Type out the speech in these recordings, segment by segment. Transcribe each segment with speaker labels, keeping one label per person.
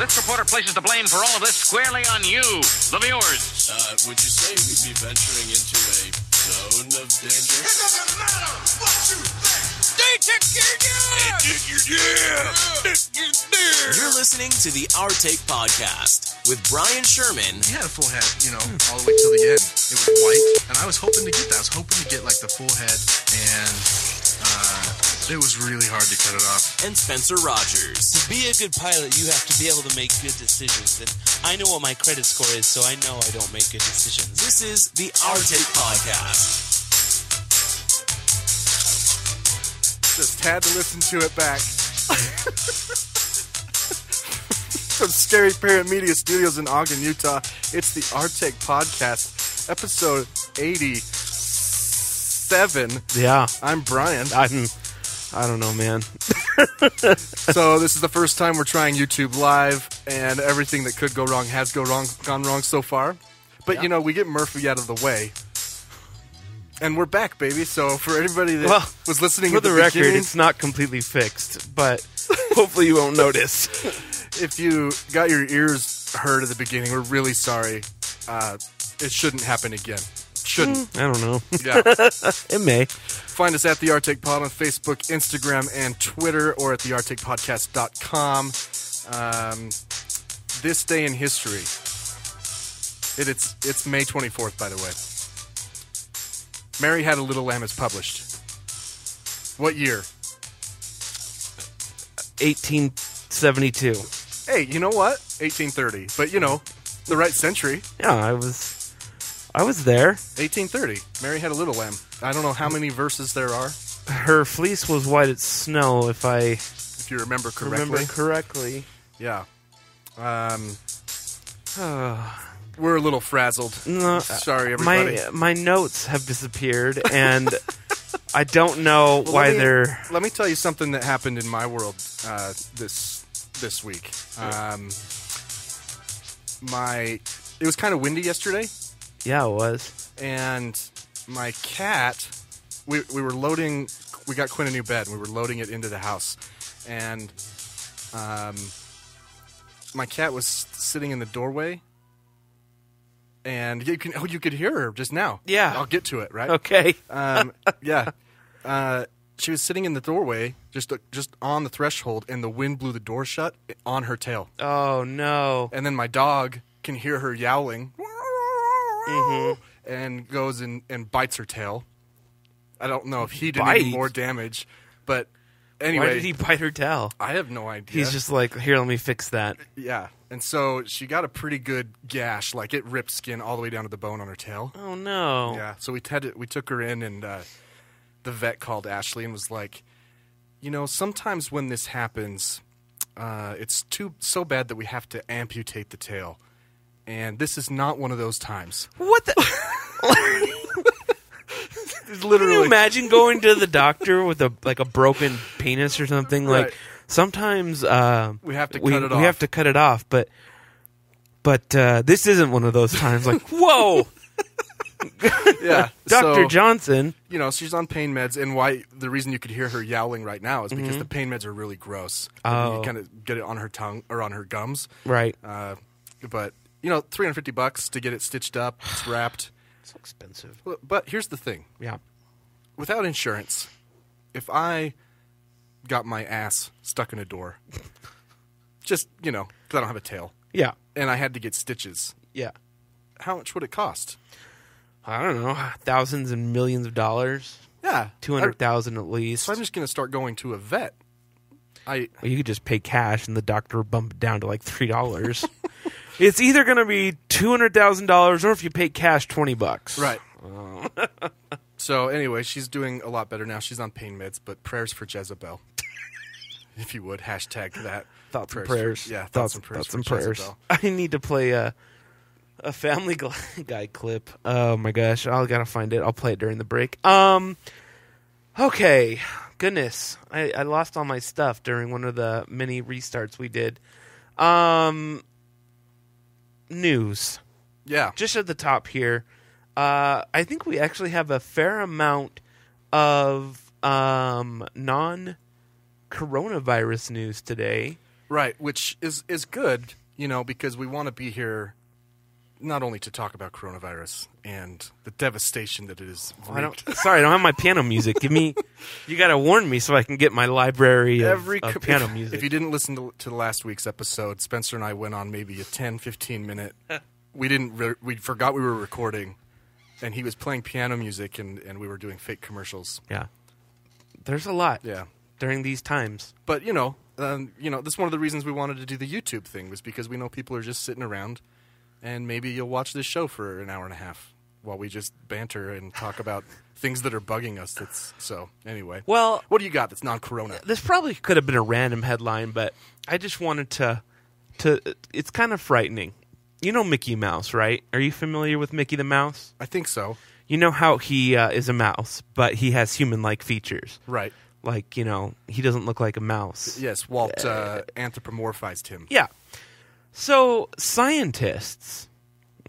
Speaker 1: This reporter places the blame for all of this squarely on you, the viewers.
Speaker 2: Uh, would you say we'd be venturing into a zone of danger?
Speaker 3: It doesn't matter what you think.
Speaker 4: You're listening to the Our Take Podcast with Brian Sherman
Speaker 5: He had a full head, you know, all the way till the end. It was white, and I was hoping to get that. I was hoping to get like the full head, and uh, it was really hard to cut it off.
Speaker 4: and Spencer Rogers.
Speaker 6: To be a good pilot, you have to be able to make good decisions. And I know what my credit score is, so I know I don't make good decisions.
Speaker 4: This is the Our Take Podcast.
Speaker 7: Just had to listen to it back. From Scary Parent Media Studios in Ogden, Utah, it's the Artec Podcast, episode 87.
Speaker 8: Yeah,
Speaker 7: I'm Brian.
Speaker 8: I'm. I don't know, man.
Speaker 7: so this is the first time we're trying YouTube Live, and everything that could go wrong has go wrong, gone wrong so far. But you know, we get Murphy out of the way, and we're back, baby. So for everybody that
Speaker 8: Well,
Speaker 7: was listening
Speaker 8: For
Speaker 7: at
Speaker 8: the record,
Speaker 7: beginning,
Speaker 8: it's not completely fixed, but hopefully you won't notice.
Speaker 7: if you got your ears hurt at the beginning, we're really sorry. Uh, it shouldn't happen again. Shouldn't.
Speaker 8: I don't know.
Speaker 7: yeah.
Speaker 8: It may.
Speaker 7: Find us at The Arctic Pod on Facebook, Instagram, and Twitter, or at thearcticpodcast.com. Um, this day in history. It, it's, it's May 24th, by the way. Mary Had a Little Lamb is published. What year?
Speaker 8: 1872.
Speaker 7: Hey, you know what? 1830. But, you know, the right century.
Speaker 8: Yeah, I was. I was there.
Speaker 7: 1830. Mary Had a Little Lamb. I don't know how many verses there are,
Speaker 8: Her fleece was white as snow, if I
Speaker 7: if you remember correctly.
Speaker 8: remember correctly.
Speaker 7: Yeah. Um, we're a little frazzled.
Speaker 8: No,
Speaker 7: Sorry, everybody.
Speaker 8: Uh, my uh, my notes have disappeared, and I don't know
Speaker 7: Well,
Speaker 8: why
Speaker 7: let me,
Speaker 8: they're.
Speaker 7: Let me tell you something that happened in my world uh, this this week. Um, my it was kind of windy yesterday,
Speaker 8: Yeah, it was.
Speaker 7: and my cat. We we were loading. We got Quinn a new bed, and we were loading it into the house, and um, my cat was sitting in the doorway. And you can oh you could hear her just now.
Speaker 8: Yeah.
Speaker 7: I'll get to it right.
Speaker 8: Okay.
Speaker 7: Um, yeah. Uh, she was sitting in the doorway, just just on the threshold, and the wind blew the door shut on her tail.
Speaker 8: Oh no.
Speaker 7: And then my dog can hear her yowling,
Speaker 8: Mm-hmm.
Speaker 7: and goes and, and bites her tail. I don't know if he did
Speaker 8: Bite?
Speaker 7: any more damage, but anyway,
Speaker 8: Why did he bite her tail?
Speaker 7: I have no idea.
Speaker 8: He's just like, here, let me fix that.
Speaker 7: yeah. And so she got a pretty good gash, like it ripped skin all the way down to the bone on her tail.
Speaker 8: Oh no.
Speaker 7: Yeah. So we had to, we took her in, and uh, the vet called Ashley and was like, you know, sometimes when this happens, uh, it's too so bad that we have to amputate the tail, and this is not one of those times.
Speaker 8: What the? Can you
Speaker 7: Literally,
Speaker 8: imagine going to the doctor with a like a broken penis or something?
Speaker 7: Right.
Speaker 8: Like sometimes uh,
Speaker 7: We have to
Speaker 8: we,
Speaker 7: cut it
Speaker 8: we
Speaker 7: off.
Speaker 8: have to cut it off, but but uh, this isn't one of those times. Like, whoa,
Speaker 7: yeah,
Speaker 8: Doctor
Speaker 7: So,
Speaker 8: Johnson.
Speaker 7: You know, she's on pain meds, and why the reason you could hear her yowling right now is because the pain meds are really gross.
Speaker 8: Mm-hmm. Oh.
Speaker 7: you kind of get it on her tongue or on her gums.
Speaker 8: Right.
Speaker 7: Uh, but you know, three hundred fifty bucks to get it stitched up, it's wrapped.
Speaker 6: It's expensive.
Speaker 7: But- But here's the thing:
Speaker 8: yeah.
Speaker 7: without insurance, if I got my ass stuck in a door, just you know, because I don't have a tail,
Speaker 8: Yeah.
Speaker 7: and I had to get stitches,
Speaker 8: Yeah.
Speaker 7: how much would it cost?
Speaker 8: I don't know, thousands and millions of dollars,
Speaker 7: Yeah,
Speaker 8: two hundred thousand at least.
Speaker 7: So I'm just gonna start going to a vet. I
Speaker 8: Well, you could just pay cash, and the doctor will bump it down to like three dollars. it's either going to be two hundred thousand dollars, or if you pay cash, twenty bucks.
Speaker 7: right. so anyway, she's doing a lot better now. She's on pain meds, but prayers for Jezebel, if you would hashtag that.
Speaker 8: Thoughts and
Speaker 7: for-
Speaker 8: prayers.
Speaker 7: yeah, thoughts, and prayers.
Speaker 8: Thoughts and
Speaker 7: for
Speaker 8: prayers.
Speaker 7: Jezebel.
Speaker 8: I need to play a a Family Gu- Guy clip. Oh my gosh, I gotta find it. I'll play it during the break. Um, okay, goodness, I, I lost all my stuff during one of the many restarts we did. Um, news.
Speaker 7: Yeah,
Speaker 8: just at the top here, uh, I think we actually have a fair amount of um, non coronavirus news today.
Speaker 7: Right, which is is good, you know, because we want to be here not only to talk about coronavirus and the devastation that it is.
Speaker 8: I don't. Sorry, I don't have my piano music. Give me. You gotta warn me so I can get my library of,
Speaker 7: Every
Speaker 8: of
Speaker 7: co-
Speaker 8: uh, piano
Speaker 7: if-
Speaker 8: music.
Speaker 7: If you didn't listen to, to last week's episode, Spencer and I went on maybe a 10, 15 minute. we didn't. Re- we forgot we were recording, and he was playing piano music, and, and we were doing fake commercials.
Speaker 8: yeah. There's a lot.
Speaker 7: Yeah.
Speaker 8: During these times.
Speaker 7: but you know, um, you know, that's one of the reasons we wanted to do the YouTube thing was because we know people are just sitting around, and maybe you'll watch this show for an hour and a half while we just banter and talk about things that are bugging us. That's so. Anyway,
Speaker 8: Well-
Speaker 7: what do you got that's non-corona?
Speaker 8: this probably could have been a random headline, but I just wanted to to it's kind of frightening. You know Mickey Mouse, right? Are you familiar with Mickey the Mouse?
Speaker 7: I think so.
Speaker 8: You know how he uh, is a mouse, but he has human-like features.
Speaker 7: Right.
Speaker 8: Like, you know, he doesn't look like a mouse.
Speaker 7: Yes, Walt uh, anthropomorphized him.
Speaker 8: Yeah. So, scientists,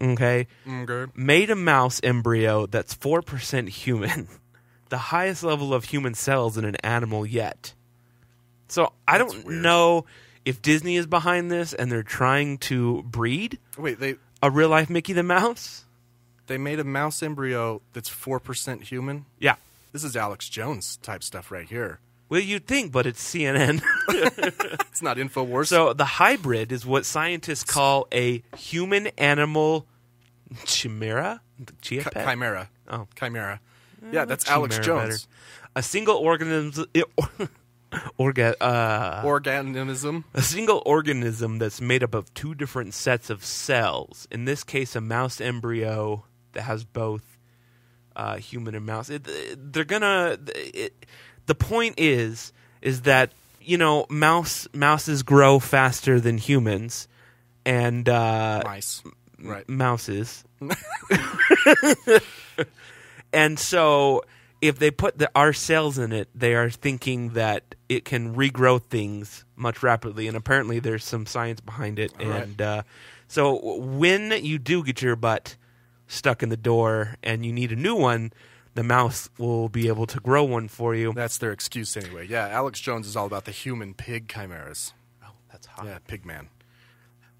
Speaker 8: okay,
Speaker 7: Okay.
Speaker 8: made a mouse embryo that's 4% human, the highest level of human cells in an animal yet. So I don't know if Disney is behind this and they're trying to breed
Speaker 7: Wait, they
Speaker 8: a real life Mickey the Mouse.
Speaker 7: they made a mouse embryo that's four percent human.
Speaker 8: Yeah.
Speaker 7: This is Alex Jones type stuff right here.
Speaker 8: Well, you'd think, but it's CNN.
Speaker 7: It's not Infowars.
Speaker 8: so the hybrid is what scientists call a human animal chimera? Chia
Speaker 7: Chi-
Speaker 8: pet?
Speaker 7: chimera.
Speaker 8: Oh.
Speaker 7: chimera. Yeah, that's
Speaker 8: Chimera
Speaker 7: Alex Jones.
Speaker 8: better. A single organism. Orga, uh,
Speaker 7: Organism.
Speaker 8: A single organism that's made up of two different sets of cells. In this case, a mouse embryo that has both uh, human and mouse. It, they're gonna. It, the point is, is that you know, mouse mouses grow faster than humans, and uh,
Speaker 7: Mice. Right.
Speaker 8: mouses. and so if they put the, our cells in it, they are thinking that it can regrow things much rapidly. And apparently, there's some science behind it. and uh, so when you do get your butt stuck in the door and you need a new one, the mouse will be able to grow one for you.
Speaker 7: That's their excuse anyway. Yeah, Alex Jones is all about the human pig chimeras.
Speaker 8: oh, that's hot.
Speaker 7: Yeah, pig man.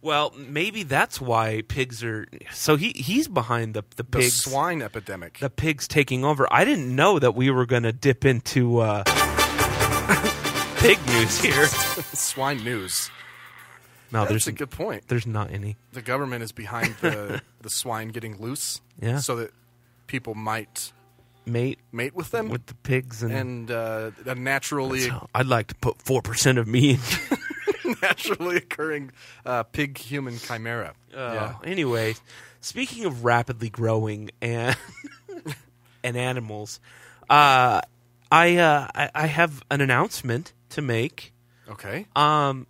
Speaker 8: Well, maybe that's why pigs are. So he he's behind the the
Speaker 7: The
Speaker 8: pigs.
Speaker 7: swine epidemic.
Speaker 8: the pigs taking over. I didn't know that we were going to dip into uh, pig news here.
Speaker 7: swine news.
Speaker 8: No,
Speaker 7: That's
Speaker 8: there's
Speaker 7: a good point.
Speaker 8: there's not any.
Speaker 7: The government is behind the, the swine getting loose
Speaker 8: Yeah.
Speaker 7: so that people might
Speaker 8: Mate
Speaker 7: mate with them.
Speaker 8: with the pigs and,
Speaker 7: Um, and uh, a naturally
Speaker 8: So I'd like to put four percent of me. In.
Speaker 7: naturally occurring uh, pig human chimera. yeah.
Speaker 8: Uh, Anyway, speaking of rapidly growing and and animals, uh, I, uh, I I have an announcement to make.
Speaker 7: Okay.
Speaker 8: Um,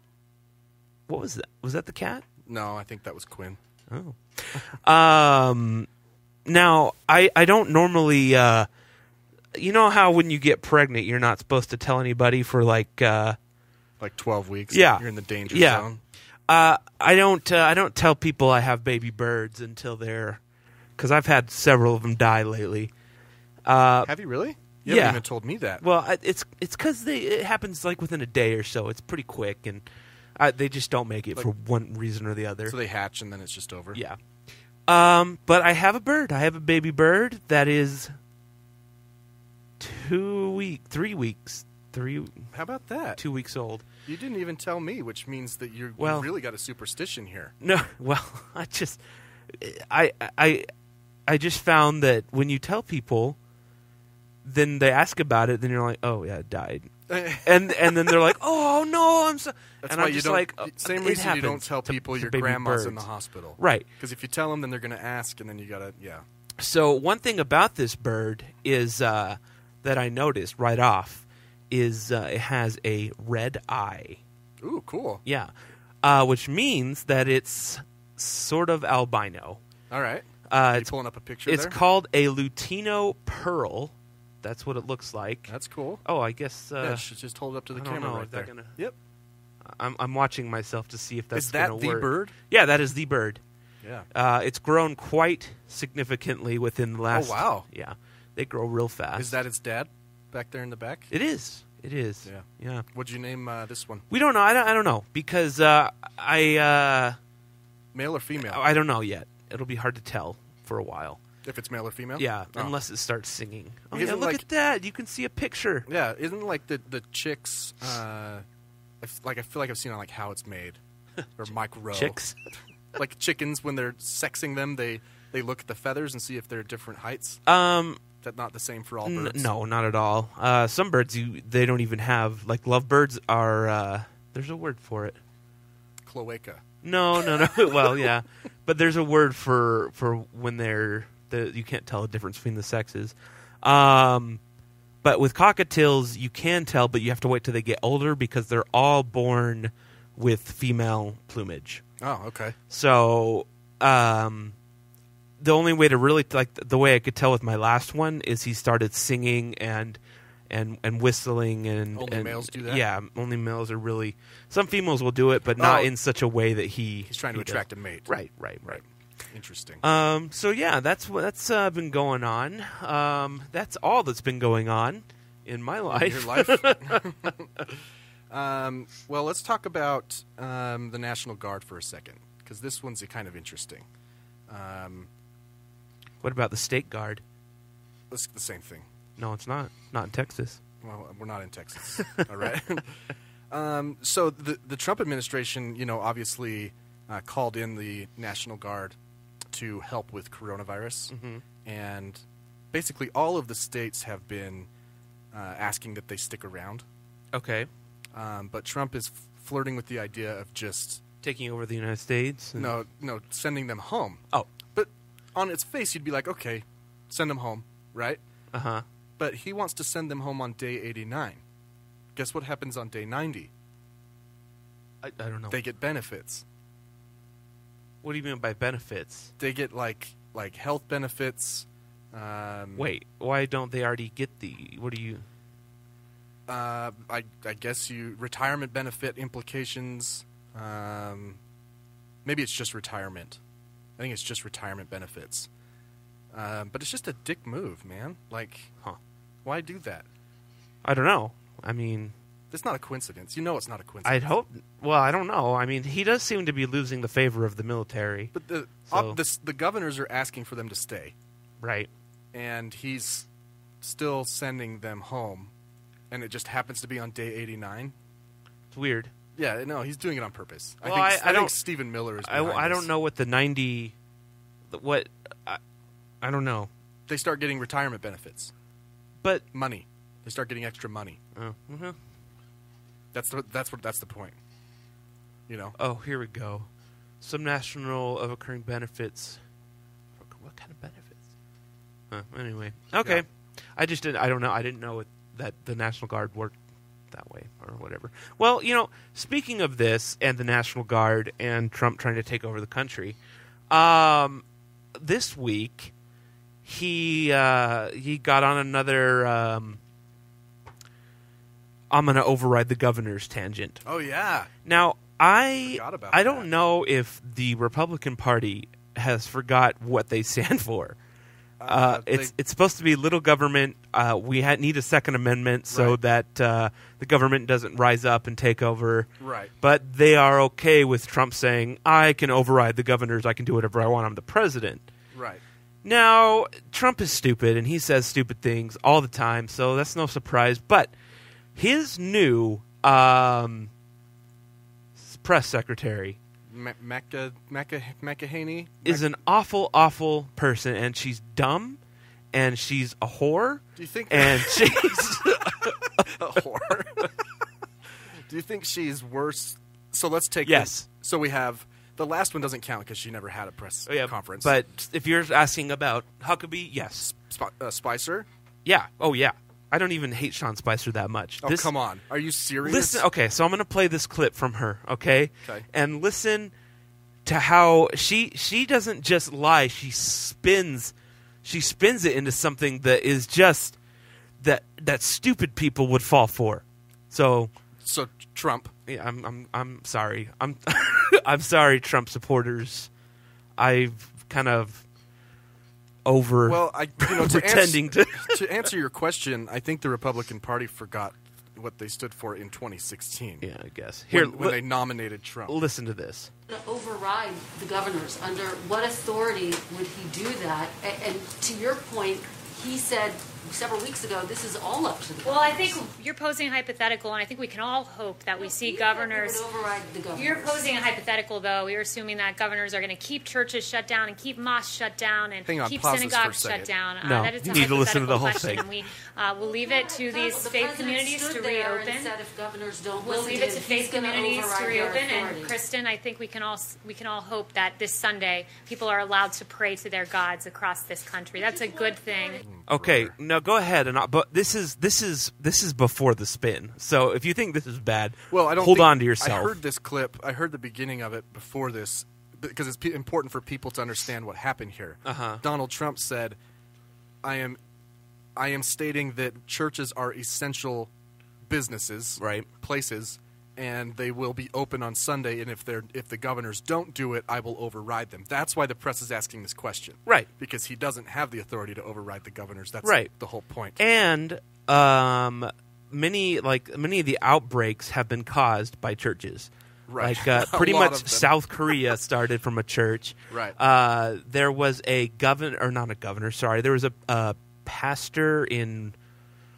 Speaker 8: what was that? Was that the cat?
Speaker 7: no, I think that was Quinn.
Speaker 8: Um, now I I don't normally uh, you know how when you get pregnant you're not supposed to tell anybody for like uh,
Speaker 7: Like 12 weeks.
Speaker 8: yeah
Speaker 7: You're in the danger
Speaker 8: yeah.
Speaker 7: zone.
Speaker 8: Uh, I don't uh, I don't tell people I have baby birds until they're because I've had several of them die lately.
Speaker 7: Have you really? You
Speaker 8: Uh, yeah.
Speaker 7: haven't even told me that.
Speaker 8: Well, I, it's it's because they it happens like within a day or so. It's pretty quick and. I, they just don't make it for one reason or the other.
Speaker 7: So they hatch and then it's just over.
Speaker 8: Yeah. Um, but I have a bird. I have a baby bird that is two week, three weeks, three,
Speaker 7: How about that?
Speaker 8: two weeks old.
Speaker 7: You didn't even tell me, which means that you're,
Speaker 8: Well-
Speaker 7: you really got a superstition here.
Speaker 8: No, well, I just, I, I, I just found that when you tell people, then they ask about it. Then you're like, oh yeah, it died. and and then they're like, oh no, I'm so.
Speaker 7: That's
Speaker 8: and
Speaker 7: why
Speaker 8: I'm
Speaker 7: you
Speaker 8: just
Speaker 7: don't.
Speaker 8: like,
Speaker 7: the
Speaker 8: uh,
Speaker 7: same
Speaker 8: it
Speaker 7: reason you don't
Speaker 8: happens
Speaker 7: tell
Speaker 8: to-
Speaker 7: people
Speaker 8: to
Speaker 7: your
Speaker 8: baby
Speaker 7: grandma's in the
Speaker 8: birds.
Speaker 7: hospital,
Speaker 8: Right.
Speaker 7: Because if you tell them, then they're going to ask, and then you got to yeah.
Speaker 8: So one thing about this bird is uh, that I noticed right off is uh, it has a red eye.
Speaker 7: Ooh, cool.
Speaker 8: Yeah, uh, which means that it's sort of albino.
Speaker 7: All right.
Speaker 8: Uh,
Speaker 7: you
Speaker 8: it's
Speaker 7: pulling up a picture.
Speaker 8: it's
Speaker 7: there?
Speaker 8: called a lutino pearl. That's what it looks like.
Speaker 7: That's cool.
Speaker 8: oh, I guess uh,
Speaker 7: yeah, should just hold it up to the
Speaker 8: I don't
Speaker 7: camera
Speaker 8: know,
Speaker 7: right
Speaker 8: is
Speaker 7: there.
Speaker 8: that gonna-
Speaker 7: Yep.
Speaker 8: I'm, I'm watching myself to see if that's
Speaker 7: Is that
Speaker 8: gonna
Speaker 7: the
Speaker 8: work.
Speaker 7: bird?
Speaker 8: Yeah, that is the bird.
Speaker 7: Yeah.
Speaker 8: Uh, it's grown quite significantly within the last.
Speaker 7: Oh, wow.
Speaker 8: Yeah, they grow real fast.
Speaker 7: Is that its dad back there in the back?
Speaker 8: It is. It is.
Speaker 7: Yeah.
Speaker 8: Yeah.
Speaker 7: What'd you name uh, this one?
Speaker 8: We don't know. I don't, I don't know because uh, I uh,
Speaker 7: Male or female?
Speaker 8: I don't know yet. It'll be hard to tell for a while.
Speaker 7: if it's male or female?
Speaker 8: Yeah,
Speaker 7: Oh.
Speaker 8: unless it starts singing. Oh yeah,
Speaker 7: Isn't
Speaker 8: look
Speaker 7: like- Oh.
Speaker 8: at that! You can see a picture.
Speaker 7: Yeah, isn't like the the chicks? Uh, if, like I feel like I've seen on like How It's Made or Mike Rowe.
Speaker 8: Chicks.
Speaker 7: like chickens when they're sexing them, they they look at the feathers and see if they're different heights.
Speaker 8: Um,
Speaker 7: Is that not the same for all
Speaker 8: n-
Speaker 7: birds?
Speaker 8: no, not at all. Uh, some birds you they don't even have like lovebirds are. Uh, there's a word for it.
Speaker 7: cloaca.
Speaker 8: No, no, no. well, yeah, but there's a word for for when they're the, you can't tell the difference between the sexes. Um, but with cockatiels, you can tell, but you have to wait till they get older because they're all born with female plumage.
Speaker 7: Oh, okay.
Speaker 8: So, um, the only way to really like the way I could tell with my last one is he started singing and and and whistling and
Speaker 7: Only
Speaker 8: and-
Speaker 7: males do that?
Speaker 8: Yeah, only males are really. Some females will do it, but not
Speaker 7: Oh.
Speaker 8: in such a way that he
Speaker 7: He's trying to
Speaker 8: he does.
Speaker 7: attract a mate.
Speaker 8: Right, right, right.
Speaker 7: Interesting.
Speaker 8: Um, so yeah, that's what that's uh, been going on. Um, that's all that's been going on in my life.
Speaker 7: Your life. um, well, let's talk about um, the National Guard for a second because this one's kind of interesting.
Speaker 8: What about the state guard?
Speaker 7: It's the same thing.
Speaker 8: No, it's not. Not in Texas.
Speaker 7: Well, we're not in Texas. All right. um, so the the Trump administration, you know, obviously uh, called in the National Guard to help with coronavirus, and basically all of the states have been uh, asking that they stick around.
Speaker 8: Okay,
Speaker 7: Um, but Trump is f- flirting with the idea of just
Speaker 8: taking over the United States. and-
Speaker 7: no, no, sending them home.
Speaker 8: Mm-hmm. Oh,
Speaker 7: But on its face, you'd be like, okay, send them home, right?
Speaker 8: uh huh.
Speaker 7: But he wants to send them home on day 89. Guess what happens on day 90?
Speaker 8: I, I don't know.
Speaker 7: They get benefits.
Speaker 8: what do you mean by benefits?
Speaker 7: They get like like health benefits. Um,
Speaker 8: Wait, why don't they already get the? What do you?
Speaker 7: uh, I I guess you retirement benefit implications. Um, maybe it's just retirement. I think it's just retirement benefits. Um, but it's just a dick move, man. Like,
Speaker 8: Huh.
Speaker 7: why do that?
Speaker 8: I don't know. I mean,
Speaker 7: It's not a coincidence. You know, it's not a coincidence.
Speaker 8: I'd hope. Well, I don't know. I mean, he does seem to be losing the favor of the military,
Speaker 7: But the
Speaker 8: So-
Speaker 7: op, the, the governors are asking for them to stay,
Speaker 8: right?
Speaker 7: and he's still sending them home, and it just happens to be on day eighty nine.
Speaker 8: It's weird.
Speaker 7: Yeah, no, he's doing it on purpose.
Speaker 8: Well,
Speaker 7: I
Speaker 8: I-
Speaker 7: think
Speaker 8: I don't-
Speaker 7: think Stephen Miller is.
Speaker 8: I, I
Speaker 7: behind this.
Speaker 8: don't know what the 90 the- what I, I don't know
Speaker 7: They start getting retirement benefits,
Speaker 8: but
Speaker 7: money. They start getting extra money.
Speaker 8: oh, mhm.
Speaker 7: That's the that's what that's the point. You know,
Speaker 8: oh here we go some national of occurring benefits what kind of benefits huh, anyway okay i just didn't i don't know i didn't know it, that the national guard worked that way or whatever well you know speaking of this and the national guard and trump trying to take over the country um this week he uh, he got on another um, I'm gonna override the governor's tangent.
Speaker 7: Oh yeah,
Speaker 8: Now I
Speaker 7: Forgot about
Speaker 8: I don't
Speaker 7: that.
Speaker 8: know if the Republican Party has forgot what they stand for. Uh, it's
Speaker 7: they-
Speaker 8: it's supposed to be little government. Uh, we had, need a second amendment so
Speaker 7: Right.
Speaker 8: that uh, the government doesn't rise up and take over.
Speaker 7: Right.
Speaker 8: But they are okay with Trump saying, "I can override the governors. I can do whatever I want. I'm the president."
Speaker 7: right.
Speaker 8: Now, Trump is stupid and he says stupid things all the time, so that's no surprise. But his new um, s- press secretary
Speaker 7: Ma- Maca Maca Macahaney.
Speaker 8: is an awful, awful person, and she's dumb, and she's a whore,
Speaker 7: Do you think
Speaker 8: and she's.
Speaker 7: a whore. Do you think she's worse? So let's take
Speaker 8: Yes.
Speaker 7: the- so we have the last one doesn't count because she never had a press
Speaker 8: Oh, yeah,
Speaker 7: conference.
Speaker 8: But if you're asking about Huckabee, yes.
Speaker 7: Sp- uh, Spicer.
Speaker 8: Yeah. Oh, yeah. I don't even hate Sean Spicer that much.
Speaker 7: Oh
Speaker 8: This-
Speaker 7: come on, are you serious?
Speaker 8: Listen, oh okay, so I'm going to play this clip from her, okay?
Speaker 7: Okay.
Speaker 8: And listen to how she she doesn't just lie, she spins she spins it into something that is just that that stupid people would fall for. So,
Speaker 7: So Trump.
Speaker 8: yeah, I'm I'm I'm sorry. I'm I'm sorry Trump supporters. I've kind of over
Speaker 7: Well, I you know to
Speaker 8: pretending
Speaker 7: answer,
Speaker 8: to
Speaker 7: to answer your question, I think the Republican Party forgot what they stood for in 2016.
Speaker 8: Yeah, I guess. Here,
Speaker 7: Here, when, when
Speaker 8: li-
Speaker 7: they nominated Trump.
Speaker 8: listen to this.
Speaker 9: to override the governors. Under what authority would he do that? A- And to your point, he said several weeks ago, this is all up to the
Speaker 10: Well,
Speaker 9: governors.
Speaker 10: I think you're posing a hypothetical, and I think we can all hope that we see
Speaker 9: You thought they
Speaker 10: governors.
Speaker 9: would override the governors.
Speaker 10: You're posing a hypothetical, though. You're assuming that governors are going to keep churches shut down and keep mosques shut down and
Speaker 7: Hang on,
Speaker 10: keep
Speaker 7: pause this for a
Speaker 10: synagogues
Speaker 7: second.
Speaker 10: shut down.
Speaker 8: No,
Speaker 10: uh, that is
Speaker 8: you
Speaker 10: a
Speaker 8: need to listen to the
Speaker 10: hypothetical
Speaker 8: whole
Speaker 10: question,
Speaker 8: thing.
Speaker 10: And we uh, will leave it to these
Speaker 9: The
Speaker 10: faith
Speaker 9: president
Speaker 10: communities to
Speaker 9: stood there
Speaker 10: reopen.
Speaker 9: And said if governors don't
Speaker 10: We'll
Speaker 9: listen
Speaker 10: leave
Speaker 9: to
Speaker 10: it to
Speaker 9: him,
Speaker 10: faith
Speaker 9: he's gonna
Speaker 10: communities to
Speaker 9: override their
Speaker 10: reopen. And
Speaker 9: authority.
Speaker 10: Kristen, I think we can all we can all hope that this Sunday people are allowed to pray to their gods across this country. That's a good thing.
Speaker 8: Okay, no, go ahead. And I, but this is this is this is before the spin. So if you think this is bad,
Speaker 7: Well, I don't
Speaker 8: hold
Speaker 7: think-
Speaker 8: on to yourself.
Speaker 7: I heard this clip. I heard the beginning of it before this because it's p- important for people to understand what happened here. Uh-huh. Donald Trump said, "I am, I am stating that churches are essential businesses,
Speaker 8: Right.
Speaker 7: Places." And they will be open on Sunday, and if they're if the governors don't do it, I will override them. That's why the press is asking this question,
Speaker 8: Right.
Speaker 7: Because he doesn't have the authority to override the governors. That's
Speaker 8: Right.
Speaker 7: the whole point.
Speaker 8: and um, many like many of the outbreaks have been caused by churches.
Speaker 7: Right.
Speaker 8: Like uh,
Speaker 7: A
Speaker 8: pretty
Speaker 7: lot
Speaker 8: much
Speaker 7: of them.
Speaker 8: South Korea started from a church.
Speaker 7: Right.
Speaker 8: Uh, there was a governor, or not a governor. Sorry, there was a, a pastor in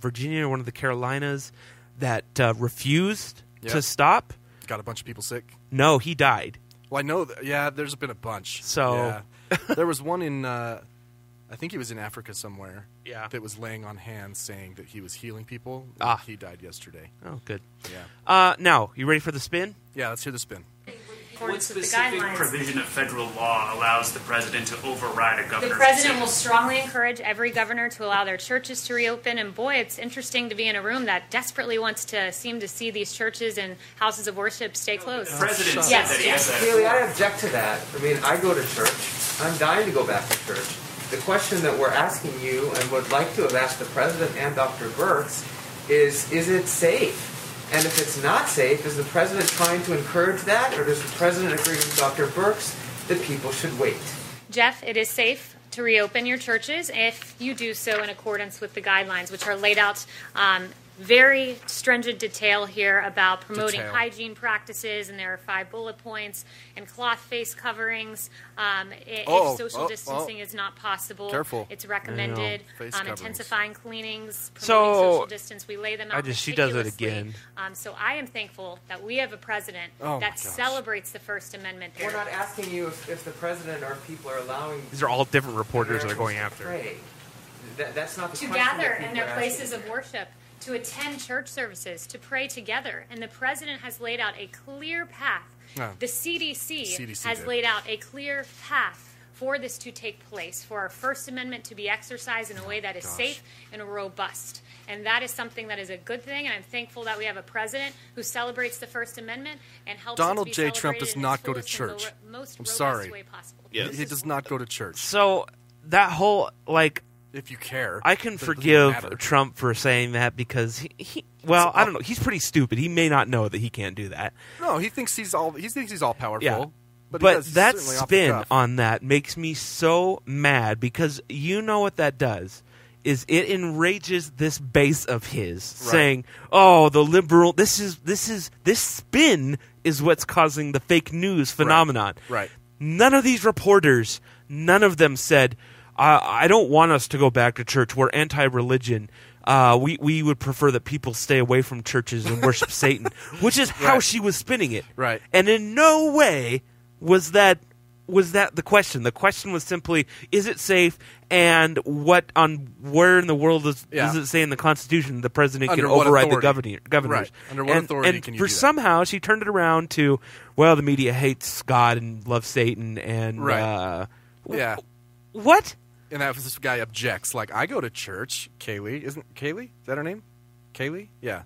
Speaker 8: Virginia or one of the Carolinas that uh, refused
Speaker 7: Yeah.
Speaker 8: to stop.
Speaker 7: Got a bunch of people sick.
Speaker 8: No, he died.
Speaker 7: Well, I know. That, yeah, there's been a bunch.
Speaker 8: So-
Speaker 7: Yeah. there was one in, uh, I think he was in Africa somewhere.
Speaker 8: Yeah.
Speaker 7: that was laying on hands, saying that he was healing people.
Speaker 8: Ah.
Speaker 7: he died yesterday.
Speaker 8: Oh, good.
Speaker 7: Yeah,
Speaker 8: Uh, now, you ready for the spin?
Speaker 7: yeah. Let's hear the spin.
Speaker 10: According to the guidelines.
Speaker 11: provision of federal law allows the president to override a
Speaker 10: The
Speaker 11: governor?
Speaker 10: president will strongly encourage every governor to allow their churches to reopen. And boy, it's interesting to be in a room that desperately wants to seem to see these churches and houses of worship stay closed.
Speaker 11: president
Speaker 10: Yes,
Speaker 11: said that he
Speaker 10: yes.
Speaker 11: has that
Speaker 3: Really, I object to that. I mean, I go to church. I'm dying to go back to church. The question that we're asking you and would like to have asked the president and Dr. Burks is, is it safe? And if it's not safe, is the president trying to encourage that, or does the president agree with Dr. Burks that people should wait?
Speaker 10: Jeff, it is safe to reopen your churches if you do so in accordance with the guidelines, which are laid out um, very stringent detail here about promoting
Speaker 7: Detail.
Speaker 10: hygiene practices, and there are five bullet points and cloth face coverings. Um, i-
Speaker 7: Oh,
Speaker 10: if social
Speaker 7: oh, oh.
Speaker 10: distancing is not possible,
Speaker 7: Careful.
Speaker 10: it's recommended.
Speaker 7: Face
Speaker 10: Um,
Speaker 7: coverings.
Speaker 10: intensifying cleanings, promoting
Speaker 8: So-
Speaker 10: social distance. We lay them out.
Speaker 8: I just- she does it
Speaker 10: meticulously.
Speaker 8: again.
Speaker 10: Um, so I am thankful that we have a president
Speaker 7: Oh, my
Speaker 10: that
Speaker 7: gosh.
Speaker 10: celebrates the First Amendment.
Speaker 3: We're
Speaker 10: there.
Speaker 3: not asking you if, if the president or people are allowing
Speaker 8: These are all different reporters that are going
Speaker 3: Americans to
Speaker 8: after.
Speaker 3: pray. That, that's not the
Speaker 10: to
Speaker 3: question that
Speaker 10: gather
Speaker 3: people
Speaker 10: in their
Speaker 3: are asking.
Speaker 10: places of worship, to attend church services, to pray together. And the president has laid out a clear path.
Speaker 7: Yeah.
Speaker 10: The CDC,
Speaker 7: CDC
Speaker 10: has
Speaker 7: did.
Speaker 10: laid out a clear path for this to take place, for our First Amendment to be exercised in a way that is
Speaker 7: Oh gosh.
Speaker 10: safe and robust. And that is something that is a good thing, and I'm thankful that we have a president who celebrates the First Amendment and helps us
Speaker 7: Donald
Speaker 10: be
Speaker 7: J.
Speaker 10: celebrated
Speaker 7: Trump does
Speaker 10: in its
Speaker 7: not go to
Speaker 10: fullest and
Speaker 7: church.
Speaker 10: lo- most
Speaker 7: I'm
Speaker 10: robust
Speaker 7: sorry.
Speaker 10: way possible.
Speaker 7: He, he does not go to church.
Speaker 8: So that whole like
Speaker 7: If you care,
Speaker 8: I can
Speaker 7: It doesn't matter.
Speaker 8: forgive Trump for saying that because he, he well, I don't know. He's pretty stupid. He may not know that he can't do that.
Speaker 7: No, he thinks he's all. He thinks he's all powerful.
Speaker 8: Yeah.
Speaker 7: But, he
Speaker 8: But
Speaker 7: does,
Speaker 8: that
Speaker 7: certainly off the
Speaker 8: spin
Speaker 7: cuff.
Speaker 8: on that makes me so mad because you know what that does is it enrages this base of his saying, "Oh, the liberal this is this is this spin is what's causing the fake news phenomenon."
Speaker 7: Right.
Speaker 8: None of these reporters, none of them said, "I, I don't want us to go back to church. We're anti-religion." Uh, we we would prefer that people stay away from churches and worship Satan, which is how
Speaker 7: Right.
Speaker 8: she was spinning it.
Speaker 7: Right.
Speaker 8: And in no way was that was that the question. The question was simply, is it safe? And what on where in the world does,
Speaker 7: Yeah.
Speaker 8: does it say in the Constitution the president
Speaker 7: Under
Speaker 8: can
Speaker 7: what
Speaker 8: override the
Speaker 7: authority?
Speaker 8: governor, governors?
Speaker 7: Right. Under what
Speaker 8: and,
Speaker 7: authority
Speaker 8: and
Speaker 7: can you
Speaker 8: for
Speaker 7: do that?
Speaker 8: somehow she turned it around to, well, the media hates God and loves Satan, and
Speaker 7: Right.
Speaker 8: uh,
Speaker 7: Yeah.
Speaker 8: what?
Speaker 7: And that this guy objects. Like I go to church. Kaylee isn't Kaylee? Is that her name? Kaylee? Yeah.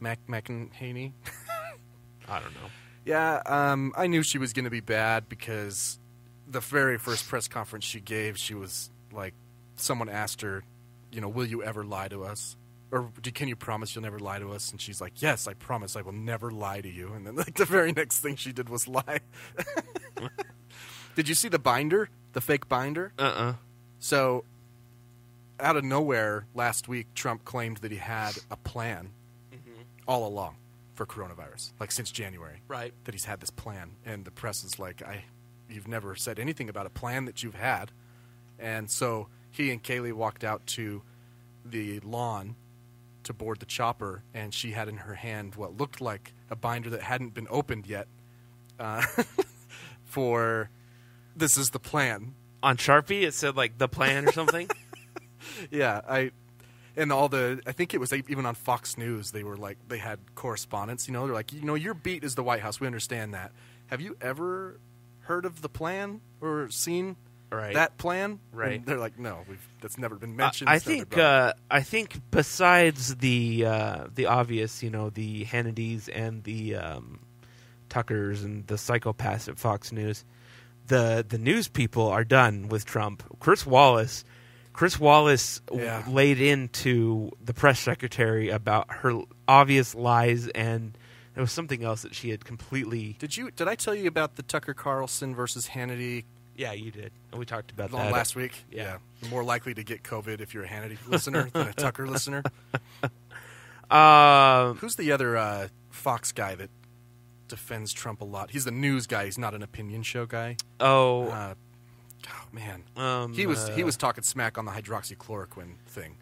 Speaker 7: Mac McEnhaney.
Speaker 8: I don't know.
Speaker 7: Yeah, um, I knew she was going to be bad because the very first press conference she gave, she was like, someone asked her, you know, will you ever lie to us? Or do- can you promise you'll never lie to us? And she's like, yes, I promise I will never lie to you. And then, like, the very next thing she did was lie. did you see the binder? The fake binder?
Speaker 8: Uh uh
Speaker 7: So, out of nowhere, last week, Trump claimed that he had a plan all along for coronavirus, like since January.
Speaker 8: Right.
Speaker 7: That he's had this plan, and the press is like, I, you've never said anything about a plan that you've had. And so he and Kaylee walked out to the lawn to board the chopper, and she had in her hand what looked like a binder that hadn't been opened yet uh, for this is the plan.
Speaker 8: On Sharpie, it said like the plan or something.
Speaker 7: yeah, I and all the I think it was even on Fox News they were like they had correspondence. You know, they're like, you know, your beat is the White House. We understand that. Have you ever heard of the plan or seen
Speaker 8: Right.
Speaker 7: that plan?
Speaker 8: Right.
Speaker 7: And they're like, no, we've that's never been
Speaker 8: I-
Speaker 7: mentioned.
Speaker 8: I
Speaker 7: it's never
Speaker 8: think
Speaker 7: brought up."
Speaker 8: uh, I think besides the uh, the obvious, you know, the Hannitys and the um, Tuckers and the psychopaths at Fox News, the the news people are done with Trump. Chris Wallace, Chris Wallace w-
Speaker 7: Yeah.
Speaker 8: laid into the press secretary about her l- obvious lies and there was something else that she had completely.
Speaker 7: Did you? Did I tell you about the Tucker Carlson versus Hannity?
Speaker 8: Yeah, you did. We talked about
Speaker 7: on
Speaker 8: that uh,
Speaker 7: last week.
Speaker 8: Yeah.
Speaker 7: You're more likely to get COVID if you're a Hannity listener than a Tucker listener.
Speaker 8: Um,
Speaker 7: Who's the other uh, Fox guy that defends Trump a lot? He's the news guy. He's not an opinion show guy.
Speaker 8: Oh.
Speaker 7: Uh, oh man,
Speaker 8: Um,
Speaker 7: he was he
Speaker 8: uh,
Speaker 7: was talking smack on the hydroxychloroquine thing.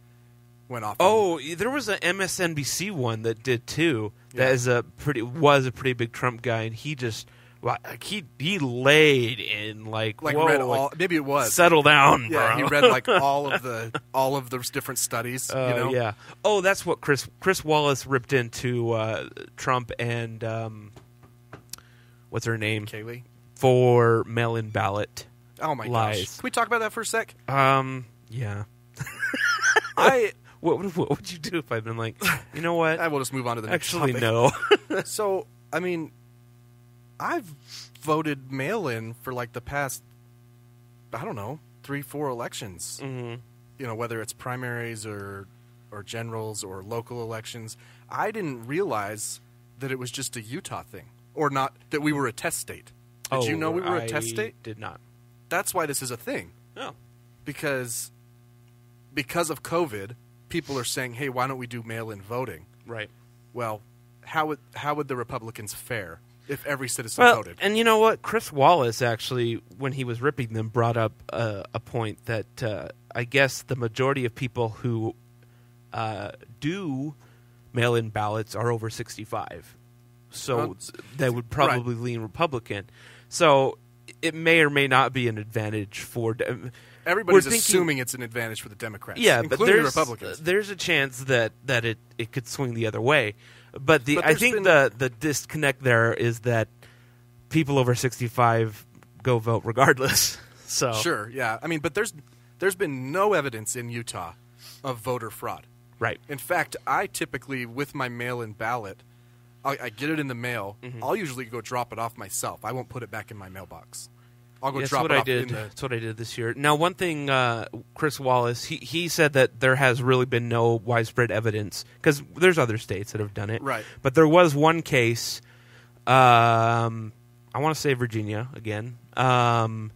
Speaker 7: Went off. on-
Speaker 8: Oh, there was an MSNBC one that did too. That
Speaker 7: Yeah.
Speaker 8: is a pretty was a pretty big Trump guy, and he just like he he laid in like
Speaker 7: like
Speaker 8: whoa,
Speaker 7: read
Speaker 8: like,
Speaker 7: all. Maybe it was
Speaker 8: settle down.
Speaker 7: Yeah,
Speaker 8: bro.
Speaker 7: he read like all of the all of those different studies.
Speaker 8: Uh,
Speaker 7: you know,
Speaker 8: Yeah. Oh, that's what Chris Chris Wallace ripped into uh, Trump and um, what's her name?
Speaker 7: Kaylee.
Speaker 8: For mail-in ballot.
Speaker 7: Oh my
Speaker 8: lies.
Speaker 7: gosh! Can we talk about that for a sec?
Speaker 8: Um. Yeah.
Speaker 7: I.
Speaker 8: What, would- what would you do if I'd been like, you know what?
Speaker 7: I will Uh, just move on to the next
Speaker 8: Actually,
Speaker 7: topic.
Speaker 8: no.
Speaker 7: so, I mean, I've voted mail in for like the past, I don't know, three, four elections. Mm-hmm. You know, whether it's primaries or or generals or local elections. I didn't realize that it was just a Utah thing, or not that we were a test state. Did you
Speaker 8: Oh,
Speaker 7: know we were a test
Speaker 8: I
Speaker 7: state? Oh,
Speaker 8: Did not.
Speaker 7: That's why this is a thing
Speaker 8: No.
Speaker 7: because because of COVID, people are saying, "Hey, why don't we do mail-in voting?"
Speaker 8: Right.
Speaker 7: Well, how would how would the Republicans fare if every citizen
Speaker 8: Well,
Speaker 7: voted?
Speaker 8: and you know what? Chris Wallace actually, when he was ripping them, brought up uh, a point that uh, I guess the majority of people who uh, do mail-in ballots are over sixty-five, so
Speaker 7: Um,
Speaker 8: th- they would probably lean Republican. So it may or may not be an advantage for. Dem-
Speaker 7: Everybody's
Speaker 8: we're thinking-
Speaker 7: assuming it's an advantage for the Democrats,
Speaker 8: yeah, but
Speaker 7: including the
Speaker 8: there's uh,
Speaker 7: Republicans.
Speaker 8: there's a chance that that it it could swing the other way. But the
Speaker 7: But
Speaker 8: I
Speaker 7: there's
Speaker 8: think
Speaker 7: been-
Speaker 8: the the disconnect there is that people over 65 go vote regardless. So
Speaker 7: Sure, yeah. I mean, but there's there's been no evidence in Utah of voter fraud.
Speaker 8: Right.
Speaker 7: In fact, I typically with my mail-in ballot, I, I get it in the mail.
Speaker 8: Mm-hmm.
Speaker 7: I'll usually go drop it off myself. I won't put it back in my mailbox. I'll go
Speaker 8: That's
Speaker 7: drop
Speaker 8: what
Speaker 7: it
Speaker 8: I
Speaker 7: off
Speaker 8: did.
Speaker 7: in the
Speaker 8: That's what I did this year. Now, one thing, uh, Chris Wallace, he, he said that there has really been no widespread evidence because there's other states that have done it,
Speaker 7: Right.
Speaker 8: But there was one case. Um, I want to say Virginia again, um,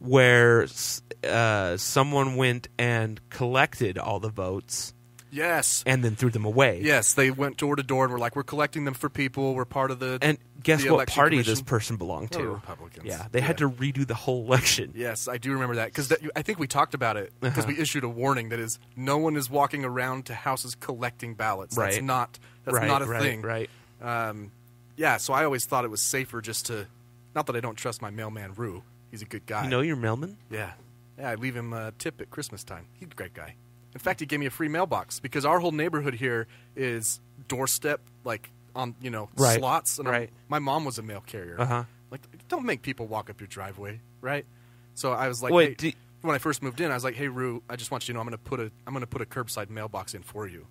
Speaker 8: where s- uh, someone went and collected all the votes
Speaker 7: yes.
Speaker 8: and then threw them away.
Speaker 7: Yes, they went door to door and were like, "We're collecting them for people. We're part of the."
Speaker 8: And guess
Speaker 7: the
Speaker 8: what
Speaker 7: election
Speaker 8: party
Speaker 7: commission."
Speaker 8: this person belonged
Speaker 7: Well,
Speaker 8: to?
Speaker 7: Republicans.
Speaker 8: Yeah, they had to redo the whole election.
Speaker 7: Yes, I do remember that because I think we talked about it because
Speaker 8: Uh-huh.
Speaker 7: we issued a warning that is no one is walking around to houses collecting ballots.
Speaker 8: Right.
Speaker 7: That's not that's
Speaker 8: Right,
Speaker 7: not a
Speaker 8: right,
Speaker 7: thing.
Speaker 8: right.
Speaker 7: Um, yeah. So I always thought it was safer just to. Not that I don't trust my mailman Rue. He's a good guy.
Speaker 8: You know your mailman?
Speaker 7: Yeah. Yeah, I leave him a tip at Christmas time. He's a great guy. In fact, he gave me a free mailbox because our whole neighborhood here is doorstep, like on you know
Speaker 8: Right.
Speaker 7: slots. And I'm-
Speaker 8: Right.
Speaker 7: my mom was a mail carrier.
Speaker 8: Uh-huh.
Speaker 7: Like, don't make people walk up your driveway, right? So I was like,
Speaker 8: Wait,
Speaker 7: hey-
Speaker 8: do-
Speaker 7: when I first moved in, I was like, hey Rue, I just want you to know I'm gonna put a I'm gonna put a curbside mailbox in for you,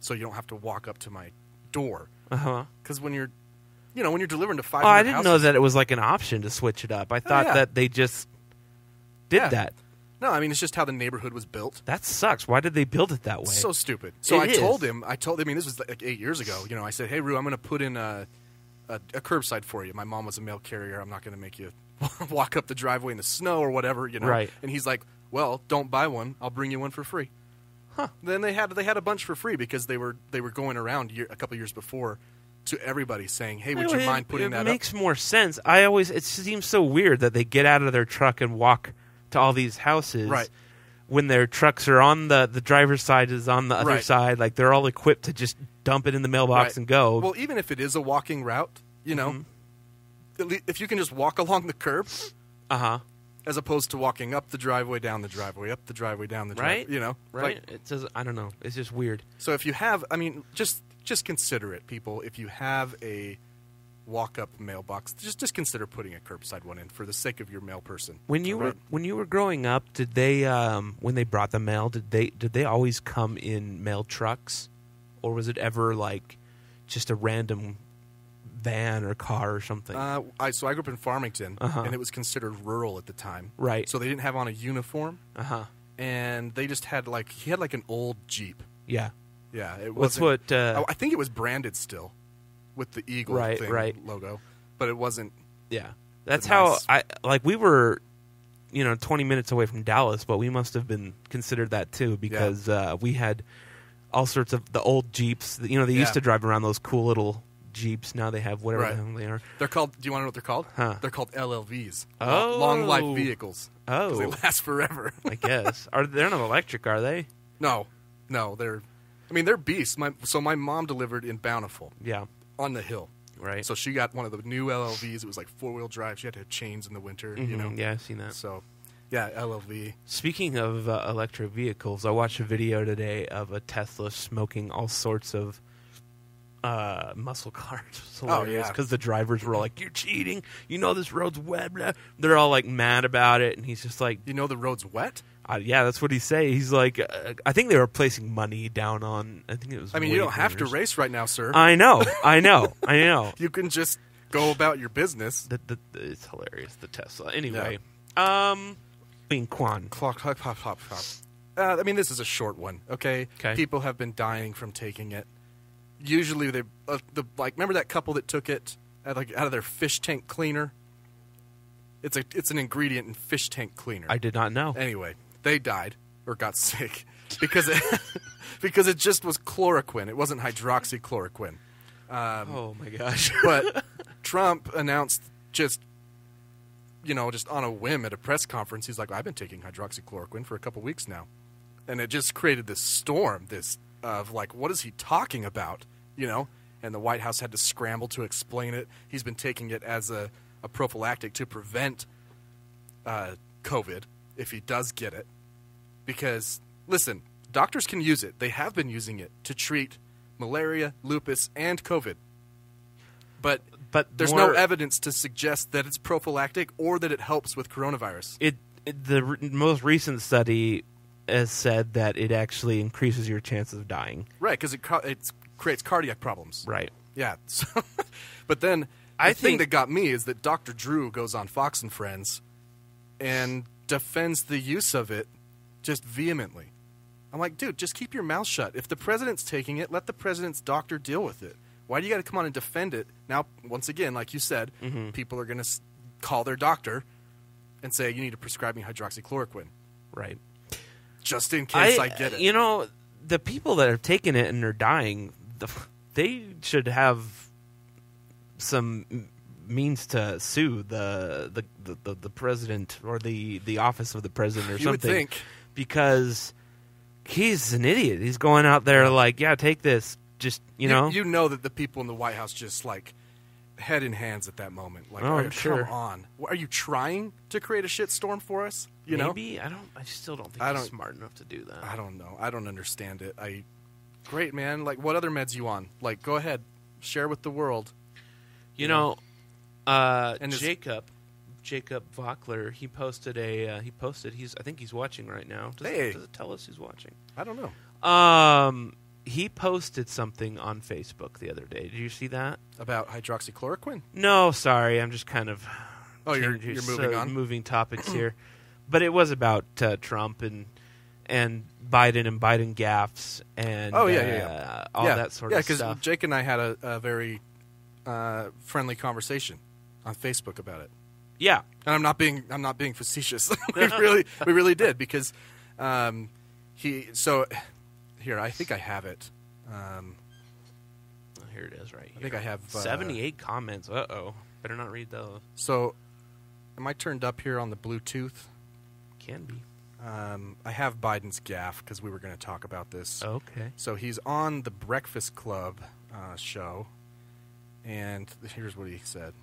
Speaker 7: so you don't have to walk up to my door.
Speaker 8: Uh huh.
Speaker 7: Because when you're, you know, when you're delivering to five,
Speaker 8: Oh, I didn't know that it was like an option to switch it up. I thought
Speaker 7: Oh, yeah.
Speaker 8: that they just did
Speaker 7: Yeah.
Speaker 8: that.
Speaker 7: No, I mean it's just how the neighborhood was built.
Speaker 8: That sucks. Why did they build it that way?
Speaker 7: So stupid. So
Speaker 8: It
Speaker 7: I
Speaker 8: is.
Speaker 7: told him. I told. I mean, this was like eight years ago. You know, I said, "Hey, Rue, I'm going to put in a, a, a curbside for you. My mom was a mail carrier. I'm not going to make you walk up the driveway in the snow or whatever. You know."
Speaker 8: Right.
Speaker 7: And he's like, "Well, don't buy one. I'll bring you one for free." Then they had they had a bunch for free because they were they were going around year, a couple years before to everybody saying, "Hey, would
Speaker 8: Well,
Speaker 7: you
Speaker 8: it-
Speaker 7: mind putting
Speaker 8: it
Speaker 7: that up?"
Speaker 8: makes more sense. I always it seems so weird that they get out of their truck and walk to all these houses
Speaker 7: Right.
Speaker 8: when their trucks are on the the driver's side is on the other
Speaker 7: Right.
Speaker 8: side like they're all equipped to just dump it in the mailbox
Speaker 7: Right.
Speaker 8: and go.
Speaker 7: Well, even if it is a walking route, you know,
Speaker 8: Mm-hmm.
Speaker 7: at le- if you can just walk along the curb,
Speaker 8: uh huh,
Speaker 7: as opposed to walking up the driveway, down the driveway, up the driveway, down the driveway,
Speaker 8: right?
Speaker 7: you know,
Speaker 8: right?
Speaker 7: Like,
Speaker 8: it does. I don't know. It's just weird.
Speaker 7: so if you have, I mean, just just consider it, people. If you have a walk up mailbox, just just consider putting a curbside one in for the sake of your mail person.
Speaker 8: When you were
Speaker 7: Right.
Speaker 8: when you were growing up, did they um, when they brought the mail, did they did they always come in mail trucks, or was it ever like just a random van or car or something?
Speaker 7: Uh, I, so I grew up in Farmington,
Speaker 8: Uh-huh.
Speaker 7: and it was considered rural at the time.
Speaker 8: Right.
Speaker 7: So they didn't have on a uniform.
Speaker 8: Uh huh.
Speaker 7: And they just had like he had like an old Jeep.
Speaker 8: Yeah.
Speaker 7: Yeah. It
Speaker 8: What's
Speaker 7: wasn't-
Speaker 8: what, uh,
Speaker 7: oh, I think it was branded still, with the eagle
Speaker 8: Right,
Speaker 7: thing
Speaker 8: right.
Speaker 7: logo, but it wasn't.
Speaker 8: Yeah. That's
Speaker 7: the
Speaker 8: how
Speaker 7: nice-
Speaker 8: I like we were you know 20 minutes away from Dallas, but we must have been considered that too because uh, we had all sorts of the old Jeeps, you know they
Speaker 7: Yeah.
Speaker 8: used to drive around those cool little Jeeps, now they have whatever
Speaker 7: Right.
Speaker 8: the hell they are.
Speaker 7: They're called. Do you want to know what they're called?
Speaker 8: Huh.
Speaker 7: They're called LLVs.
Speaker 8: Oh.
Speaker 7: Long life vehicles. 'cause
Speaker 8: Oh.
Speaker 7: They last forever.
Speaker 8: I guess. Are they're not electric, are they?
Speaker 7: no, no, they're. I mean, they're beasts. My, so my mom delivered in Bountiful.
Speaker 8: Yeah.
Speaker 7: on the hill.
Speaker 8: Right.
Speaker 7: So she got one of the new LLVs. It was like four wheel drive. She had to have chains in the winter. You
Speaker 8: Mhm.
Speaker 7: know.
Speaker 8: Yeah, I've seen that.
Speaker 7: So, yeah, LLV.
Speaker 8: Speaking of uh, electric vehicles, I watched a video today of a Tesla smoking all sorts of uh, muscle cars.
Speaker 7: Oh, yeah.
Speaker 8: Because the drivers were like, "You're cheating! You know this road's wet." Blah. They're all like mad about it, and he's just like,
Speaker 7: "You know the road's wet."
Speaker 8: Uh, yeah, that's what he say. He's like, uh, "I think they were placing money down on. I think it was.
Speaker 7: I mean, you don't
Speaker 8: wavers.
Speaker 7: have to race right now, sir.
Speaker 8: I know, I know, I know.
Speaker 7: you can just go about your business.
Speaker 8: The, the, it's hilarious. The Tesla. Anyway, um, being Quan.
Speaker 7: Clock, hop, hop, hop, hop. Uh, I mean, this is a short one. Okay.
Speaker 8: 'Kay.
Speaker 7: People have been dying from taking it. Usually, they uh, the like. Remember that couple that took it out, like out of their fish tank cleaner. It's a it's an ingredient in fish tank cleaner.
Speaker 8: I did not know.
Speaker 7: Anyway, they died or got sick because it, because it just was chloroquine. It wasn't hydroxychloroquine. Um,
Speaker 8: oh my gosh!
Speaker 7: but Trump announced just you know just on a whim at a press conference, he's like, "I've been taking hydroxychloroquine for a couple weeks now," and it just created this storm, this of like, what is he talking about? You know, and the White House had to scramble to explain it. He's been taking it as a, a prophylactic to prevent uh, COVID if he does get it. Because, listen, doctors can use it. They have been using it to treat malaria, lupus, and COVID. But,
Speaker 8: But
Speaker 7: there's no
Speaker 8: more-
Speaker 7: evidence to suggest that it's prophylactic or that it helps with coronavirus.
Speaker 8: it, it- the r- most recent study has said that it actually increases your chances of dying.
Speaker 7: Right, because it, ca- it creates cardiac problems.
Speaker 8: Right.
Speaker 7: Yeah. So, but then the
Speaker 8: I
Speaker 7: thing
Speaker 8: think-
Speaker 7: that got me is that Dr. Drew goes on Fox and Friends and defends the use of it just vehemently. I'm like, dude, just keep your mouth shut. If the president's taking it, let the president's doctor deal with it. Why do you got to come on and defend it? Now, once again, like you said, people are going to s- call their doctor and say, you need to prescribe me hydroxychloroquine
Speaker 8: Right.
Speaker 7: just in case I,
Speaker 8: I
Speaker 7: get it.
Speaker 8: You know, the people that have taken it and are dying, the, they should have some m- means to sue the the, the, the the president or the the office of the president or
Speaker 7: You would
Speaker 8: something.
Speaker 7: think.
Speaker 8: Because he's an idiot. He's going out there like, yeah, take this. Just you know,
Speaker 7: you know that the people in the White House just like head in hands at that moment. Like,
Speaker 8: Oh,
Speaker 7: "Are-
Speaker 8: I'm
Speaker 7: come
Speaker 8: sure.
Speaker 7: on, What, are you trying to create a shitstorm for us? You know,
Speaker 8: maybe I don't. I still don't think
Speaker 7: I
Speaker 8: he's
Speaker 7: don't-
Speaker 8: smart enough to do that.
Speaker 7: I don't know. I don't understand it. I great man. Like, what other meds you on? Like, go ahead, share with the world.
Speaker 8: You know, uh,
Speaker 7: And his-
Speaker 8: Jacob, Jacob Vockler, he posted a uh, he posted he's I think he's watching right now. Does,
Speaker 7: Hey.
Speaker 8: it, does it tell us he's watching?
Speaker 7: I don't know
Speaker 8: Um, he posted something on Facebook the other day. Did you see that?
Speaker 7: about hydroxychloroquine.
Speaker 8: No, sorry, I'm just kind of
Speaker 7: Oh, you're-
Speaker 8: changing-
Speaker 7: you're moving
Speaker 8: so
Speaker 7: on?
Speaker 8: moving topics here. But it was about uh, Trump and and Biden and Biden gaffes and
Speaker 7: oh yeah,
Speaker 8: uh,
Speaker 7: yeah, yeah.
Speaker 8: all
Speaker 7: Yeah.
Speaker 8: that sort
Speaker 7: yeah,
Speaker 8: of stuff.
Speaker 7: because Jake and I had a, a very uh, friendly conversation on Facebook about it.
Speaker 8: yeah,
Speaker 7: and I'm not being I'm not being facetious. we really we really did because um, he so here. I think I have it. Um,
Speaker 8: Oh, here it is, right? Here.
Speaker 7: I think I have uh,
Speaker 8: seventy-eight comments. Uh oh, better not read those.
Speaker 7: So, am I turned up here on the Bluetooth?
Speaker 8: Can be.
Speaker 7: Um, I have Biden's gaff because we were going to talk about this.
Speaker 8: Okay.
Speaker 7: So he's on the Breakfast Club uh, show, and here's what he said.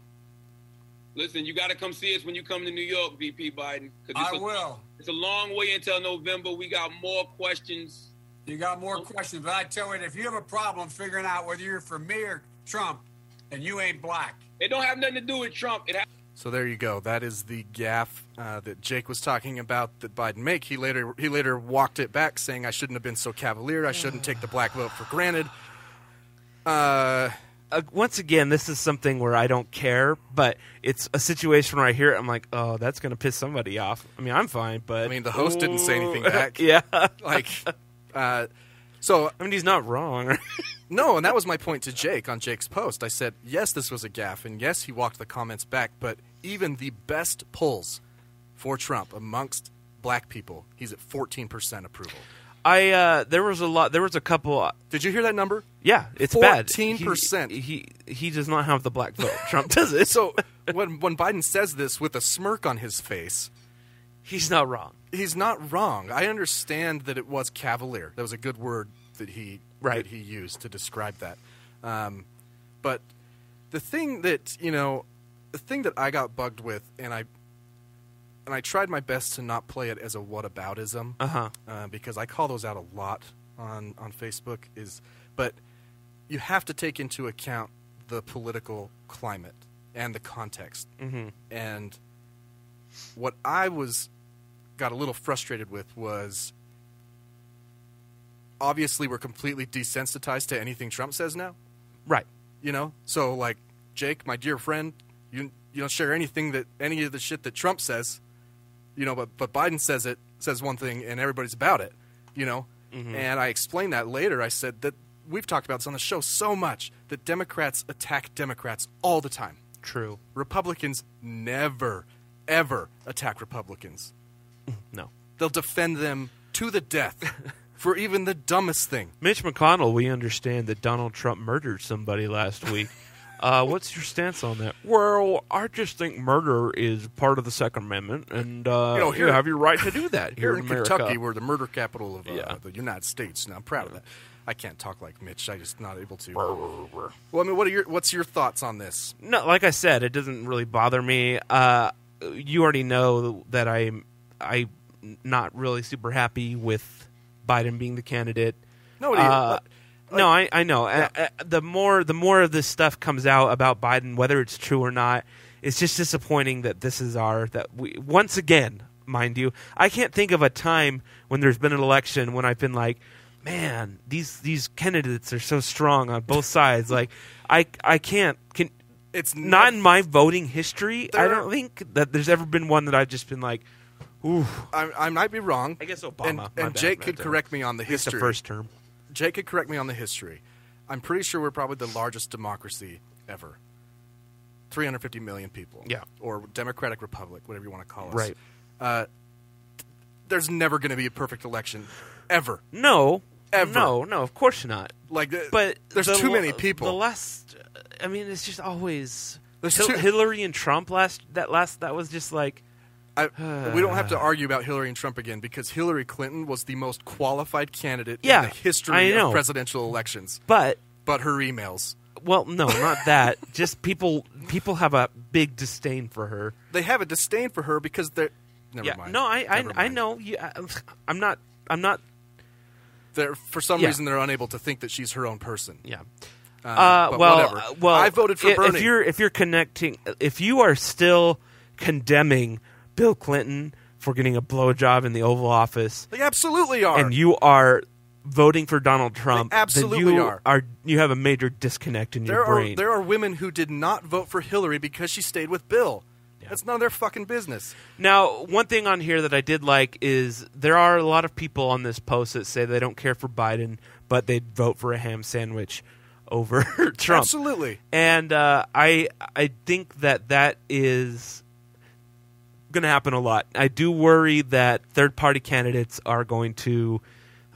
Speaker 12: Listen, you got to come see us when you come to New York, VP Biden. 'cause
Speaker 13: I
Speaker 12: it's a-
Speaker 13: will.
Speaker 12: It's a long way until November. We got more questions.
Speaker 13: You got more questions, but I tell you, if you have a problem figuring out whether you're for me or Trump, then you ain't black.
Speaker 12: It don't have nothing to do with Trump. It has
Speaker 7: So there you go. That is the gaff uh, that Jake was talking about that Biden make. He later he later walked it back, saying, "I shouldn't have been so cavalier. I shouldn't take the black vote for granted." Uh,
Speaker 8: once again, this is something where I don't care, but it's a situation where I hear it, I'm like, oh, that's going to piss somebody off. I mean, I'm fine, but I mean,
Speaker 7: the host didn't say anything back.
Speaker 8: yeah,
Speaker 7: like, uh, so
Speaker 8: I mean, he's not wrong.
Speaker 7: no, and that was my point to Jake on Jake's post. I said, yes, this was a gaffe, and yes, he walked the comments back. But even the best polls for Trump amongst black people, he's at fourteen percent approval.
Speaker 8: I uh, there was a lot. There was a couple. uh,
Speaker 7: Did you hear that number?
Speaker 8: Yeah, it's bad.
Speaker 7: 14%.
Speaker 8: He, he he does not have the black vote. Trump does it.
Speaker 7: So when when Biden says this with a smirk on his face,
Speaker 8: he's not wrong.
Speaker 7: He's not wrong. I understand that it was cavalier. That was a good word that he that he used to describe that. Um, but the thing that you know, the thing that I got bugged with, and I and I tried my best to not play it as a whataboutism,
Speaker 8: Uh-huh.
Speaker 7: uh, because I call those out a lot on on Facebook. Is but you have to take into account the political climate and the context.
Speaker 8: Mhm.
Speaker 7: And what I was got a little frustrated with was obviously we're completely desensitized to anything Trump says now.
Speaker 8: Right.
Speaker 7: You know? So like Jake, my dear friend, you you don't share anything that any of the shit that Trump says. You know, but but Biden says it says one thing and everybody's about it, you know?
Speaker 8: Mhm.
Speaker 7: And I explained that later. I said that we've talked about this on the show so much that Democrats attack Democrats all the time.
Speaker 8: True.
Speaker 7: Republicans never ever attack Republicans.
Speaker 8: No.
Speaker 7: They'll defend them to the death for even the dumbest thing.
Speaker 8: Mitch McConnell, we understand that Donald Trump murdered somebody last week. Uh, what's your stance on that? Well, I just think murder is part of the Second Amendment, and uh,
Speaker 7: You know, here-
Speaker 8: you have your right to do that
Speaker 7: Here,
Speaker 8: here,
Speaker 7: in
Speaker 8: America.
Speaker 7: Kentucky, we're the murder capital of uh, the United States, and I'm proud of that. I can't talk like Mitch. I just not able to. well, I mean, what are your what's your thoughts on this?
Speaker 8: no, like I said, it doesn't really bother me. Uh, you already know that I'm I not really super happy with Biden being the candidate.
Speaker 7: No, it is.
Speaker 8: uh, no, I I know. Uh, uh, the more the more of this stuff comes out about Biden, whether it's true or not, it's just disappointing that this is our that we once again, mind you, I can't think of a time when there's been an election when I've been like. Man, these these candidates are so strong on both sides. like, I I can't can
Speaker 7: it's
Speaker 8: not in my voting history. I
Speaker 7: There-
Speaker 8: don't think that there's ever been one that I've just been like, ooh.
Speaker 7: I, I might be wrong. I
Speaker 8: guess Obama.
Speaker 7: And,
Speaker 8: My
Speaker 7: and
Speaker 8: bad,
Speaker 7: Jake
Speaker 8: my
Speaker 7: could
Speaker 8: bad.
Speaker 7: correct me on the
Speaker 8: At least the
Speaker 7: history.
Speaker 8: first term.
Speaker 7: Jake could correct me on the history. I'm pretty sure we're probably the largest democracy ever. 350 million people.
Speaker 8: Yeah.
Speaker 7: Or Democratic Republic, whatever you want to call us.
Speaker 8: Right.
Speaker 7: Uh, there's never going to be a perfect election, ever.
Speaker 8: No,
Speaker 7: Ever.
Speaker 8: no, no. Of course not.
Speaker 7: Like, uh,
Speaker 8: but
Speaker 7: there's
Speaker 8: the
Speaker 7: too
Speaker 8: l-
Speaker 7: many people.
Speaker 8: The last, uh, I mean, it's just always
Speaker 7: There's
Speaker 8: Hil-
Speaker 7: too-
Speaker 8: Hillary and Trump. Last that last that was just like,
Speaker 7: I, we don't have to argue about Hillary and Trump again because Hillary Clinton was the most qualified candidate
Speaker 8: Yeah,
Speaker 7: in the history
Speaker 8: I know.
Speaker 7: of presidential elections.
Speaker 8: But
Speaker 7: but her emails.
Speaker 8: well, no, not that. just people people have a big disdain for her.
Speaker 7: They have a disdain for her because they're never
Speaker 8: yeah,
Speaker 7: mind.
Speaker 8: no, I I,
Speaker 7: Never
Speaker 8: I know. You, I, I'm not. I'm not.
Speaker 7: They're, for some
Speaker 8: Yeah.
Speaker 7: reason, they're unable to think that she's her own person.
Speaker 8: Yeah.
Speaker 7: Uh,
Speaker 8: Uh,
Speaker 7: but
Speaker 8: well,
Speaker 7: whatever.
Speaker 8: uh, well,
Speaker 7: I voted for
Speaker 8: i- if,
Speaker 7: Bernie.
Speaker 8: you're if you're connecting, if you are still condemning Bill Clinton for getting a blowjob in the Oval Office,
Speaker 7: They absolutely are.
Speaker 8: and you are voting for Donald Trump, then
Speaker 7: absolutely
Speaker 8: you
Speaker 7: are.
Speaker 8: you have a major disconnect in
Speaker 7: there
Speaker 8: your
Speaker 7: are
Speaker 8: brain.
Speaker 7: there are women who did not vote for Hillary because she stayed with Bill. That's none of their fucking business.
Speaker 8: Now, one thing on here that I did like is there are a lot of people on this post that say they don't care for Biden, but they'd vote for a ham sandwich over Trump.
Speaker 7: Absolutely.
Speaker 8: And uh, I I think that that is going to happen a lot. I do worry that third party candidates are going to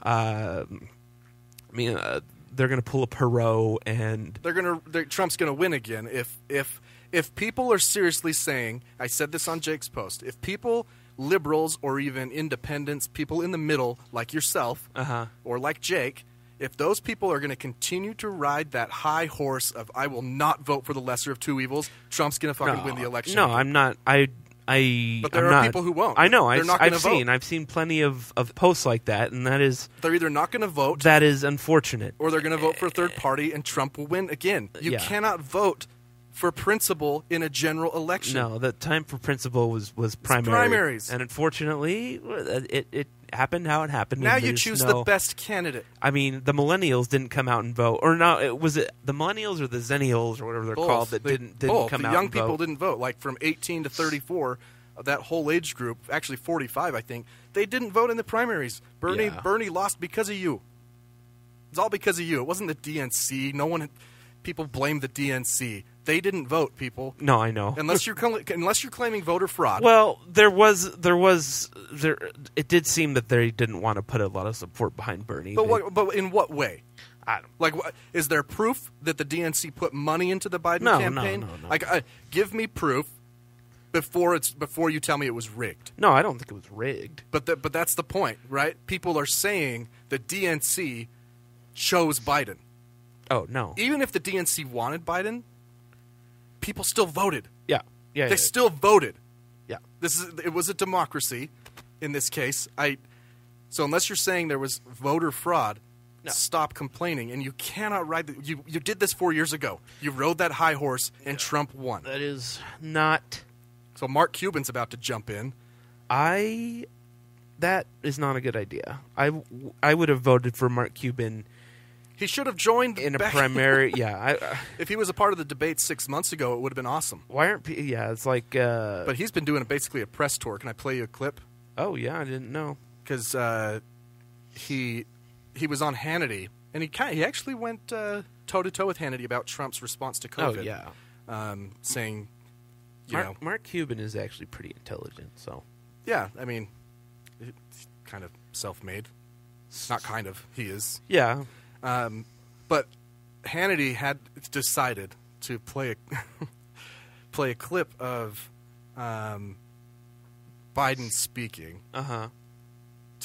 Speaker 8: uh, I mean, uh, they're going to pull a Perot and
Speaker 7: they're gonna they're, Trump's gonna win again if if if people are seriously saying I said this on Jake's post if people liberals or even independents people in the middle like yourself
Speaker 8: Uh-huh.
Speaker 7: or like Jake if those people are going to continue to ride that high horse of I will not vote for the lesser of two evils Trump's going to fucking
Speaker 8: no,
Speaker 7: win the election
Speaker 8: Oh, No, I'm not. I I.
Speaker 7: But there
Speaker 8: I'm
Speaker 7: are
Speaker 8: not-
Speaker 7: people who won't.
Speaker 8: I know.
Speaker 7: They're
Speaker 8: I've,
Speaker 7: not gonna
Speaker 8: I've
Speaker 7: vote.
Speaker 8: seen. I've seen plenty of, of posts like that, and that is
Speaker 7: they're either not going to vote
Speaker 8: that is unfortunate.
Speaker 7: or they're going to vote for a third party and Trump will win again you
Speaker 8: eh, Yeah.
Speaker 7: cannot vote for principle in a general election
Speaker 8: No, the time for principle was was primary.
Speaker 7: primaries.
Speaker 8: and unfortunately, uh, it it happened how it happened. and
Speaker 7: now you
Speaker 8: there's
Speaker 7: choose the
Speaker 8: no-
Speaker 7: best candidate
Speaker 8: I mean, the millennials didn't come out and vote, or no? It, was it the millennials or the zennials or whatever they're
Speaker 7: Both.
Speaker 8: called that
Speaker 7: They-
Speaker 8: didn't didn't
Speaker 7: both.
Speaker 8: come
Speaker 7: the
Speaker 8: out?
Speaker 7: Young
Speaker 8: and
Speaker 7: people
Speaker 8: vote?
Speaker 7: didn't vote. Like from 18 to 34, uh, that whole age group, actually 45, I think, they didn't vote in the primaries. Bernie
Speaker 8: Yeah.
Speaker 7: Bernie lost because of you. It's all because of you. It wasn't the DNC. No one. People blame the DNC. They didn't vote. People.
Speaker 8: No, I know.
Speaker 7: Unless you're cl- unless you're claiming voter fraud.
Speaker 8: Well, there was there was there. It did seem that they didn't want to put a lot of support behind Bernie.
Speaker 7: But
Speaker 8: They-
Speaker 7: what? But in what way?
Speaker 8: I don't
Speaker 7: like. What, is there proof that the DNC put money into the Biden
Speaker 8: No, no,
Speaker 7: campaign?
Speaker 8: no, no.
Speaker 7: Like, uh, give me proof before it's before you tell me it was rigged.
Speaker 8: No, I don't think it was rigged.
Speaker 7: But that but that's the point, right? People are saying the DNC chose Biden.
Speaker 8: Oh no.
Speaker 7: Even if the DNC wanted Biden, people still voted.
Speaker 8: Yeah. Yeah.
Speaker 7: they
Speaker 8: yeah.
Speaker 7: still voted.
Speaker 8: Yeah.
Speaker 7: This is it was a democracy in this case. I so unless you're saying there was voter fraud, stop complaining and you cannot ride the, you you did this 4 years ago. You rode that high horse and Trump won.
Speaker 8: That is not
Speaker 7: So Mark Cuban's about to jump in.
Speaker 8: I that is not a good idea. I I would have voted for Mark Cuban
Speaker 7: He should have joined
Speaker 8: in a
Speaker 7: back-
Speaker 8: primary. yeah. I, uh,
Speaker 7: If he was a part of the debate 6 months ago, it would have been awesome.
Speaker 8: why aren't pe- yeah? It's like uh,
Speaker 7: But he's been doing basically a press tour. Can I play you a clip?
Speaker 8: Oh yeah, I didn't know
Speaker 7: because uh, he he was on Hannity, and he kind he actually went toe to toe with Hannity about Trump's response to
Speaker 8: Oh,
Speaker 7: COVID.
Speaker 8: yeah.
Speaker 7: um, saying you know
Speaker 8: Mark, Mark Cuban is actually pretty intelligent. So
Speaker 7: yeah, I mean, it's kind of self-made. Not kind of. He is.
Speaker 8: Yeah.
Speaker 7: Um, but Hannity had decided to play a play a clip of um, Biden speaking.
Speaker 8: Uh-huh.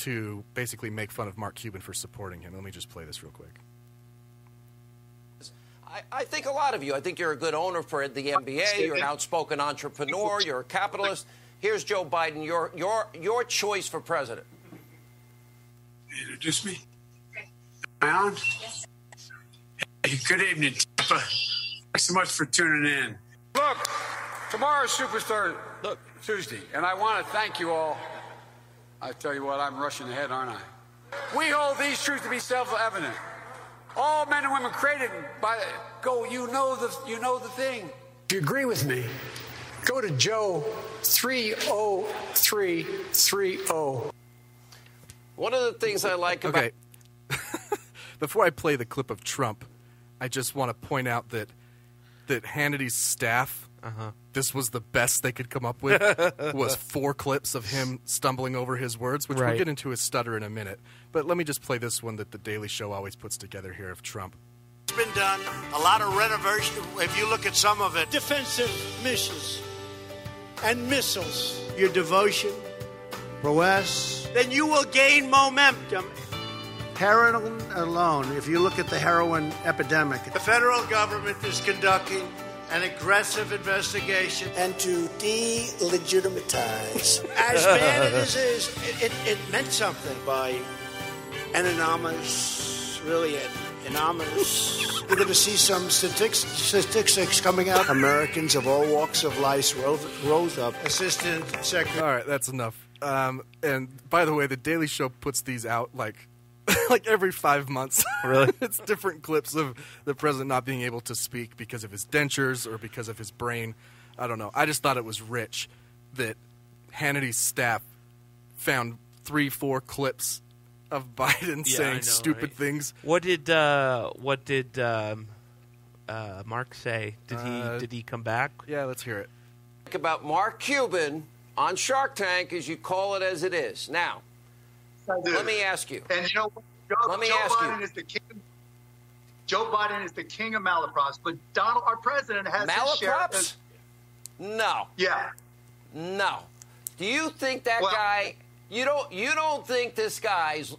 Speaker 7: To basically make fun of Mark Cuban for supporting him. Let me just play this real quick.
Speaker 14: I, I think a lot of you. I think you're a good owner for the NBA. You're an outspoken entrepreneur. You're a capitalist. Here's Joe Biden, your your your choice for president.
Speaker 13: Introduce me. Around. Hey, good evening, Tampa. Thanks so much for tuning in.
Speaker 15: Look, tomorrow's Superstar Look Tuesday, and I want to thank you all. I tell you what, I'm rushing ahead, aren't I? We hold these truths to be self-evident. All men and women created by go. You know the you know the thing.
Speaker 13: If you agree with me, go to Joe 30330.
Speaker 14: One of the things I like about
Speaker 7: Okay. Before I play the clip of Trump, I just want to point out that that Hannity's staff,
Speaker 14: Uh-huh.
Speaker 7: this was the best they could come up with, was four clips of him stumbling over his words, which
Speaker 8: Right.
Speaker 7: we'll get into his stutter in a minute. But let me just play this one that the Daily Show always puts together here of Trump.
Speaker 16: It's been done. A lot of renovation. If you look at some of it, defensive missions and missiles. Your devotion for Wes, then you will gain momentum.
Speaker 17: Heroin alone, if you look at the heroin epidemic,
Speaker 16: The federal government is conducting an aggressive investigation and to delegitimize. As bad as it is, it, it, it meant something by
Speaker 17: an anonymous, really an anonymous. We're going to see some statistics, statistics coming out. Americans of all walks of life rose, rose up. Assistant Secretary.
Speaker 7: All right, that's enough. Um, and by the way, the Daily Show puts these out like like every five months.
Speaker 8: Really?
Speaker 7: it's different clips of the president not being able to speak because of his dentures or because of his brain. I don't know. I just thought it was rich that Hannity's staff found three, four clips of Biden
Speaker 8: Yeah, I
Speaker 7: saying
Speaker 8: know,
Speaker 7: stupid
Speaker 8: right?
Speaker 7: things.
Speaker 8: What did uh, what did um, uh, Mark say? Did he
Speaker 14: Uh,
Speaker 8: did he come back?
Speaker 7: Yeah, let's hear it.
Speaker 14: like about Mark Cuban on Shark Tank is you call it as it is. Now, let me ask you.
Speaker 18: And you know, Joe,
Speaker 14: Let me
Speaker 18: Joe
Speaker 14: ask you.
Speaker 18: Biden is the king. Joe Biden is the king of malaprops, but Donald, our president, has his share of-
Speaker 14: Malaprops? No.
Speaker 18: Yeah.
Speaker 14: No. Do you think that guy? You don't. You don't think this guy's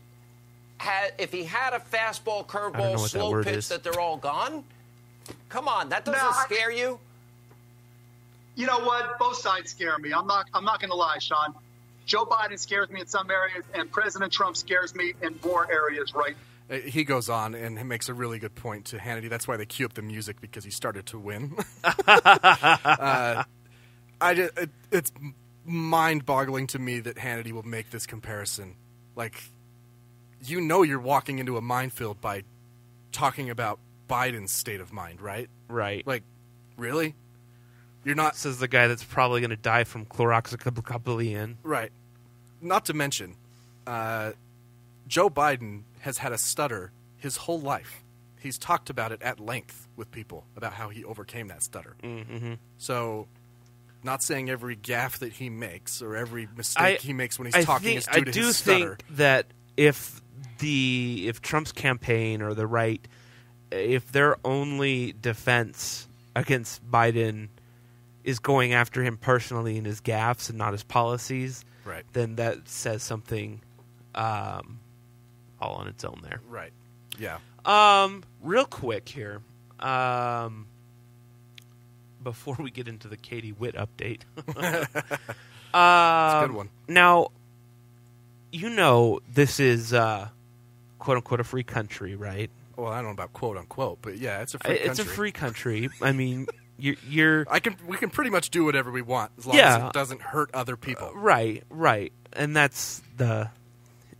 Speaker 14: had? If he had a fastball,
Speaker 8: know
Speaker 14: curveball,
Speaker 8: what that
Speaker 14: slow
Speaker 8: word
Speaker 14: pitch,
Speaker 8: is.
Speaker 14: that they're all gone. Come on, that doesn't
Speaker 18: No, I-
Speaker 14: scare you.
Speaker 18: You know what? Both sides scare me. I'm not. I'm not going to lie, Sean. Joe Biden scares me in some areas, and President Trump scares me in more areas right
Speaker 7: Uh, He goes on and he makes a really good point to Hannity. That's why they cue up the music because he started to win. uh, I ju- it, it's mind-boggling to me that Hannity will make this comparison. Like, you know, you're walking into a minefield by talking about Biden's state of mind, right?
Speaker 8: Right.
Speaker 7: Like, really? You're not.
Speaker 8: Says the guy that's probably going to die from chloroxicabulin.
Speaker 7: Right. Not to mention, uh, Joe Biden has had a stutter his whole life. He's talked about it at length with people about how he overcame that stutter.
Speaker 8: Mm-hmm.
Speaker 7: So, not saying every gaff that he makes or every mistake he makes when he's
Speaker 8: I
Speaker 7: talking
Speaker 8: think-
Speaker 7: is
Speaker 8: I
Speaker 7: due to
Speaker 8: do
Speaker 7: his
Speaker 8: think
Speaker 7: stutter.
Speaker 8: that if the if Trump's campaign or the right, if their only defense against Biden is going after him personally and his gaffes and not his policies,
Speaker 7: Right.
Speaker 8: Then that says something, um, all on its own there.
Speaker 7: Right. Yeah.
Speaker 8: Um, real quick here, um, before we get into the Katie Witt update, uh,
Speaker 7: good one.
Speaker 8: Now, you know this is uh, quote unquote a free country, right?
Speaker 7: Well, I don't know about quote unquote, but yeah, it's a
Speaker 8: I-
Speaker 7: free
Speaker 8: it's
Speaker 7: country.
Speaker 8: a free country. I mean, you're, you're
Speaker 7: I can we can pretty much do whatever we want as long as
Speaker 8: Yeah. Uh,
Speaker 7: it doesn't hurt other people.
Speaker 8: right, right, and that's the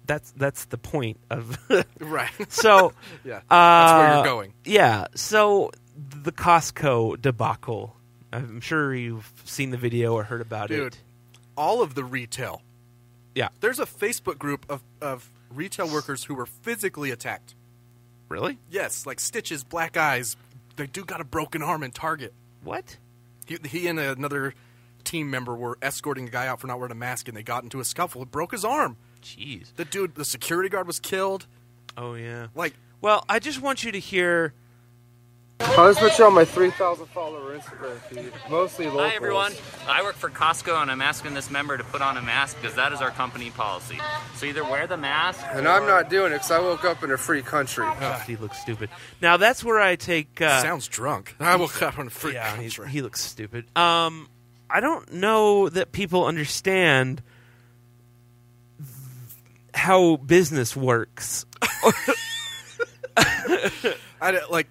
Speaker 8: that's that's the point of
Speaker 7: Right.
Speaker 8: So
Speaker 7: Yeah. That's where you're
Speaker 8: uh,
Speaker 7: going.
Speaker 8: Yeah. So the Costco debacle. I'm sure you've seen the video or heard about
Speaker 7: Dude,
Speaker 8: it.
Speaker 7: all of the retail.
Speaker 8: Yeah.
Speaker 7: There's a Facebook group of, of retail workers who were physically attacked.
Speaker 8: Really?
Speaker 7: Yes, like stitches, black eyes. They do got a broken arm in Target.
Speaker 8: What?
Speaker 7: He, he and another team member were escorting a guy out for not wearing a mask, and they got into a scuffle. It broke his arm.
Speaker 8: Jeez.
Speaker 7: The dude, the security guard was killed.
Speaker 8: Oh yeah.
Speaker 7: Like,
Speaker 8: well, I just want you to hear.
Speaker 19: I just put you on my 3,000 follower Instagram feed, mostly locals.
Speaker 20: Hi everyone. I work for Costco and I'm asking this member to put on a mask because that is our company policy. So either wear the mask
Speaker 19: And I'm not doing it because I woke up in a free country.
Speaker 8: he looks stupid. Now that's where I take. Uh,
Speaker 7: Sounds drunk. I woke up on a free
Speaker 8: yeah, he-
Speaker 7: country.
Speaker 8: He, looks stupid. Um, I don't know that people understand how business works.
Speaker 7: I don't- like,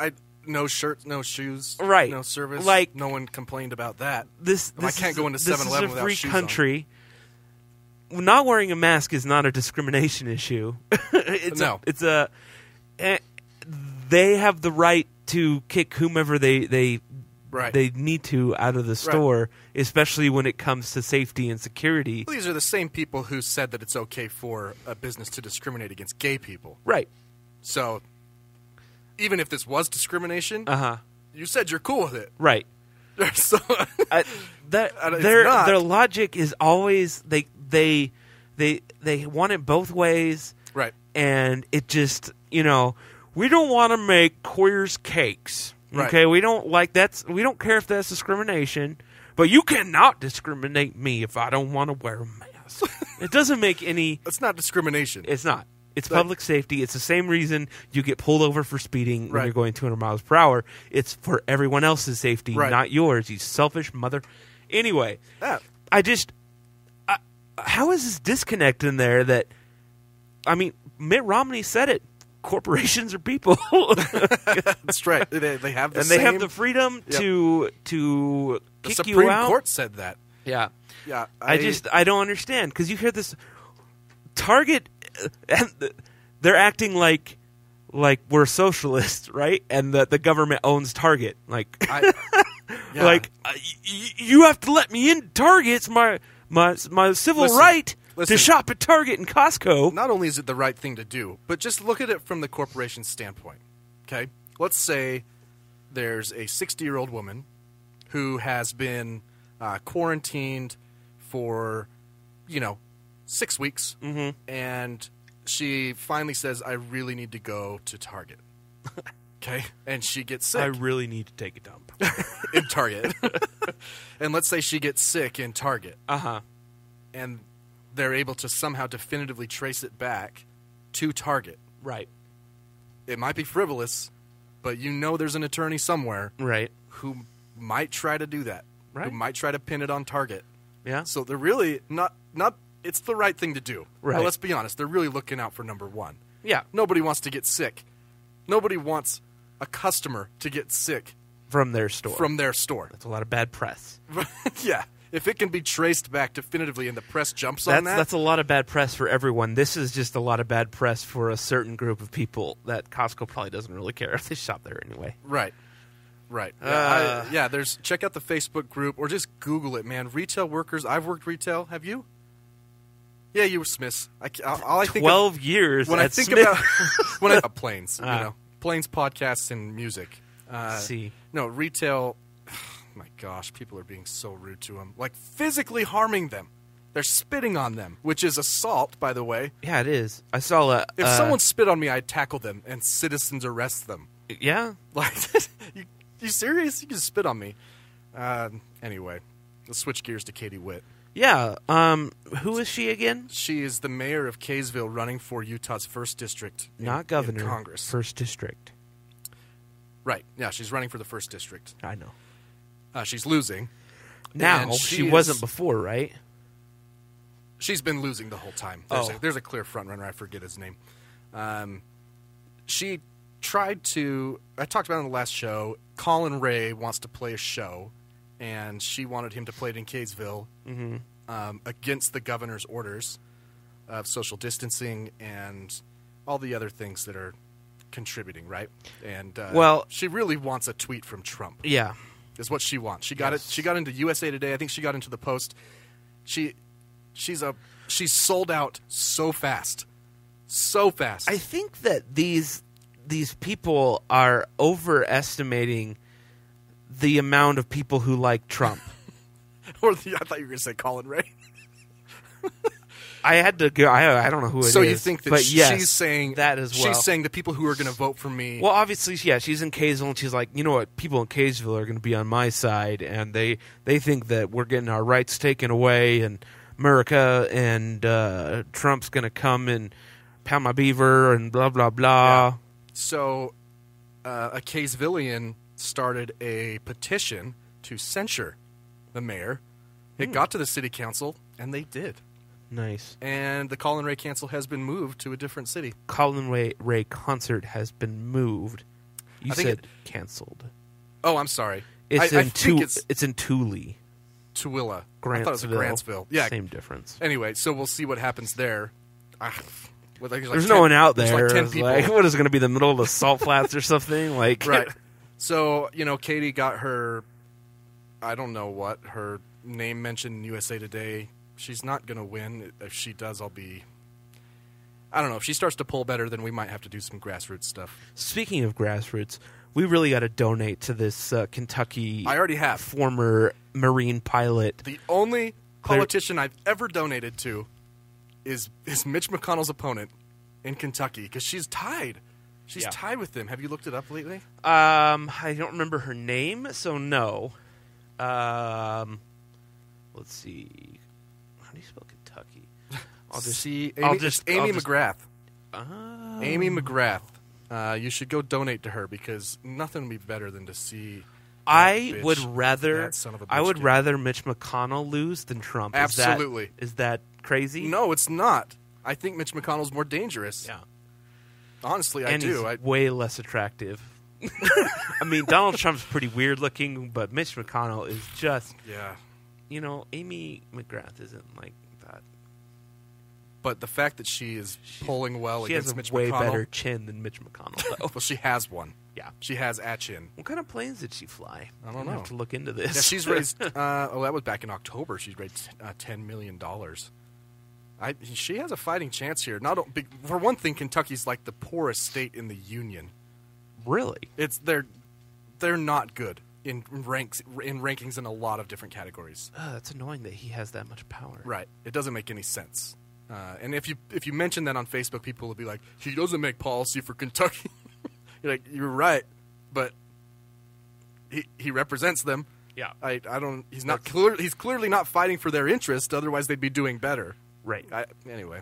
Speaker 7: I no shirts, no shoes,
Speaker 8: Right.
Speaker 7: No service.
Speaker 8: Like-
Speaker 7: no one complained about that.
Speaker 8: This,
Speaker 7: And Oh, I
Speaker 8: this
Speaker 7: can't
Speaker 8: is-
Speaker 7: go into
Speaker 8: this is
Speaker 7: 7-Eleven
Speaker 8: a
Speaker 7: without
Speaker 8: free
Speaker 7: shoes on.
Speaker 8: country. Not wearing a mask is not a discrimination issue. it's
Speaker 7: No.
Speaker 8: a, it's a eh, they have the right to kick whomever they they
Speaker 7: Right.
Speaker 8: they need to out of the store, especially when it comes to safety and security.
Speaker 7: These are the same people who said that it's okay for a business to discriminate against gay people.
Speaker 8: Right.
Speaker 7: So, even if this was discrimination,
Speaker 8: Uh-huh.
Speaker 7: you said you're cool with it.
Speaker 8: Right.
Speaker 7: so
Speaker 8: I, that
Speaker 7: it's
Speaker 8: their
Speaker 7: not.
Speaker 8: their logic is always they they they they want it both ways.
Speaker 7: Right.
Speaker 8: And it just you know we don't want to make queers cakes.
Speaker 7: Right.
Speaker 8: Okay. We don't like that's we don't care if that's discrimination, but you cannot discriminate me if I don't want to wear a mask. it doesn't make any.
Speaker 7: It's not discrimination.
Speaker 8: It's not. It's
Speaker 7: That-
Speaker 8: public safety. It's the same reason you get pulled over for speeding when
Speaker 7: Right.
Speaker 8: you're going 200 miles per hour. It's for everyone else's safety,
Speaker 7: Right.
Speaker 8: not yours. You selfish mother. Anyway,
Speaker 7: Yeah.
Speaker 8: I just I, how is this disconnect in there that I mean Mitt Romney said it. Corporations are people,
Speaker 7: That's right. They, they have the
Speaker 8: and they have
Speaker 7: same-
Speaker 8: the freedom
Speaker 7: Yep.
Speaker 8: to to
Speaker 7: The
Speaker 8: kick
Speaker 7: Supreme
Speaker 8: you out.
Speaker 7: Court said that.
Speaker 8: Yeah,
Speaker 7: Yeah,
Speaker 8: I,
Speaker 7: I-
Speaker 8: just I don't understand because you hear this Target, uh, and th- they're acting like like we're socialists, right? And that the government owns Target, like
Speaker 7: I, Yeah.
Speaker 8: like uh, y- y- you have to let me in. Target's my my my civil
Speaker 7: Listen,
Speaker 8: right
Speaker 7: listen.
Speaker 8: to shop at Target and Costco.
Speaker 7: Not only is it the right thing to do, but just look at it from the corporation's standpoint. Okay? Let's say there's a 60 year old woman who has been uh, quarantined for, you know, six weeks, and she finally says, "I really need to go to Target." Okay, and she gets sick.
Speaker 8: I really need to take a dump.
Speaker 7: in Target. and let's say she gets sick in Target.
Speaker 8: Uh huh.
Speaker 7: And they're able to somehow definitively trace it back to Target.
Speaker 8: Right.
Speaker 7: It might be frivolous, but you know there's an attorney somewhere.
Speaker 8: Right.
Speaker 7: Who might try to do that.
Speaker 8: Right.
Speaker 7: Who might try to pin it on Target.
Speaker 8: Yeah.
Speaker 7: So they're really not not it's the right thing to do.
Speaker 8: Right.
Speaker 7: But let's be honest, they're really looking out for number 1.
Speaker 8: Yeah.
Speaker 7: Nobody wants to get sick. Nobody wants a customer to get sick
Speaker 8: From their store.
Speaker 7: from their store.
Speaker 8: That's a lot of bad press.
Speaker 7: yeah. If it can be traced back definitively and the press jumps
Speaker 8: That's
Speaker 7: on that,
Speaker 8: that's a lot of bad press for everyone. This is just a lot of bad press for a certain group of people that Costco probably doesn't really care if they shop there anyway.
Speaker 7: right. Right. Yeah,
Speaker 8: Uh.
Speaker 7: I- yeah, there's check out the Facebook group or just Google it, man. Retail workers. I've worked retail. Have you? Yeah, you were Smiths. I, ca- all all I think of-
Speaker 8: Twelve years
Speaker 7: When
Speaker 8: at
Speaker 7: I think
Speaker 8: Smith.
Speaker 7: about when I about planes,
Speaker 8: Ah.
Speaker 7: you know, planes, podcasts, and music. Uh,
Speaker 8: See.
Speaker 7: no retail. My gosh, people are being so rude to them, like physically harming them. They're spitting on them, which is assault, by the way.
Speaker 8: Yeah, it is. I saw a.
Speaker 7: If
Speaker 8: uh,
Speaker 7: someone spit on me, I'd tackle them and citizens arrest them.
Speaker 8: Yeah.
Speaker 7: Like, you, you serious? You can spit on me. Um, anyway, let's switch gears to Katie Witt.
Speaker 8: Yeah. Um. Who is she again?
Speaker 7: She is the mayor of Kaysville running for Utah's first district. in-
Speaker 8: Not governor.
Speaker 7: In Congress.
Speaker 8: First district.
Speaker 7: Right. Yeah, she's running for the first district.
Speaker 8: I know.
Speaker 7: Uh, she's losing.
Speaker 8: Now
Speaker 7: And
Speaker 8: she,
Speaker 7: is-
Speaker 8: wasn't before, right?
Speaker 7: She's been losing the whole time. There's,
Speaker 8: Oh.
Speaker 7: a, there's a clear front runner. I forget his name. Um, she tried to. I talked about it on the last show. Colin Ray wants to play a show, and she wanted him to play it in Kaysville
Speaker 8: Mhm.
Speaker 7: um, against the governor's orders of social distancing and all the other things that are contributing, right? And uh,
Speaker 8: Well-
Speaker 7: she really wants a tweet from Trump.
Speaker 8: Yeah.
Speaker 7: is what she wants. She got it. She got into USA Today. I think she got into the Post. She she's a she's sold out so fast, so fast.
Speaker 8: I think that these these people are overestimating the amount of people who like Trump.
Speaker 7: or the, I thought you were going to say Colin Ray.
Speaker 8: I had to go. I, I don't know who it is.
Speaker 7: so you think that
Speaker 8: but
Speaker 7: sh-
Speaker 8: yes,
Speaker 7: she's saying
Speaker 8: that as well.
Speaker 7: She's saying the people who are going to vote for me.
Speaker 8: Well, obviously, yeah, she's in Kaysville, and she's like, you know what? People in Kaysville are going to be on my side, and they they think that we're getting our rights taken away, and America and uh, Trump's going to come and pound my beaver and blah blah blah.
Speaker 7: so uh, a Kaysvillian started a petition to censure the mayor. It
Speaker 8: Hmm.
Speaker 7: got to the city council, and they did.
Speaker 8: Nice.
Speaker 7: And the Colin Ray cancel has been moved to a different city.
Speaker 8: Colin Ray, Ray concert has been moved. You
Speaker 7: I think
Speaker 8: said
Speaker 7: it-
Speaker 8: canceled.
Speaker 7: Oh, I'm sorry.
Speaker 8: It's
Speaker 7: I, I
Speaker 8: in
Speaker 7: think
Speaker 8: Tul-
Speaker 7: it's
Speaker 8: it's, in Thule.
Speaker 7: Tooele. I thought it was
Speaker 8: Grantsville.
Speaker 7: Grantsville. Yeah.
Speaker 8: Same difference.
Speaker 7: Anyway, so we'll see what happens there. Ah, well, there's like
Speaker 8: There's
Speaker 7: 10
Speaker 8: no one out
Speaker 7: there's
Speaker 8: there.
Speaker 7: like 10
Speaker 8: It's
Speaker 7: people.
Speaker 8: like, what is going to be the middle of the salt flats or something? Like
Speaker 7: right. So, you know, Katie got her, I don't know what, her name mentioned in USA Today. She's not going to win. If she does, I'll be. I don't know. If she starts to pull better, then we might have to do some grassroots stuff.
Speaker 8: Speaking of grassroots, we really got to donate to this uh, Kentucky.
Speaker 7: I already have.
Speaker 8: former Marine pilot.
Speaker 7: The only
Speaker 8: Clear-
Speaker 7: politician I've ever donated to is is Mitch McConnell's opponent in Kentucky because she's tied. She's
Speaker 8: Yeah.
Speaker 7: tied with him. Have you looked it up lately?
Speaker 8: Um, I don't remember her name, so no. Um, let's see. How do you spell Kentucky? I'll just
Speaker 7: see. Amy,
Speaker 8: I'll just
Speaker 7: it's Amy
Speaker 8: I'll just-
Speaker 7: McGrath.
Speaker 8: Oh.
Speaker 7: Amy McGrath. Uh, you should go donate to her because nothing would be better than to see. that
Speaker 8: I
Speaker 7: bitch-
Speaker 8: would rather.
Speaker 7: that son of a
Speaker 8: I
Speaker 7: bitch
Speaker 8: would
Speaker 7: get-
Speaker 8: rather Mitch McConnell lose than Trump. Is that-
Speaker 7: Absolutely.
Speaker 8: Is that crazy?
Speaker 7: No, it's not. I think Mitch McConnell's more dangerous.
Speaker 8: Yeah.
Speaker 7: Honestly, I
Speaker 8: and he's
Speaker 7: do. I,
Speaker 8: way less attractive. I mean, Donald Trump's pretty weird looking, but Mitch McConnell is just
Speaker 7: yeah.
Speaker 8: You know, Amy McGrath isn't like that.
Speaker 7: But the fact that she is polling well
Speaker 8: she has
Speaker 7: Oh, against
Speaker 8: a
Speaker 7: Mitch
Speaker 8: way
Speaker 7: McConnell.
Speaker 8: better chin than Mitch McConnell. Though.
Speaker 7: well, she has one.
Speaker 8: Yeah.
Speaker 7: She has a chin.
Speaker 8: What kind of planes did she fly?
Speaker 7: I don't
Speaker 8: Gonna
Speaker 7: know.
Speaker 8: Have to look into
Speaker 7: Yeah,
Speaker 8: this.
Speaker 7: she's raised. Uh, oh, that was back in October. She's raised uh, ten million dollars. I she has a fighting chance here. Not o- be- for one thing, Kentucky's like the poorest state in the union.
Speaker 8: Really?
Speaker 7: It's they're they're not good in ranks in rankings in a lot of different categories.
Speaker 8: Uh, Ugh, that's annoying that he has that much power.
Speaker 7: Right. It doesn't make any sense. Uh, and if you if you mention that on Facebook, people will be like, "He doesn't make policy for Kentucky." you're like, "You're right," but he he represents them.
Speaker 8: Yeah.
Speaker 7: I, I don't. He's not clear. He's clearly not fighting for their interest. Otherwise, they'd be doing better.
Speaker 8: Right.
Speaker 7: I, anyway.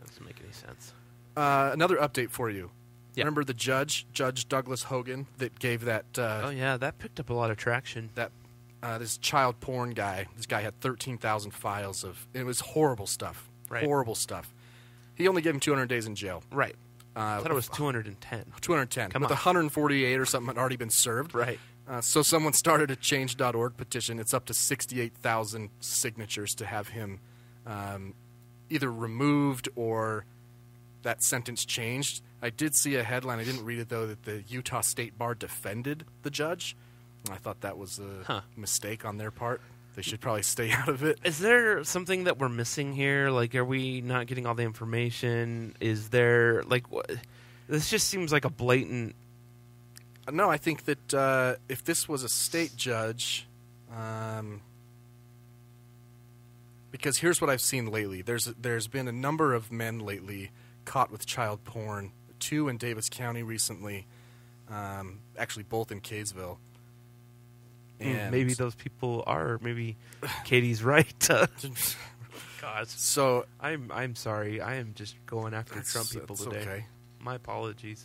Speaker 8: That doesn't make any sense.
Speaker 7: Uh, another update for you. Remember the judge, Judge Douglas Hogan, that gave that. Uh, oh
Speaker 8: yeah, that picked up a lot of traction.
Speaker 7: That uh, this child porn guy. This guy had thirteen thousand files of. It was horrible stuff.
Speaker 8: Right.
Speaker 7: Horrible stuff. He only gave him two hundred days in jail.
Speaker 8: Right.
Speaker 7: Uh,
Speaker 8: I thought it was 210.
Speaker 7: 210.
Speaker 8: Come
Speaker 7: but
Speaker 8: on.
Speaker 7: 148 or something had already been served.
Speaker 8: Right.
Speaker 7: Uh, so someone started a change.org petition. It's up to 68,000 signatures to have him um, either removed or that sentence changed. I did see a headline. I didn't read it, though, that the Utah State Bar defended the judge. And I thought that was a
Speaker 8: Huh.
Speaker 7: mistake on their part. They should probably stay out of it.
Speaker 8: Is there something that we're missing here? Like, are we not getting all the information? Is there like what? This just seems like a blatant.
Speaker 7: No, I think that uh, if this was a state judge, um, because here's what I've seen lately. There's there's been a number of men lately caught with child porn. Two in Davis County recently, um, actually both in Kaysville.
Speaker 8: Hmm, maybe those people are. Maybe Katie's right. God.
Speaker 7: So
Speaker 8: I'm I'm sorry. I am just going after
Speaker 7: That's-
Speaker 8: Trump people
Speaker 7: that's
Speaker 8: today.
Speaker 7: okay.
Speaker 8: My apologies.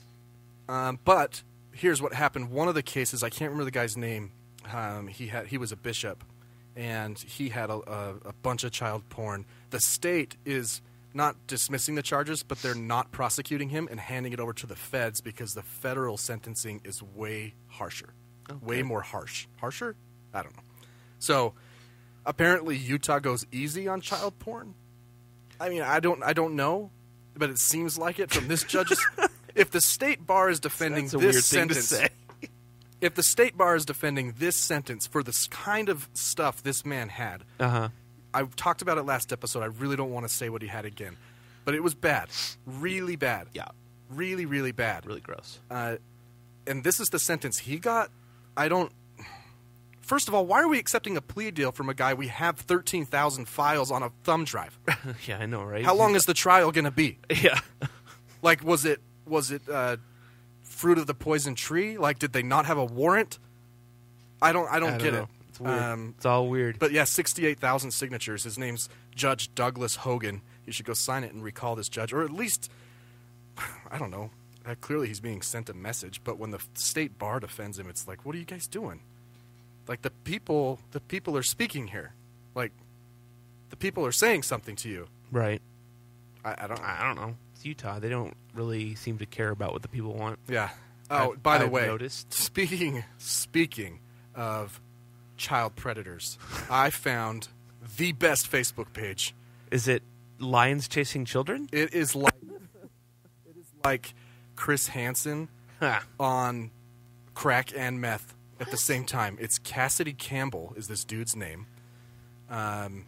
Speaker 7: Um, but here's what happened. One of the cases, I can't remember the guy's name. Um, he had he was a bishop, and he had a, a, a bunch of child porn. The state is not dismissing the charges, but they're not prosecuting him and handing it over to the feds because the federal sentencing is way harsher, way
Speaker 8: Okay.
Speaker 7: more harsh. Harsher? I don't know. So apparently Utah goes easy on child porn. I mean, I don't I don't know, but it seems like it from this judge's. if the state bar is defending
Speaker 8: That's a
Speaker 7: this
Speaker 8: weird thing to
Speaker 7: sentence,
Speaker 8: say.
Speaker 7: if the state bar is defending this sentence for this kind of stuff this man had,
Speaker 8: Uh huh.
Speaker 7: I talked about it last episode. I really don't want to say what he had again, but it was bad, really bad. Yeah, really, really bad. Really
Speaker 8: gross.
Speaker 7: Uh, and this is the sentence he got. I don't. First of all, why are we accepting a plea deal from a guy we have thirteen thousand files on a thumb drive?
Speaker 8: yeah, I know, right?
Speaker 7: How long is the trial going to be?
Speaker 8: Yeah.
Speaker 7: like, was it was it uh, fruit of the poison tree? Like, did they not have a warrant? I don't. I don't,
Speaker 8: I don't
Speaker 7: get
Speaker 8: know.
Speaker 7: it. Um,
Speaker 8: It's weird. it's all weird.
Speaker 7: But yeah, sixty-eight thousand signatures. His name's Judge Douglas Hogan. You should go sign it and recall this judge, or at least, I don't know. Uh, clearly, he's being sent a message. But when the f- state bar defends him, it's like, what are you guys doing? Like the people, the people are speaking here. Like the people are saying something to you.
Speaker 8: Right.
Speaker 7: I, I don't.
Speaker 8: I don't know. It's Utah. They don't really seem to care about what the people want.
Speaker 7: Yeah. Oh, by the
Speaker 8: I've
Speaker 7: way,
Speaker 8: noticed.
Speaker 7: speaking speaking of child predators, I found the best Facebook page.
Speaker 8: Is it lions chasing children?
Speaker 7: It is like it is like Chris Hansen
Speaker 8: Oh,
Speaker 7: on crack and meth at the same time. It's Cassidy Campbell is this dude's name, um,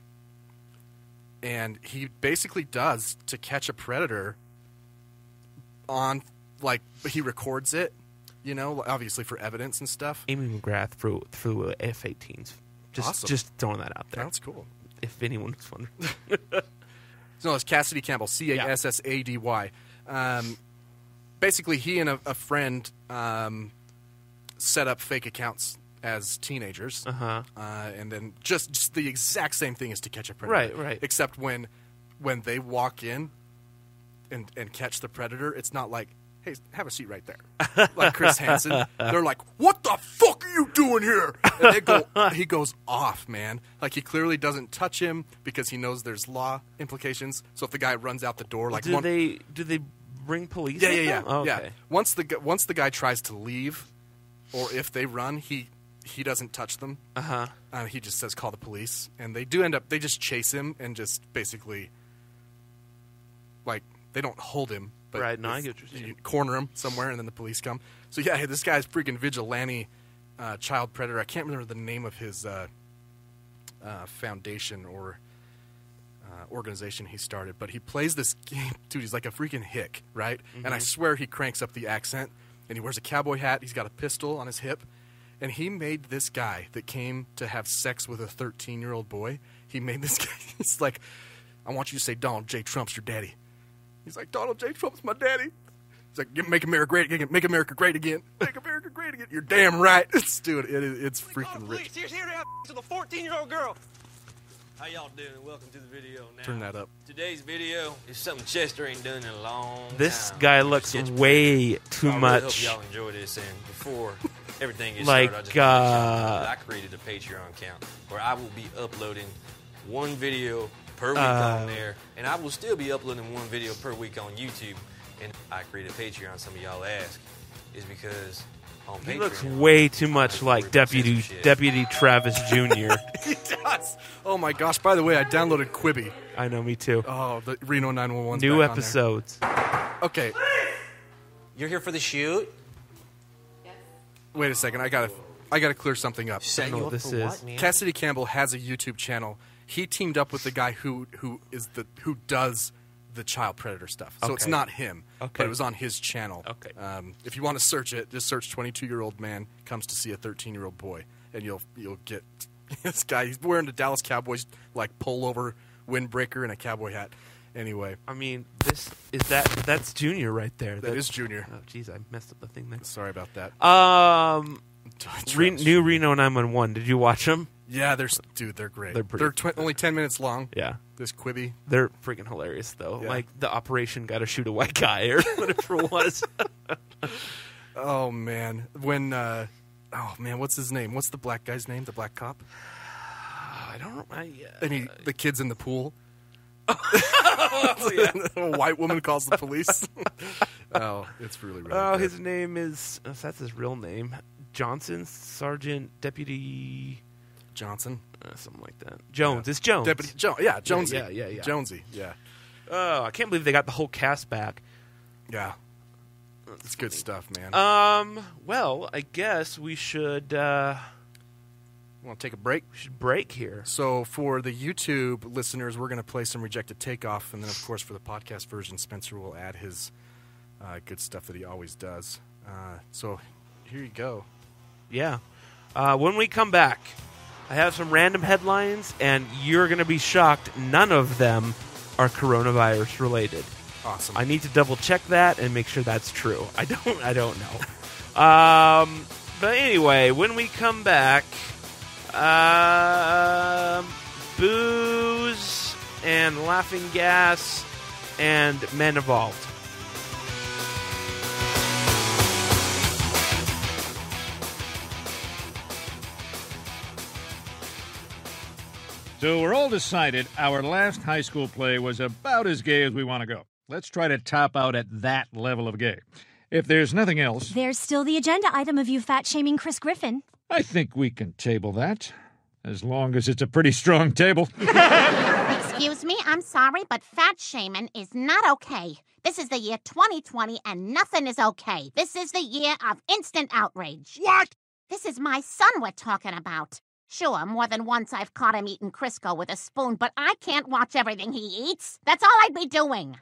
Speaker 7: and he basically does to catch a predator on like he records it, you know, obviously for evidence and stuff.
Speaker 8: Amy McGrath flew flew F-18s. Just
Speaker 7: Awesome.
Speaker 8: just throwing that out there.
Speaker 7: That's cool.
Speaker 8: If anyone was wondering,
Speaker 7: No, it's Cassidy Campbell, C A S S A D Y. Um, basically, he and a, a friend um, set up fake accounts as teenagers,
Speaker 8: Uh-huh.
Speaker 7: Uh, and then just, just the exact same thing as to catch a predator,
Speaker 8: Right, right.
Speaker 7: Except when when they walk in and and catch the predator, it's not like, hey, have a seat right there, like Chris Hansen. They're like, what the fuck are you doing here? And they go, he goes off, man. Like he clearly doesn't touch him because he knows there's law implications. So if the guy runs out the door, like
Speaker 8: do
Speaker 7: one,
Speaker 8: they do they bring police?
Speaker 7: yeah,
Speaker 8: with
Speaker 7: yeah, yeah,
Speaker 8: them? Oh,
Speaker 7: yeah.
Speaker 8: okay.
Speaker 7: Once the gu- once the guy tries to leave, or if they run, he he doesn't touch them.
Speaker 8: Uh-huh.
Speaker 7: Uh, He just says call the police, and they do end up. They just chase him and just basically, like they don't hold him, but
Speaker 8: Right, no, I
Speaker 7: it's-
Speaker 8: get what you're saying.
Speaker 7: you corner him somewhere, and then the police come. So yeah, this guy's freaking vigilante, uh, child predator. I can't remember the name of his uh, uh, foundation or uh, organization he started, but he plays this game, dude. He's like a freaking hick, right? And I
Speaker 8: Mhm.
Speaker 7: swear he cranks up the accent, and he wears a cowboy hat. He's got a pistol on his hip, and he made this guy that came to have sex with a thirteen-year-old boy. He made this guy. He's like, I want you to say Donald J. Trump's your daddy. He's like, Donald J. Trump's my daddy. He's like, "Yeah, make America great again. Make America great again. Make America great again. You're damn right. It's, dude, it, is- it's freaking rich.
Speaker 21: Here's here to have with a 14 year old girl. How y'all doing? Welcome to the video. Now,
Speaker 7: Turn that up.
Speaker 21: today's video is something Chester ain't done in a long
Speaker 8: This
Speaker 21: time.
Speaker 8: guy looks way
Speaker 21: I
Speaker 8: too
Speaker 21: really
Speaker 8: much.
Speaker 21: hope y'all enjoy this. And before everything gets
Speaker 8: Like,
Speaker 21: started, I just wanna let y'all know
Speaker 8: uh,
Speaker 21: that I created a Patreon account where I will be uploading one video per week
Speaker 8: Uh,
Speaker 21: on there, and I will still be uploading one video per week on YouTube. And I created Patreon. Some of y'all ask is because on
Speaker 8: He
Speaker 21: Patreon
Speaker 8: looks way too much like Deputy Deputy Travis Jr.
Speaker 7: he does. Oh my gosh! By the way, I downloaded Quibi.
Speaker 8: I know, me too.
Speaker 7: Oh, the Reno 911. 's
Speaker 8: New
Speaker 7: back on there.
Speaker 8: episodes.
Speaker 7: Okay,
Speaker 21: you're here for the shoot.
Speaker 7: wait a second. I gotta, I gotta clear something up.
Speaker 21: Set you up for what, man?
Speaker 7: Cassidy Campbell has a YouTube channel. He teamed up with the guy who who is the who does the child predator stuff. So it's
Speaker 8: Okay.
Speaker 7: not him, but
Speaker 8: Okay.
Speaker 7: it was on his channel. Okay. Um, if you want to search it, just search "22 year old man comes to see a 13 year old boy," and you'll you'll get this guy. He's wearing a Dallas Cowboys like pullover, windbreaker, and a cowboy hat. Anyway,
Speaker 8: I mean, this is that that's Junior right there.
Speaker 7: That is Junior.
Speaker 8: Oh, jeez, I messed up the thing there.
Speaker 7: Sorry about that.
Speaker 8: Um,
Speaker 7: Travis
Speaker 8: Re- new Reno 911. Did you watch them?
Speaker 7: Yeah, they're s- dude, they're great.
Speaker 8: They're
Speaker 7: They're,
Speaker 8: pretty-
Speaker 7: twen- only ten minutes long.
Speaker 8: Yeah.
Speaker 7: this Quibi.
Speaker 8: They're freaking hilarious though.
Speaker 7: Yeah.
Speaker 8: Like the operation got to shoot a white guy or whatever it was.
Speaker 7: Oh man, when uh, oh man, what's his name? What's the black guy's name? The black cop.
Speaker 8: I don't. I,
Speaker 7: And he, the kids in the pool. a white woman calls the police. oh, it's really really.
Speaker 8: Oh,
Speaker 7: good.
Speaker 8: his name is oh, that's his real name. Johnson, Sergeant Deputy
Speaker 7: Johnson,
Speaker 8: uh, something like that. Jones. It's Jones.
Speaker 7: Deputy Jones. Yeah, Jonesy.
Speaker 8: Yeah, yeah, yeah.
Speaker 7: Jonesy. Yeah,
Speaker 8: Oh, I can't believe they got the whole cast back.
Speaker 7: yeah. It's good stuff, man.
Speaker 8: Um. Well, I guess we should. uh
Speaker 7: Want to take a break?
Speaker 8: We should break here.
Speaker 7: So for the YouTube listeners, we're going to play some rejected takeoff, and then of course for the podcast version, Spencer will add his uh, good stuff that he always does. Uh, so here you go.
Speaker 8: Yeah. Uh, when we come back, I have some random headlines, and you're going to be shocked. None of them are coronavirus related.
Speaker 7: Awesome.
Speaker 8: I need to double check that and make sure that's true. I don't. I don't know. um, but anyway, when we come back, um, booze and laughing gas and men evolved.
Speaker 22: So we're all decided our last high school play was about as gay as we want to go. Let's try to top out at that level of gay. If there's nothing else,
Speaker 23: There's still the agenda item of you fat shaming Chris Griffin.
Speaker 22: I think we can table that. As long as it's a pretty strong table.
Speaker 24: Excuse me, I'm sorry, but fat shaming is not okay. This is the year 2020 and nothing is okay. This is the year of instant outrage. What? This is my son we're talking about. Sure, more than once I've caught him eating Crisco with a spoon, but I can't watch everything he eats. That's all I'd be doing.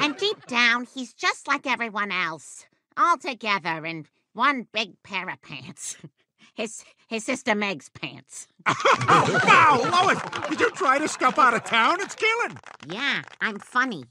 Speaker 24: and deep down, he's just like everyone else, all together in one big pair of pants. His his sister Meg's pants.
Speaker 25: Wow, Lois, did you try to scuff out of town? It's killing.
Speaker 24: Yeah, I'm funny.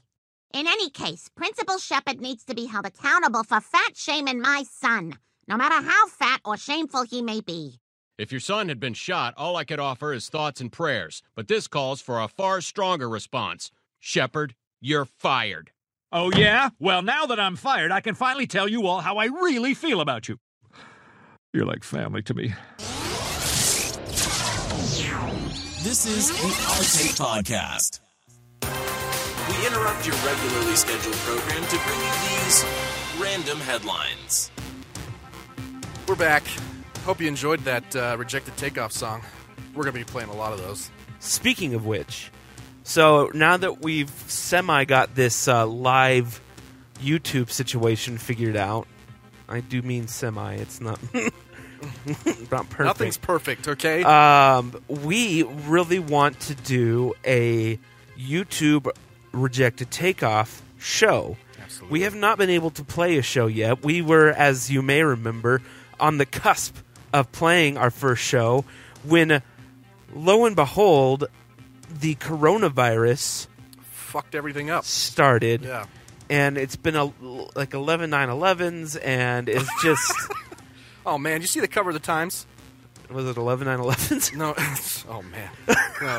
Speaker 24: In any case, Principal Shepard needs to be held accountable for fat shaming my son, no matter how fat or shameful he may be.
Speaker 26: If your son had been shot, all I could offer is thoughts and prayers, but this calls for a far stronger response. Shepard, you're fired.
Speaker 22: Oh, yeah? Well, now that I'm fired, I can finally tell you all how I really feel about you. You're like family to me.
Speaker 4: This is the Our Take Podcast. We interrupt your regularly scheduled program to bring you these random headlines.
Speaker 7: We're back. Hope you enjoyed that uh, rejected takeoff song. We're going to be playing a lot of those.
Speaker 8: Speaking of which, so now that we've semi got this uh, live YouTube situation figured out, I do mean semi. It's not not perfect.
Speaker 7: Nothing's perfect, okay?
Speaker 8: Um, we really want to do a YouTube rejected takeoff show. Absolutely. We have not been able to play a show yet. We were, as you may remember, on the cusp of playing our first show when, lo and behold, the coronavirus
Speaker 7: fucked everything up.
Speaker 8: started.
Speaker 7: Yeah.
Speaker 8: And it's been a, like 11 9 11s, and it's just.
Speaker 7: oh, man. You see the cover of the Times?
Speaker 8: Was it 11 9 11s?
Speaker 7: No. oh, man. No.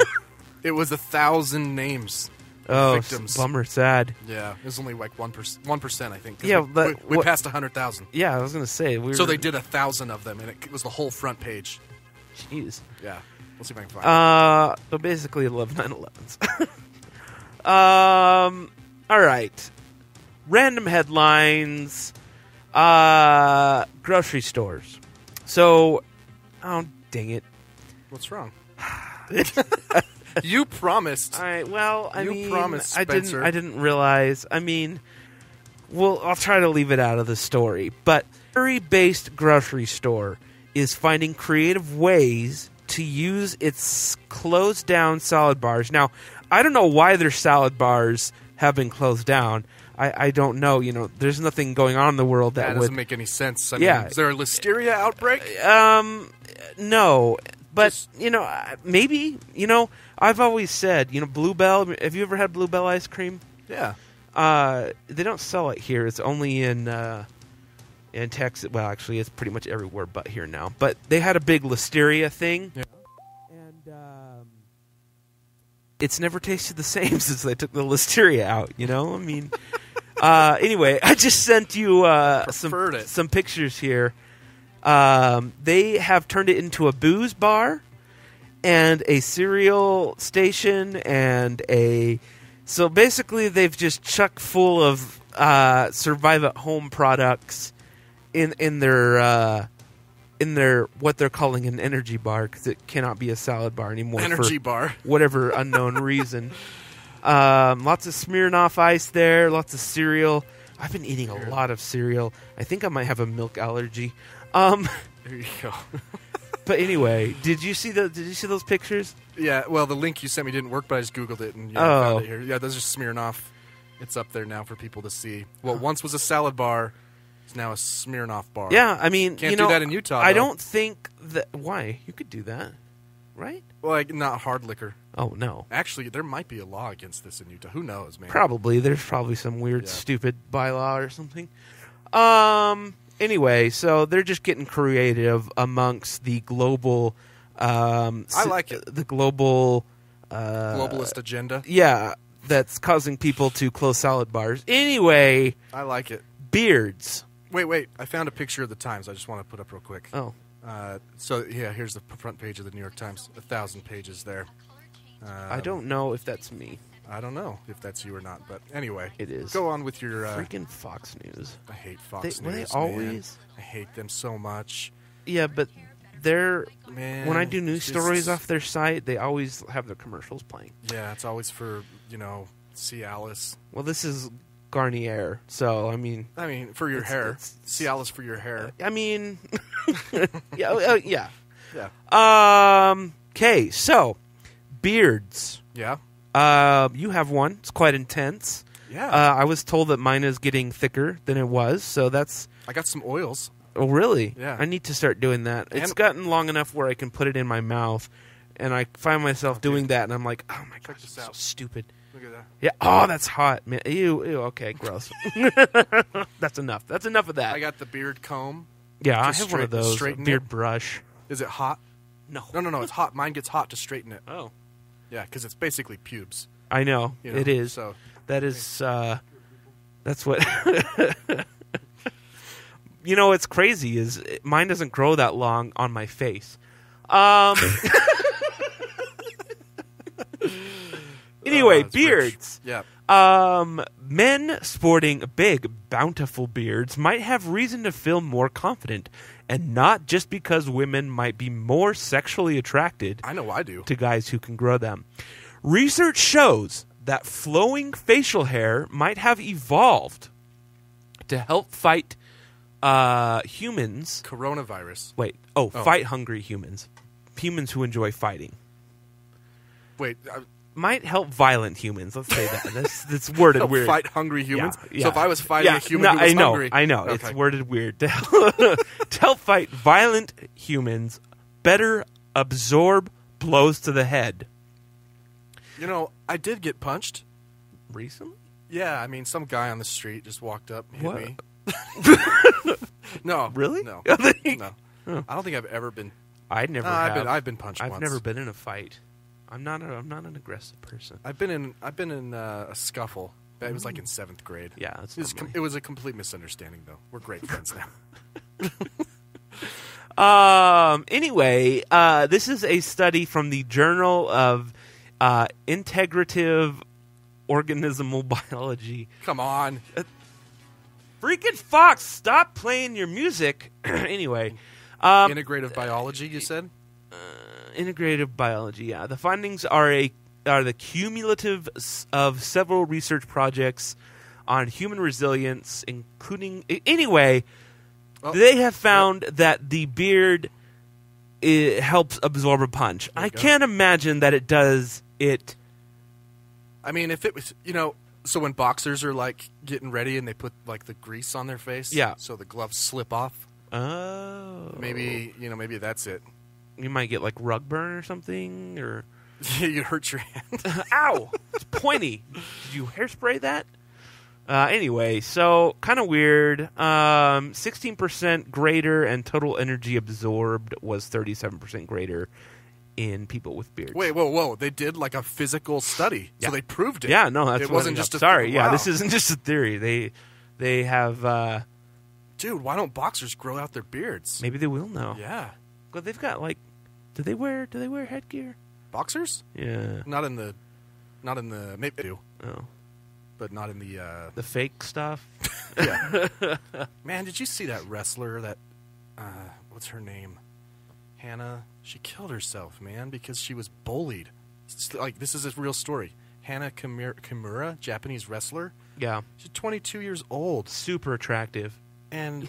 Speaker 7: it was a thousand names. of
Speaker 8: Oh, s-
Speaker 7: victims.
Speaker 8: bummer, sad.
Speaker 7: Yeah, it was only like one percent. One percent, I think. 'cause
Speaker 8: Yeah,
Speaker 7: we,
Speaker 8: but
Speaker 7: we, we
Speaker 8: what-
Speaker 7: passed a hundred thousand.
Speaker 8: Yeah, I was going to say. We
Speaker 7: so
Speaker 8: were,
Speaker 7: they did a thousand of them, and it was the whole front page.
Speaker 8: Jeez.
Speaker 7: Yeah, let's see if I can find. it.
Speaker 8: Uh, so basically, 11 9 11s. um, all right. Random headlines. Uh, grocery stores. So, oh, dang it.
Speaker 7: What's wrong? you promised.
Speaker 8: All right. Well, I
Speaker 7: you
Speaker 8: mean,
Speaker 7: promised.
Speaker 8: I didn't.
Speaker 7: Spencer.
Speaker 8: I didn't realize. I mean, well, I'll try to leave it out of the story. But Missouri-based grocery store is finding creative ways to use its closed down salad bars. Now, I don't know why their salad bars have been closed down. I, I don't know. You know, there's nothing going on in the world that,
Speaker 7: That
Speaker 8: would
Speaker 7: doesn't make any sense. I
Speaker 8: Yeah.
Speaker 7: mean, is there a listeria outbreak?
Speaker 8: um, no, but you know, I- maybe you know. I've always said, you know, Bluebell. Have you ever had Bluebell ice cream?
Speaker 7: Yeah.
Speaker 8: Uh, they don't sell it here. It's only in uh, in Texas. Well, actually, it's pretty much everywhere but here now. But they had a big listeria thing. And um, it's never tasted the same since they took the listeria out. You know, I mean. uh, anyway, I just sent you uh, some some pictures here. Um, they have turned it into a booze bar and a cereal station and a so basically they've just chuck full of uh, survive at home products in in their uh, in their what they're calling an energy bar because it cannot be a salad bar anymore. for
Speaker 7: Energy bar.
Speaker 8: whatever unknown reason. Um, lots of Smirnoff ice there. Lots of cereal. I've been eating a lot of cereal. I think I might have a milk allergy. Um,
Speaker 7: There you go.
Speaker 8: but anyway, did you see the? Did you see those pictures?
Speaker 7: Yeah. Well, the link you sent me didn't work, but I just googled it and yeah,
Speaker 8: Oh.
Speaker 7: found it here. Yeah, those are Smirnoff. It's up there now for people to see. What once was a salad bar is now a Smirnoff bar.
Speaker 8: Yeah, I mean,
Speaker 7: can't
Speaker 8: you
Speaker 7: do
Speaker 8: know,
Speaker 7: that in Utah.
Speaker 8: I
Speaker 7: though.
Speaker 8: don't think that. Why you could do that, right?
Speaker 7: Like not hard liquor.
Speaker 8: Oh no,
Speaker 7: Actually, there might be a law against this in Utah. Who knows, man?
Speaker 8: probably there's probably some weird, stupid bylaw or something. Um. Anyway, so they're just getting creative amongst the global. Um,
Speaker 7: I
Speaker 8: s-
Speaker 7: like it.
Speaker 8: The global. Uh,
Speaker 7: Globalist agenda.
Speaker 8: Yeah, that's causing people to close salad bars. Anyway,
Speaker 7: I like it.
Speaker 8: beards.
Speaker 7: Wait, wait. I found a picture of the Times. I just want to put up real quick.
Speaker 8: Oh.
Speaker 7: Uh, so yeah, here's the front page of the New York Times. A thousand pages there.
Speaker 8: I
Speaker 7: Um,
Speaker 8: don't know if that's me.
Speaker 7: I don't know if that's you or not, but anyway,
Speaker 8: It is.
Speaker 7: Go on with your uh,
Speaker 8: Freaking Fox News.
Speaker 7: I hate Fox
Speaker 8: They- were they
Speaker 7: News.
Speaker 8: always-
Speaker 7: man. I hate them so much.
Speaker 8: Yeah, but they're
Speaker 7: Man,
Speaker 8: when I do news
Speaker 7: it's
Speaker 8: stories
Speaker 7: just-
Speaker 8: off their site, they always have their commercials playing.
Speaker 7: Yeah, it's always for you know Cialis.
Speaker 8: Well, this is Garnier, so I mean,
Speaker 7: I mean, for your
Speaker 8: It's-
Speaker 7: hair, Cialis for your hair.
Speaker 8: I mean, yeah, uh, yeah.
Speaker 7: Yeah.
Speaker 8: Um. Okay, so beards.
Speaker 7: Yeah.
Speaker 8: Uh, you have one. It's quite intense.
Speaker 7: Yeah.
Speaker 8: Uh, I was told that mine is getting thicker than it was, so that's.
Speaker 7: I got some oils.
Speaker 8: Oh, really?
Speaker 7: Yeah.
Speaker 8: I need to start doing that. it's
Speaker 7: And-
Speaker 8: gotten long enough where I can put it in my mouth, and I find myself doing that, and I'm like, oh my
Speaker 7: Check
Speaker 8: gosh,
Speaker 7: this
Speaker 8: it's so
Speaker 7: out.
Speaker 8: stupid.
Speaker 7: Look at that.
Speaker 8: Yeah. Oh, that's hot, man. Ew, ew. Okay, gross. that's enough. That's enough of that.
Speaker 7: I got the beard comb.
Speaker 8: yeah, I
Speaker 7: To
Speaker 8: have one of
Speaker 7: straight-
Speaker 8: those
Speaker 7: straighten
Speaker 8: beard
Speaker 7: it.
Speaker 8: brush.
Speaker 7: Is it hot?
Speaker 8: No.
Speaker 7: No, no, no. It's hot. Mine gets hot to straighten it.
Speaker 8: Oh.
Speaker 7: Yeah, because it's basically pubes.
Speaker 8: I know,
Speaker 7: You know,
Speaker 8: it is.
Speaker 7: so-
Speaker 8: that is uh, that's what. you know, what's crazy is it- mine doesn't grow that long on my face. Um. anyway,
Speaker 7: Oh, that's
Speaker 8: beards.
Speaker 7: Uh, rich.
Speaker 8: Um, men sporting big, bountiful beards might have reason to feel more confident, and not just because women might be more sexually attracted.
Speaker 7: I know I do.
Speaker 8: To guys who can grow them. Research shows that flowing facial hair might have evolved to help fight uh, humans.
Speaker 7: Coronavirus.
Speaker 8: Wait, oh,
Speaker 7: Oh.
Speaker 8: fight hungry humans. Humans who enjoy fighting.
Speaker 7: Wait. I,
Speaker 8: Might help violent humans. Let's say that. That's, that's worded
Speaker 7: Help
Speaker 8: weird.
Speaker 7: fight hungry humans?
Speaker 8: Yeah,
Speaker 7: So if
Speaker 8: yeah.
Speaker 7: I was fighting
Speaker 8: Yeah,
Speaker 7: a human
Speaker 8: no,
Speaker 7: who was
Speaker 8: I know,
Speaker 7: hungry-
Speaker 8: I know.
Speaker 7: Okay.
Speaker 8: It's worded weird. To to help fight violent humans, better absorb blows to the head.
Speaker 7: You know, I did get punched.
Speaker 8: Recently?
Speaker 7: Yeah, I mean, some guy on the street just walked up, hit
Speaker 8: What?
Speaker 7: me. no,
Speaker 8: Really?
Speaker 7: No,
Speaker 8: I think-
Speaker 7: no.
Speaker 8: Oh.
Speaker 7: I don't think I've ever been.
Speaker 8: I'd never.
Speaker 7: No, I've been.
Speaker 8: have.
Speaker 7: I've been punched.
Speaker 8: Ah, I've
Speaker 7: once.
Speaker 8: never been in a fight. I'm not. A, I'm not an aggressive person.
Speaker 7: I've been in. I've been in uh, a scuffle. But it was like in seventh grade.
Speaker 8: Mm. Yeah, that's
Speaker 7: it was, com- it was a complete misunderstanding, though. We're great friends now.
Speaker 8: Um. Anyway, uh, this is a study from the Journal of uh, Integrative Organismal Biology.
Speaker 7: Come on,
Speaker 8: freaking Fox! Stop playing your music. anyway, um,
Speaker 7: integrative biology. You said.
Speaker 8: integrative biology. Yeah, the findings are a are the cumulative s- of several research projects on human resilience, including a- anyway. They have found that the beard it helps absorb a punch. I
Speaker 7: go.
Speaker 8: can't imagine that it does it.
Speaker 7: I mean, if it was, you know, so when boxers are like getting ready and they put like the grease on their face,
Speaker 8: Yeah.
Speaker 7: so the gloves slip off.
Speaker 8: Oh,
Speaker 7: Maybe you know, maybe that's it.
Speaker 8: you might get like rug burn or something, or
Speaker 7: you hurt your hand.
Speaker 8: Ow! It's pointy. Did you hairspray that? Uh, anyway, so kind of weird. Um, 16% greater, and total energy absorbed was 37% greater in people with beards.
Speaker 7: Wait, whoa, whoa! They did like a physical study, so they proved it.
Speaker 8: Yeah, no, that's
Speaker 7: it
Speaker 8: what I-
Speaker 7: wasn't just a
Speaker 8: sorry. Yeah,
Speaker 7: wow.
Speaker 8: this isn't just a theory. They they have uh,
Speaker 7: Dude, why don't boxers grow out their beards?
Speaker 8: maybe they will know.
Speaker 7: Yeah,
Speaker 8: but they've got like, do they wear do they wear headgear?
Speaker 7: boxers.
Speaker 8: Yeah.
Speaker 7: Not in the, not in the maybe they do,
Speaker 8: Oh,
Speaker 7: but not in the. Uh,
Speaker 8: the fake stuff.
Speaker 7: yeah. Man, did you see that wrestler? That uh, what's her name? Hannah. She killed herself, man, because she was bullied. It's like this is a real story. Hannah Kimura, Kimura Japanese wrestler.
Speaker 8: Yeah.
Speaker 7: She's 22 years old.
Speaker 8: Super attractive.
Speaker 7: and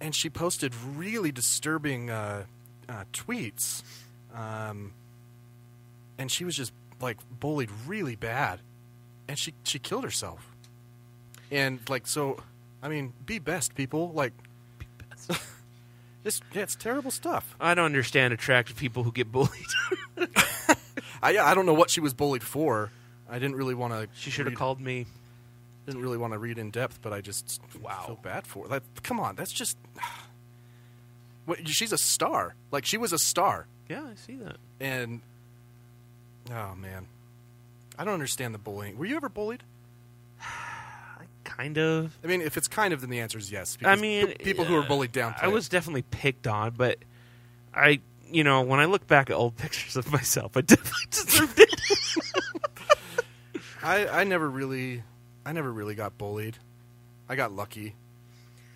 Speaker 7: and she posted really disturbing uh, uh, tweets, um, and she was just like bullied really bad, and she she killed herself, and like so, I mean, be best people, like be best. it's yeah, it's terrible stuff.
Speaker 8: I don't understand attractive people who get bullied.
Speaker 7: I yeah, I don't know what she was bullied for. I didn't really want to.
Speaker 8: She should have called me.
Speaker 7: Didn't really want to read in depth, but I just wow. feel bad for her. That, come on, that's just. What, she's a star. Like she was a star,
Speaker 8: yeah, I see that.
Speaker 7: and oh man, I don't understand the bullying. Were you ever bullied?
Speaker 8: Kind of.
Speaker 7: I mean, if it's kind of, then the answer is yes.
Speaker 8: I
Speaker 7: because
Speaker 8: mean,
Speaker 7: p- people who are
Speaker 8: uh,
Speaker 7: bullied down.
Speaker 8: I was definitely picked on, but I, you know, when I look back at old pictures of myself, I definitely deserved it.
Speaker 7: I, I never really, I never really got bullied. I got lucky.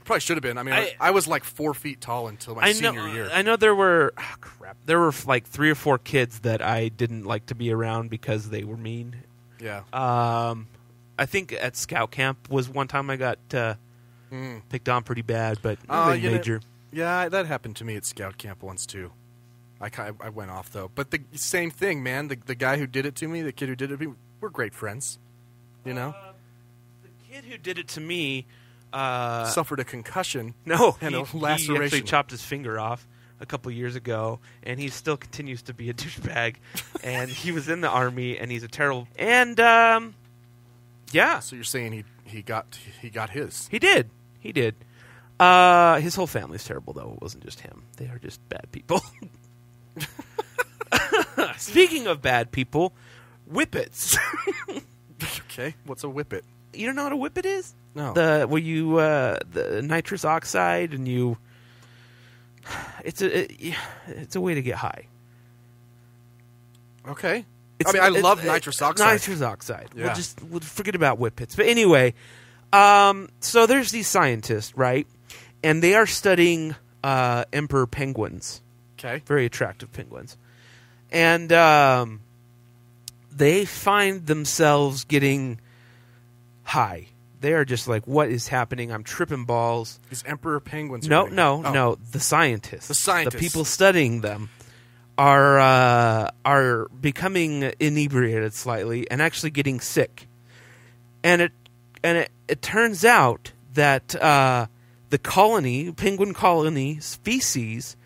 Speaker 7: Probably should have been. I mean, I,
Speaker 8: I-
Speaker 7: I was like four feet tall until my
Speaker 8: I know.
Speaker 7: senior year.
Speaker 8: I know there were ah, crap. There were like three or four kids that I didn't like to be around because they were mean.
Speaker 7: Yeah.
Speaker 8: Um, I think at scout camp was one time I got uh,
Speaker 7: Mm.
Speaker 8: picked on pretty bad, but
Speaker 7: Uh,
Speaker 8: nothing
Speaker 7: you know-
Speaker 8: major.
Speaker 7: yeah, that happened to me at scout camp once too. I, ki- I went off though, but the same thing, man. The the guy who did it to me, the kid who did it to me, we're great friends. You know,
Speaker 8: kid who did it to me uh,
Speaker 7: suffered a concussion.
Speaker 8: No,
Speaker 7: and
Speaker 8: he,
Speaker 7: a
Speaker 8: he actually
Speaker 7: laceration.
Speaker 8: chopped his finger off a couple years ago, and he still continues to be a douchebag. and he was in the army, and he's a terrible. And um, yeah,
Speaker 7: so you're saying he he got he got his.
Speaker 8: he did, he did. Uh, his whole family's terrible, though. It wasn't just him; they are just bad people. Speaking of bad people, whippets.
Speaker 7: Okay, what's a whippet?
Speaker 8: you don't know what a whippet is?
Speaker 7: No.
Speaker 8: The where you uh, the nitrous oxide and you. It's a it, yeah, it's a way to get high.
Speaker 7: Okay,
Speaker 8: It's-
Speaker 7: I mean, I
Speaker 8: it's-
Speaker 7: love
Speaker 8: it- uh,
Speaker 7: nitrous oxide.
Speaker 8: Nitrous oxide.
Speaker 7: Yeah.
Speaker 8: We'll just we'll forget about whippets. But anyway, um, so there's these scientists, right? And they are studying uh, emperor penguins.
Speaker 7: Okay.
Speaker 8: Very attractive penguins. And um, they find themselves getting high. They are just like, what is happening? I'm tripping balls.
Speaker 7: These emperor penguins. are
Speaker 8: No,
Speaker 7: getting-
Speaker 8: no,
Speaker 7: Oh.
Speaker 8: no. The scientists,
Speaker 7: The scientists.
Speaker 8: the people studying them, are uh, are becoming inebriated slightly and actually getting sick. And it and it, it turns out that uh, the colony, penguin colony species,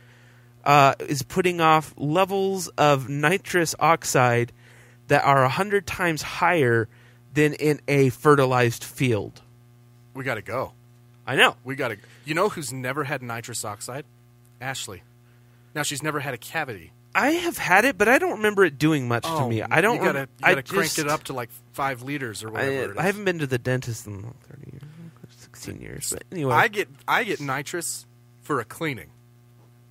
Speaker 8: uh, is putting off levels of nitrous oxide that are a hundred times higher than in a fertilized field.
Speaker 7: We got to go.
Speaker 8: I know.
Speaker 7: We got to. You know who's never had nitrous oxide? Ashley. Now she's never had a cavity.
Speaker 8: I have had it, but I don't remember it doing much to me. I don't.
Speaker 7: Oh, You gotta,
Speaker 8: rem-
Speaker 7: you gotta
Speaker 8: I
Speaker 7: crank
Speaker 8: just-
Speaker 7: it up to like five liters or whatever.
Speaker 8: I,
Speaker 7: it is.
Speaker 8: I haven't been to the dentist in like thirty years, sixteen years. But anyway,
Speaker 7: I get I get nitrous for a cleaning.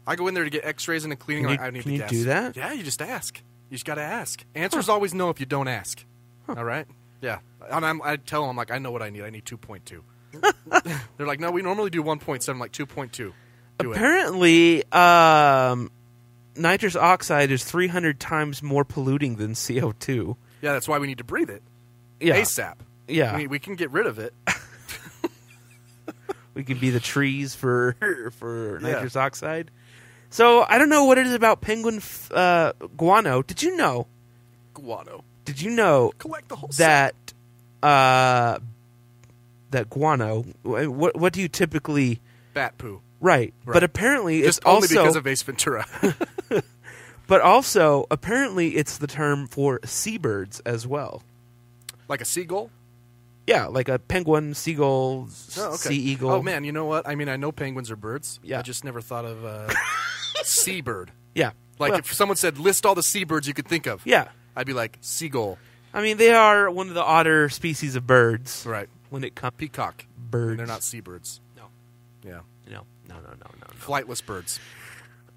Speaker 7: I go in there to get X-rays and a cleaning.
Speaker 8: Can
Speaker 7: like,
Speaker 8: you-
Speaker 7: I need
Speaker 8: can
Speaker 7: the
Speaker 8: you
Speaker 7: gas.
Speaker 8: do that?
Speaker 7: Yeah, you just ask. You just gotta ask. Answers always no if you don't ask. All right. Yeah, and I'm, I tell them I'm like I know what I need. I need 2.2. They're like, no, we normally do 1.7, I'm like 2.2. Do it.
Speaker 8: apparently, um, nitrous oxide is three hundred times more polluting than CO two.
Speaker 7: Yeah, that's why we need to breathe it.
Speaker 8: Yeah.
Speaker 7: ASAP.
Speaker 8: Yeah.
Speaker 7: We, we can get rid of it.
Speaker 8: We could be the trees for for
Speaker 7: Yeah.
Speaker 8: nitrous oxide. So I don't know what it is about penguin f- uh, guano. Did you know?
Speaker 7: Guano.
Speaker 8: Did you know
Speaker 7: Collect the whole
Speaker 8: that uh, that guano? wh- What what do you typically
Speaker 7: Bat poo.
Speaker 8: Right,
Speaker 7: Right.
Speaker 8: but apparently
Speaker 7: Just
Speaker 8: it's
Speaker 7: only
Speaker 8: also
Speaker 7: because of Ace Ventura.
Speaker 8: but also apparently it's the term for seabirds as well.
Speaker 7: like a seagull.
Speaker 8: Yeah, like a penguin, seagull, s-
Speaker 7: Oh, okay.
Speaker 8: sea eagle.
Speaker 7: Oh man, you know what? I mean, I know penguins are birds.
Speaker 8: Yeah.
Speaker 7: I just never thought of uh, seabird.
Speaker 8: Yeah.
Speaker 7: Like
Speaker 8: Well-
Speaker 7: if someone said list all the seabirds you could think of.
Speaker 8: Yeah.
Speaker 7: I'd be like seagull.
Speaker 8: I mean, they are one of the odder species of birds.
Speaker 7: Right.
Speaker 8: When it comes
Speaker 7: peacock
Speaker 8: birds,
Speaker 7: They're not seabirds.
Speaker 8: No.
Speaker 7: Yeah.
Speaker 8: No. No. No. No. No.
Speaker 7: Flightless birds.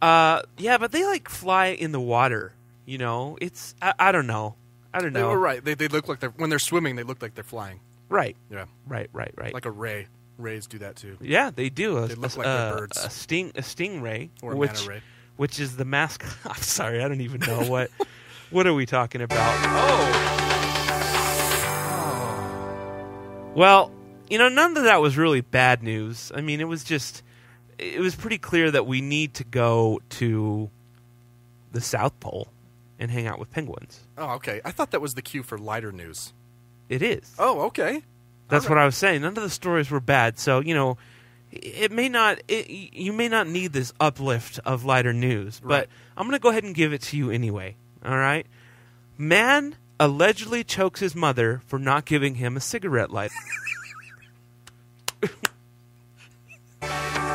Speaker 8: Uh, yeah, but they like fly in the water. You know, it's I, I don't know. I don't
Speaker 7: They
Speaker 8: know.
Speaker 7: were right. They, they look like they're when they're swimming. They look like they're flying.
Speaker 8: Right.
Speaker 7: Yeah.
Speaker 8: Right. Right. Right.
Speaker 7: Like a ray. Rays do that too.
Speaker 8: Yeah, they do. A,
Speaker 7: They look
Speaker 8: a-
Speaker 7: like they're
Speaker 8: a-
Speaker 7: birds.
Speaker 8: A sting, a stingray,
Speaker 7: Or a
Speaker 8: which,
Speaker 7: manta ray.
Speaker 8: which is the mascot. I'm sorry, I don't even know what. what are we talking about? Oh. Oh. Well, you know, none of that was really bad news. I mean, it was just, it was pretty clear that we need to go to the South Pole and hang out with penguins.
Speaker 7: Oh, okay. I thought that was the cue for lighter news.
Speaker 8: It is.
Speaker 7: Oh, okay.
Speaker 8: That's
Speaker 7: All
Speaker 8: what
Speaker 7: right.
Speaker 8: I was saying. None of the stories were bad, so you know, it may not. It, you may not need this uplift of lighter news, but I'm going to go ahead and give it to you anyway. All right, man allegedly chokes his mother for not giving him a cigarette lighter.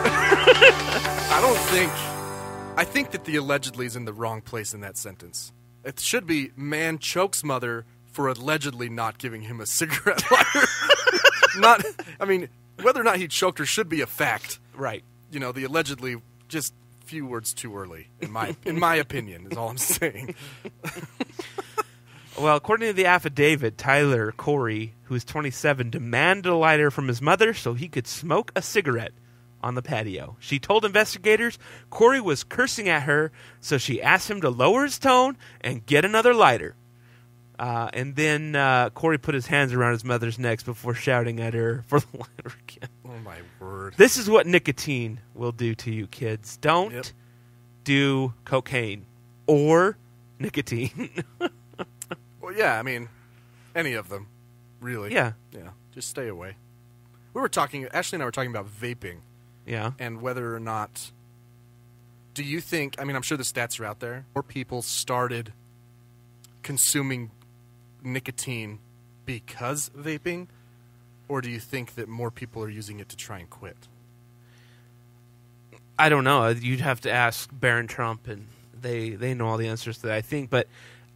Speaker 7: I don't think. I think that the allegedly is in the wrong place in that sentence. It should be man chokes mother for allegedly not giving him a cigarette lighter. not. I mean, whether or not he choked her should be a fact.
Speaker 8: Right.
Speaker 7: You know, the allegedly just few words too early in my in my opinion is all I'm saying.
Speaker 8: well, according to the affidavit, Tyler Corey, who is 27, demanded a lighter from his mother so he could smoke a cigarette on the patio. She told investigators Corey was cursing at her, so she asked him to lower his tone and get another lighter. Uh, and then uh, Corey put his hands around his mother's neck before shouting at her for the lighter again.
Speaker 7: Oh my word.
Speaker 8: This is what nicotine will do to you, kids. Don't do cocaine or nicotine.
Speaker 7: Well, yeah, I mean, any of them, really.
Speaker 8: Yeah.
Speaker 7: Yeah. Just stay away. We were talking, Ashley and I were talking about vaping.
Speaker 8: Yeah.
Speaker 7: And whether or not, do you think, I mean, I'm sure the stats are out there, more people started consuming nicotine because of vaping, or do you think that more people are using it to try and quit?
Speaker 8: I don't know. Uh, You'd have to ask Barron Trump, and they they know all the answers to that. I think, but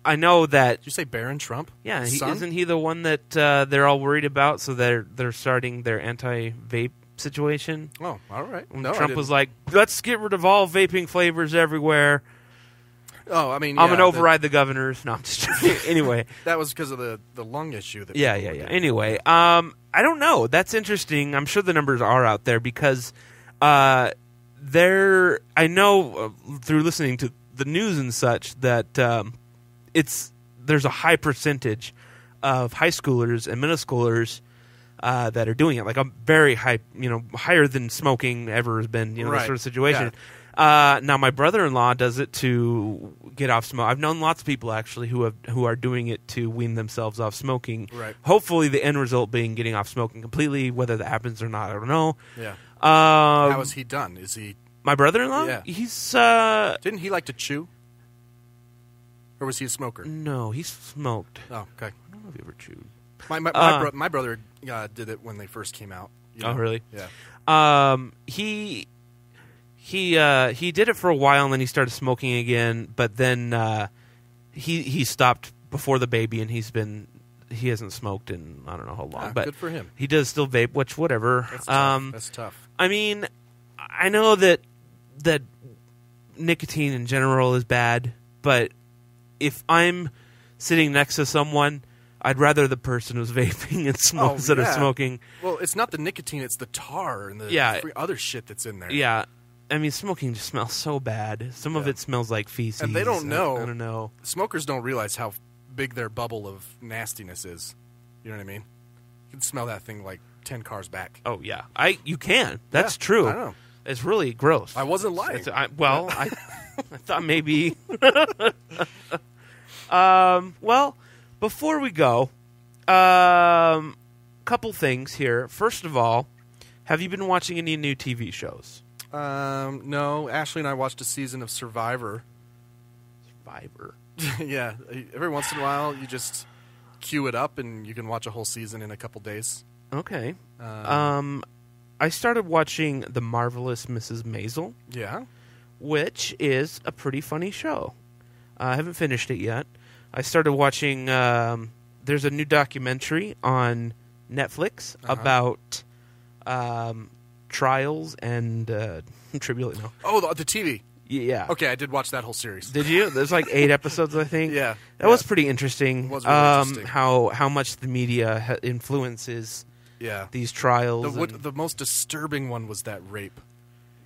Speaker 8: I know that. Did
Speaker 7: you say Barron Trump?
Speaker 8: Yeah, he,
Speaker 7: Son?
Speaker 8: isn't he the one that uh, they're all worried about? So they're they're starting their anti-vape situation.
Speaker 7: Oh, all right.
Speaker 8: When
Speaker 7: No, I
Speaker 8: Trump was
Speaker 7: didn't.
Speaker 8: like, "Let's get rid of all vaping flavors everywhere."
Speaker 7: Oh, I mean,
Speaker 8: I'm gonna
Speaker 7: yeah, the-
Speaker 8: override the governors. No, I'm just joking. anyway.
Speaker 7: that was because of the, the lung issue. That
Speaker 8: Yeah,
Speaker 7: people
Speaker 8: yeah,
Speaker 7: were
Speaker 8: yeah.
Speaker 7: getting.
Speaker 8: Anyway, um, I don't know. That's interesting. I'm sure the numbers are out there because uh, there. I know uh, through listening to the news and such that um, it's there's a high percentage of high schoolers and middle schoolers uh, that are doing it. Like a very high, you know, higher than smoking ever has been. You know,
Speaker 7: Right.
Speaker 8: this sort of situation. Uh, now my brother-in-law does it to get off smoke. I've known lots of people actually who have who are doing it to wean themselves off smoking.
Speaker 7: Right.
Speaker 8: Hopefully, the end result being getting off smoking completely. Whether that happens or not, I don't know.
Speaker 7: Yeah.
Speaker 8: Um,
Speaker 7: How is he done? Is he
Speaker 8: My brother-in-law.
Speaker 7: Yeah.
Speaker 8: He's uh,
Speaker 7: didn't he like to chew? Or was he a smoker?
Speaker 8: No, he smoked.
Speaker 7: Oh, okay.
Speaker 8: I don't know if he ever chewed.
Speaker 7: My my, my,
Speaker 8: Uh,
Speaker 7: bro- my brother uh, did it when they first came out. you
Speaker 8: Oh,
Speaker 7: know?
Speaker 8: really?
Speaker 7: Yeah.
Speaker 8: Um, he he uh, he did it for a while, and then he started smoking again. But then uh, he he stopped before the baby, and he's been he hasn't smoked in I don't know how long.
Speaker 7: Ah,
Speaker 8: but
Speaker 7: good for him.
Speaker 8: He does still vape, which whatever.
Speaker 7: That's tough.
Speaker 8: um,
Speaker 7: That's tough.
Speaker 8: I mean, I know that that nicotine in general is bad, but if I'm sitting next to someone, I'd rather the person who's vaping and smoke
Speaker 7: Oh,
Speaker 8: instead of
Speaker 7: yeah.
Speaker 8: smoking.
Speaker 7: Well, it's not the nicotine; it's the tar and the
Speaker 8: Yeah.
Speaker 7: free other shit that's in there.
Speaker 8: Yeah. I mean, smoking just smells so bad. Some of it smells like feces.
Speaker 7: and they don't
Speaker 8: I-
Speaker 7: know.
Speaker 8: I, don't know.
Speaker 7: Smokers don't realize how big their bubble of nastiness is. You know what I mean? You can smell that thing like ten cars back.
Speaker 8: Oh yeah, I you can. That's
Speaker 7: Yeah,
Speaker 8: true.
Speaker 7: I know.
Speaker 8: It's really gross.
Speaker 7: I wasn't lying.
Speaker 8: It's- I, well, I, I thought maybe. um, well, before we go, um, couple things here. First of all, have you been watching any new TV shows?
Speaker 7: Um, no, Ashley and I watched a season of Survivor.
Speaker 8: Survivor.
Speaker 7: yeah, every once in a while you just queue it up and you can watch a whole season in a couple days.
Speaker 8: Okay.
Speaker 7: Um,
Speaker 8: Um, I started watching The Marvelous Mrs. Maisel.
Speaker 7: Yeah.
Speaker 8: Which is a pretty funny show. I haven't finished it yet. I started watching. Um, there's a new documentary on Netflix
Speaker 7: Uh-huh.
Speaker 8: about um, trials and uh, tribulation. No.
Speaker 7: Oh, the, the TV.
Speaker 8: Yeah.
Speaker 7: Okay, I did watch that whole series.
Speaker 8: Did you? There's like eight episodes, I think.
Speaker 7: Yeah,
Speaker 8: that was pretty interesting.
Speaker 7: was really
Speaker 8: um,
Speaker 7: interesting.
Speaker 8: How how much the media ha- influences
Speaker 7: Yeah.
Speaker 8: these trials.
Speaker 7: The, what,
Speaker 8: and-
Speaker 7: the most disturbing one was that rape,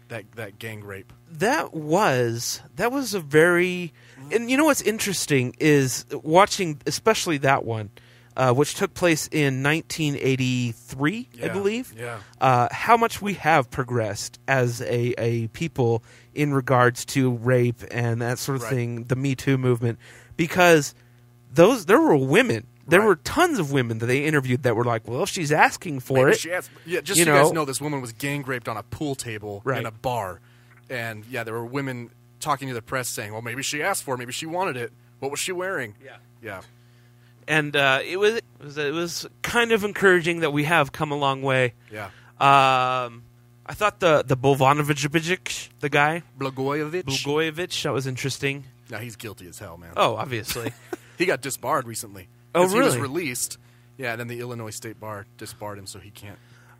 Speaker 7: that that gang rape.
Speaker 8: that was that was a very and you know what's interesting is watching especially that one uh, which took place in 1983 i
Speaker 7: Yeah,
Speaker 8: believe
Speaker 7: yeah.
Speaker 8: uh, how much we have progressed as a, a people in regards to rape and that sort of
Speaker 7: Right.
Speaker 8: thing the me too movement because those there were women there were tons of women that they interviewed that were like well she's asking for
Speaker 7: Maybe
Speaker 8: it
Speaker 7: she has- yeah, just so you guys know, this woman was gang raped on a pool table
Speaker 8: Right.
Speaker 7: in a bar, and yeah, there were women talking to the press saying, "Well, maybe she asked for, it. maybe she wanted it. What was she wearing?" Yeah, yeah.
Speaker 8: and uh, it was it was it was kind of encouraging that we have come a long way.
Speaker 7: Yeah.
Speaker 8: Um, I thought the the Bovanovic, the guy
Speaker 7: Blagojevich,
Speaker 8: Blagojevich, that was interesting.
Speaker 7: Now he's guilty as hell, man.
Speaker 8: Oh, obviously.
Speaker 7: he got disbarred recently.
Speaker 8: Oh,
Speaker 7: 'Cause He was
Speaker 8: really?
Speaker 7: released. Yeah, then the Illinois State Bar disbarred him, so he can't.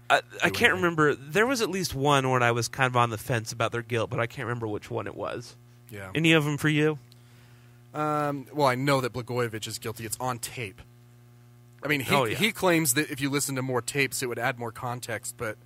Speaker 8: I, I can't remember. There was at least one when I was kind of on the fence about their guilt, but I can't remember which one it was.
Speaker 7: Yeah.
Speaker 8: Any of them for you?
Speaker 7: Um, well, I know that Blagojevich is guilty. It's on tape. I mean, he,
Speaker 8: Oh, yeah.
Speaker 7: he claims that if you listen to more tapes, it would add more context, but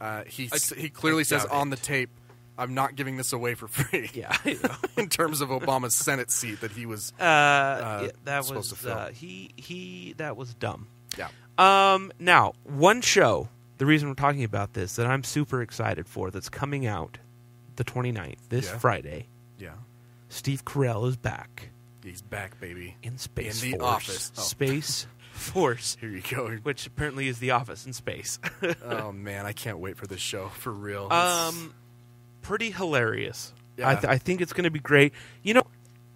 Speaker 7: uh, he, s
Speaker 8: I-
Speaker 7: he clearly
Speaker 8: I
Speaker 7: says
Speaker 8: doubt
Speaker 7: on the tape, I'm not giving this away for free.
Speaker 8: Yeah.
Speaker 7: in terms of Obama's Senate seat that he was
Speaker 8: Uh, yeah, that
Speaker 7: supposed
Speaker 8: was
Speaker 7: to fill.
Speaker 8: uh, he he. That was dumb.
Speaker 7: Yeah.
Speaker 8: Um, now, one show, the reason we're talking about this, that I'm super excited for, that's coming out the 29th, this
Speaker 7: Yeah.
Speaker 8: Friday.
Speaker 7: Yeah.
Speaker 8: Steve Carell is back.
Speaker 7: He's back, baby.
Speaker 8: In Space
Speaker 7: In the
Speaker 8: Force.
Speaker 7: office. Oh.
Speaker 8: Space Force.
Speaker 7: Here you go.
Speaker 8: Which apparently is The Office in space.
Speaker 7: oh, man, I can't wait for this show, for real.
Speaker 8: Um, pretty hilarious. I,
Speaker 7: Yeah.
Speaker 8: th- I think it's going to be great. You know,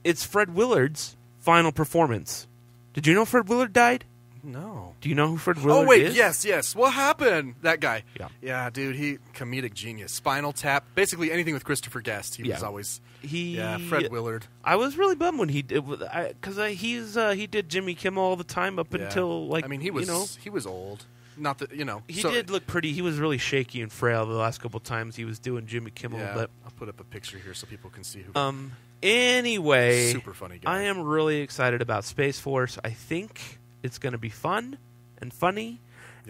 Speaker 8: it's Fred Willard's final performance. Did you know Fred Willard died?
Speaker 7: No.
Speaker 8: Do you know who Fred
Speaker 7: Oh
Speaker 8: Willard
Speaker 7: wait,
Speaker 8: is?
Speaker 7: yes, yes. What happened? That guy.
Speaker 8: Yeah.
Speaker 7: yeah, dude. He comedic genius. Spinal Tap. Basically anything with Christopher Guest. He
Speaker 8: Yeah.
Speaker 7: was always
Speaker 8: He
Speaker 7: Yeah, Fred Willard.
Speaker 8: I was really bummed when he did because I, he's uh, he did Jimmy Kimmel all the time up
Speaker 7: Yeah.
Speaker 8: until like
Speaker 7: I mean, he was
Speaker 8: you know
Speaker 7: he was old. Not that you know
Speaker 8: he
Speaker 7: so-
Speaker 8: did look pretty. He was really shaky and frail the last couple times he was doing Jimmy Kimmel.
Speaker 7: Yeah,
Speaker 8: But
Speaker 7: I'll put up a picture here so people can see who.
Speaker 8: um, anyway,
Speaker 7: Super funny guy.
Speaker 8: I am really excited about Space Force. I think it's going to be fun and funny,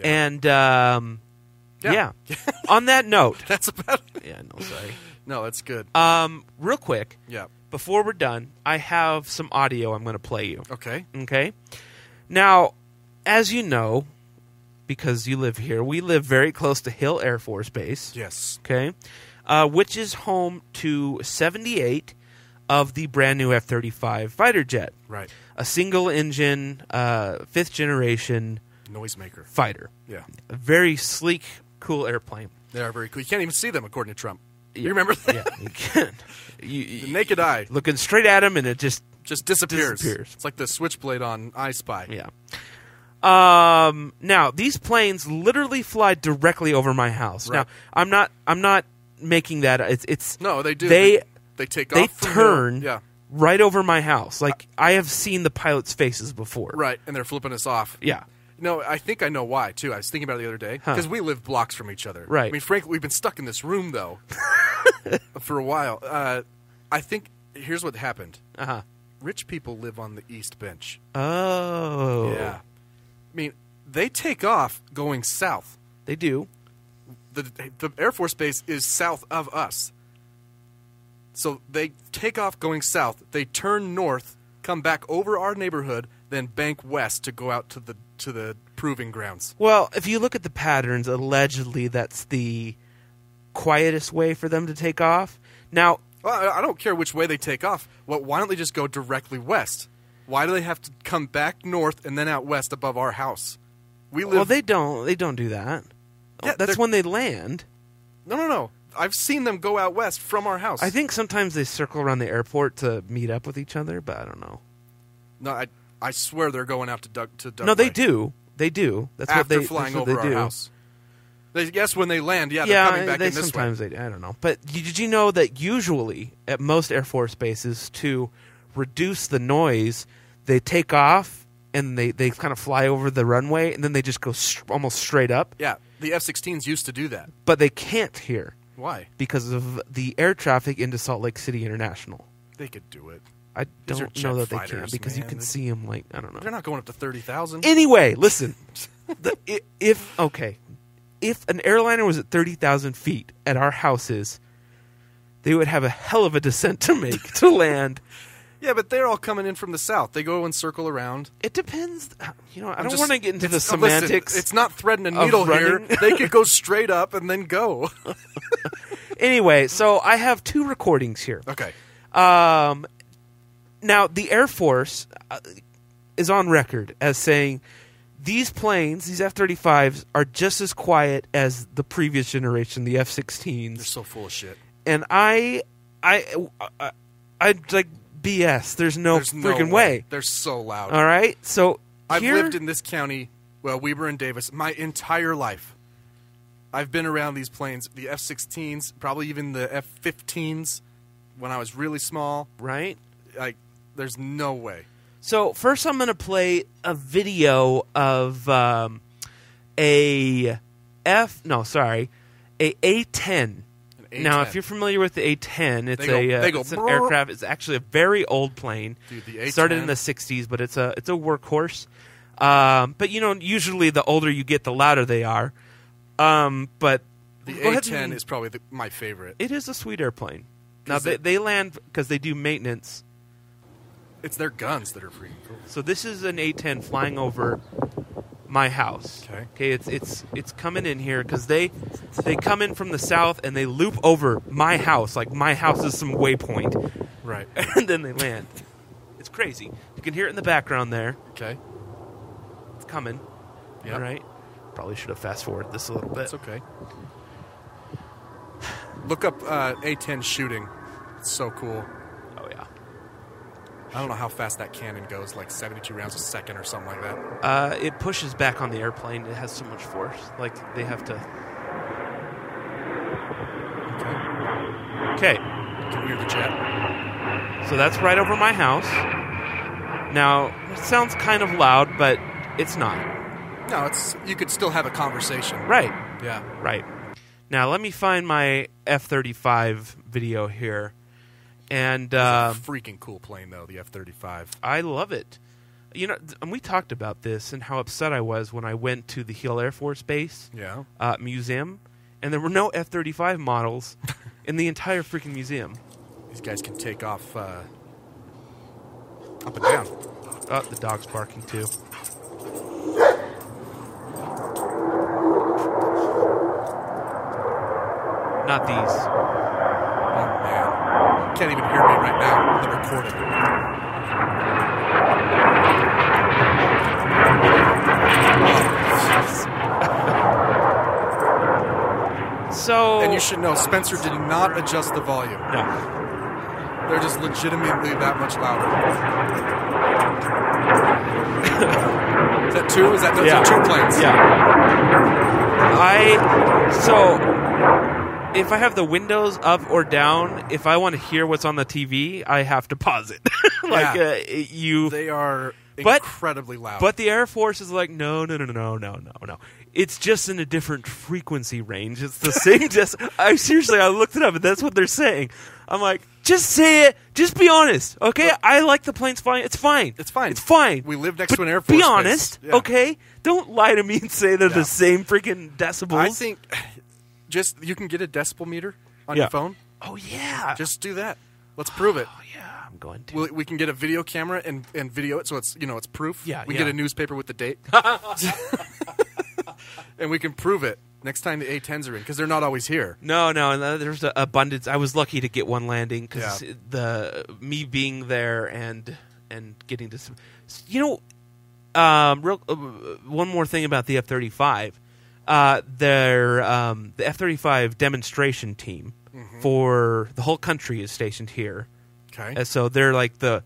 Speaker 8: and um,
Speaker 7: Yeah.
Speaker 8: yeah. On that note,
Speaker 7: that's about. It.
Speaker 8: Yeah, no, sorry.
Speaker 7: no, that's good.
Speaker 8: Um, real quick.
Speaker 7: Yeah.
Speaker 8: Before we're done, I have some audio I'm going to play you.
Speaker 7: Okay.
Speaker 8: Okay. Now, as you know, because you live here, we live very close to Hill Air Force Base.
Speaker 7: Yes.
Speaker 8: Okay. Uh, which is home to 78 of the brand new F 35 fighter jet.
Speaker 7: Right.
Speaker 8: A single engine, uh, fifth generation
Speaker 7: Noisemaker.
Speaker 8: fighter.
Speaker 7: Yeah.
Speaker 8: A very sleek, cool airplane.
Speaker 7: They are very cool. You can't even see them according to Trump. You remember that?
Speaker 8: Yeah, you can. You,
Speaker 7: the naked eye.
Speaker 8: Looking straight at him, and it just
Speaker 7: Just disappears.
Speaker 8: Disappears.
Speaker 7: It's like the switchblade on I Spy.
Speaker 8: Yeah. Um, now these planes literally fly directly over my house.
Speaker 7: Right.
Speaker 8: Now I'm not I'm not making that. It's it's
Speaker 7: No, they do.
Speaker 8: They
Speaker 7: They- they take
Speaker 8: they
Speaker 7: off from the-
Speaker 8: turn
Speaker 7: yeah.
Speaker 8: right over my house. Like I have seen the pilots' faces before.
Speaker 7: Right, and they're flipping us off.
Speaker 8: Yeah.
Speaker 7: No, I think I know why too. I was thinking about it the other day
Speaker 8: Huh.
Speaker 7: because we live blocks from each other.
Speaker 8: Right.
Speaker 7: I mean, frankly, we've been stuck in this room though for a while. Uh, I think here's what happened.
Speaker 8: Uh huh.
Speaker 7: Rich people live on the east bench.
Speaker 8: Oh.
Speaker 7: Yeah. I mean, they take off going south.
Speaker 8: They do.
Speaker 7: The the Air Force Base is south of us. So they take off going south, they turn north, come back over our neighborhood, then bank west to go out to the to the proving grounds.
Speaker 8: Well, if you look at the patterns, allegedly that's the quietest way for them to take off. Now,
Speaker 7: Well, I I don't care which way they take off. Well, why don't they just go directly west? Why do they have to come back north and then out west above our house? We live
Speaker 8: well, they don't they don't do that. that's when they land.
Speaker 7: No, no, no. I've seen them go out west from our house.
Speaker 8: I think sometimes they circle around the airport to meet up with each other, but I don't know.
Speaker 7: No, I, I swear they're going out to Doug. To Doug
Speaker 8: no, they
Speaker 7: Lake.
Speaker 8: do. They do. That's what
Speaker 7: After
Speaker 8: they
Speaker 7: flying
Speaker 8: that's what
Speaker 7: over
Speaker 8: they
Speaker 7: our
Speaker 8: do.
Speaker 7: house. They, yes, when they land, yeah, they're coming back
Speaker 8: they
Speaker 7: in this
Speaker 8: sometimes
Speaker 7: way.
Speaker 8: they. I don't know. But y- did you know that usually at most Air Force bases to reduce the noise, they take off and they, they kind of fly over the runway and then they just go s almost straight up,
Speaker 7: Yeah, the F-16s used to do that.
Speaker 8: but they can't here.
Speaker 7: Why?
Speaker 8: Because of the air traffic into Salt Lake City International.
Speaker 7: They could do it.
Speaker 8: I
Speaker 7: These are
Speaker 8: don't know that
Speaker 7: jet
Speaker 8: they can
Speaker 7: fighters,
Speaker 8: because you
Speaker 7: man.
Speaker 8: can see them like I don't know.
Speaker 7: They're not going up to thirty thousand.
Speaker 8: Anyway, listen. The- i- if okay, if an airliner was at thirty thousand feet at our houses, they would have a hell of a descent to make to land.
Speaker 7: Yeah, but they're all coming in from the south. They go and circle around.
Speaker 8: It depends. uh, You know, I
Speaker 7: I'm
Speaker 8: don't
Speaker 7: just-
Speaker 8: want to get into the
Speaker 7: it's- uh, listen,
Speaker 8: semantics.
Speaker 7: it's not threading a
Speaker 8: of
Speaker 7: needle here.
Speaker 8: running.
Speaker 7: They could go straight up and then go.
Speaker 8: anyway, so I have two recordings here.
Speaker 7: Okay.
Speaker 8: Um, now the Air Force uh, is on record as saying these planes, these F-35s, are just as quiet as the previous generation, the F-16s. They're
Speaker 7: so full of shit.
Speaker 8: And I, I, I, I like BS. There's no
Speaker 7: There's no
Speaker 8: freaking
Speaker 7: way. They're so loud.
Speaker 8: All right, so
Speaker 7: I've
Speaker 8: here-
Speaker 7: lived in this county, well, Weber and Davis, my entire life. I've been around these planes, the F 16s, probably even the F 15s when I was really small.
Speaker 8: Right?
Speaker 7: Like, there's no way.
Speaker 8: So first, I'm going to play a video of um, a F. No, sorry, a A10.
Speaker 7: An
Speaker 8: Now,
Speaker 7: A10.
Speaker 8: if you're familiar with the A10, it's
Speaker 7: They go-
Speaker 8: a uh,
Speaker 7: they go
Speaker 8: it's an
Speaker 7: brrr.
Speaker 8: aircraft. It's actually a very old plane.
Speaker 7: Dude, the
Speaker 8: Started in
Speaker 7: A10.
Speaker 8: the '60s, but it's a it's a workhorse. Um, but you know, usually the older you get, the louder they are. Um, but
Speaker 7: The
Speaker 8: go ahead
Speaker 7: A10
Speaker 8: and-
Speaker 7: is probably the, my favorite.
Speaker 8: it is a sweet airplane. Now
Speaker 7: 'Cause
Speaker 8: they,
Speaker 7: it-
Speaker 8: they land because they do maintenance.
Speaker 7: It's their guns that are freaking cool.
Speaker 8: So this is an A10 flying over my house.
Speaker 7: Okay.
Speaker 8: it's it's it's coming in here because they they come in from the south and they loop over my house. Like my house is some waypoint,
Speaker 7: Right.
Speaker 8: and then they land. It's crazy. You can hear it in the background there.
Speaker 7: Okay.
Speaker 8: It's coming.
Speaker 7: Yep.
Speaker 8: All right. Probably should have fast forwarded this a little bit.
Speaker 7: It's okay. Look up uh, A10 shooting. It's so cool.
Speaker 8: Oh, yeah.
Speaker 7: I don't know how fast that cannon goes, like 72 rounds a second or something like that.
Speaker 8: Uh, it pushes back on the airplane. It has so much force. Like they have to. Okay.
Speaker 7: Can we hear the jet?
Speaker 8: So that's right over my house. Now it sounds kind of loud, but it's not.
Speaker 7: No, it's you could still have a conversation.
Speaker 8: Right.
Speaker 7: Yeah.
Speaker 8: Right. Now let me find my F thirty five video here, and um,
Speaker 7: It's a freaking cool plane though, the F thirty five.
Speaker 8: I love it. You know, th- and we talked about this and how upset I was when I went to the Hill Air Force Base
Speaker 7: Yeah.
Speaker 8: uh, museum, and there were no F thirty five models in the entire freaking museum.
Speaker 7: These guys can take off uh, up and down.
Speaker 8: Oh, the dog's barking too. Not these.
Speaker 7: Oh, Can't even hear me right now. The recording.
Speaker 8: So Oh.
Speaker 7: And you should know Spencer did not adjust the volume.
Speaker 8: No.
Speaker 7: They're just legitimately that much louder. is that two? Is that those
Speaker 8: Yeah.
Speaker 7: are two planes?
Speaker 8: I so if I have the windows up or down, if I want to hear what's on the TV, I have to pause it. like
Speaker 7: Yeah.
Speaker 8: uh, it- you,
Speaker 7: They are
Speaker 8: but,
Speaker 7: incredibly loud.
Speaker 8: But the Air Force is like, no, no, no, no, no, no, no. It's just in a different frequency range. It's the same. just I seriously, I looked it up, and that's what they're saying. I'm like, just say it. Just be honest, okay? I like the planes flying. It's fine. It's fine. It's fine. We
Speaker 7: live next
Speaker 8: but
Speaker 7: to an Air
Speaker 8: Be
Speaker 7: Force base.
Speaker 8: honest,
Speaker 7: Yeah.
Speaker 8: okay? Don't lie to me and say they're
Speaker 7: Yeah.
Speaker 8: the same freaking decibels.
Speaker 7: I think just you can get a decibel meter on
Speaker 8: Yeah.
Speaker 7: your phone.
Speaker 8: Oh yeah,
Speaker 7: just do that. Let's prove it. Oh
Speaker 8: yeah, I'm going
Speaker 7: to. We, we can get a video camera and, and video it, so it's you know it's proof.
Speaker 8: Yeah,
Speaker 7: we
Speaker 8: yeah.
Speaker 7: get a newspaper with the date, and we can prove it next time the A10s are in because they're not always here.
Speaker 8: No, no, and uh, there's a abundance. I was lucky to get one landing because
Speaker 7: Yeah.
Speaker 8: the me being there and and getting to, some, you know, um, real uh, one more thing about the F-35. Uh, their um, the F-35 demonstration team
Speaker 7: Mhm.
Speaker 8: for the whole country is stationed here.
Speaker 7: Okay.
Speaker 8: And so they're like the,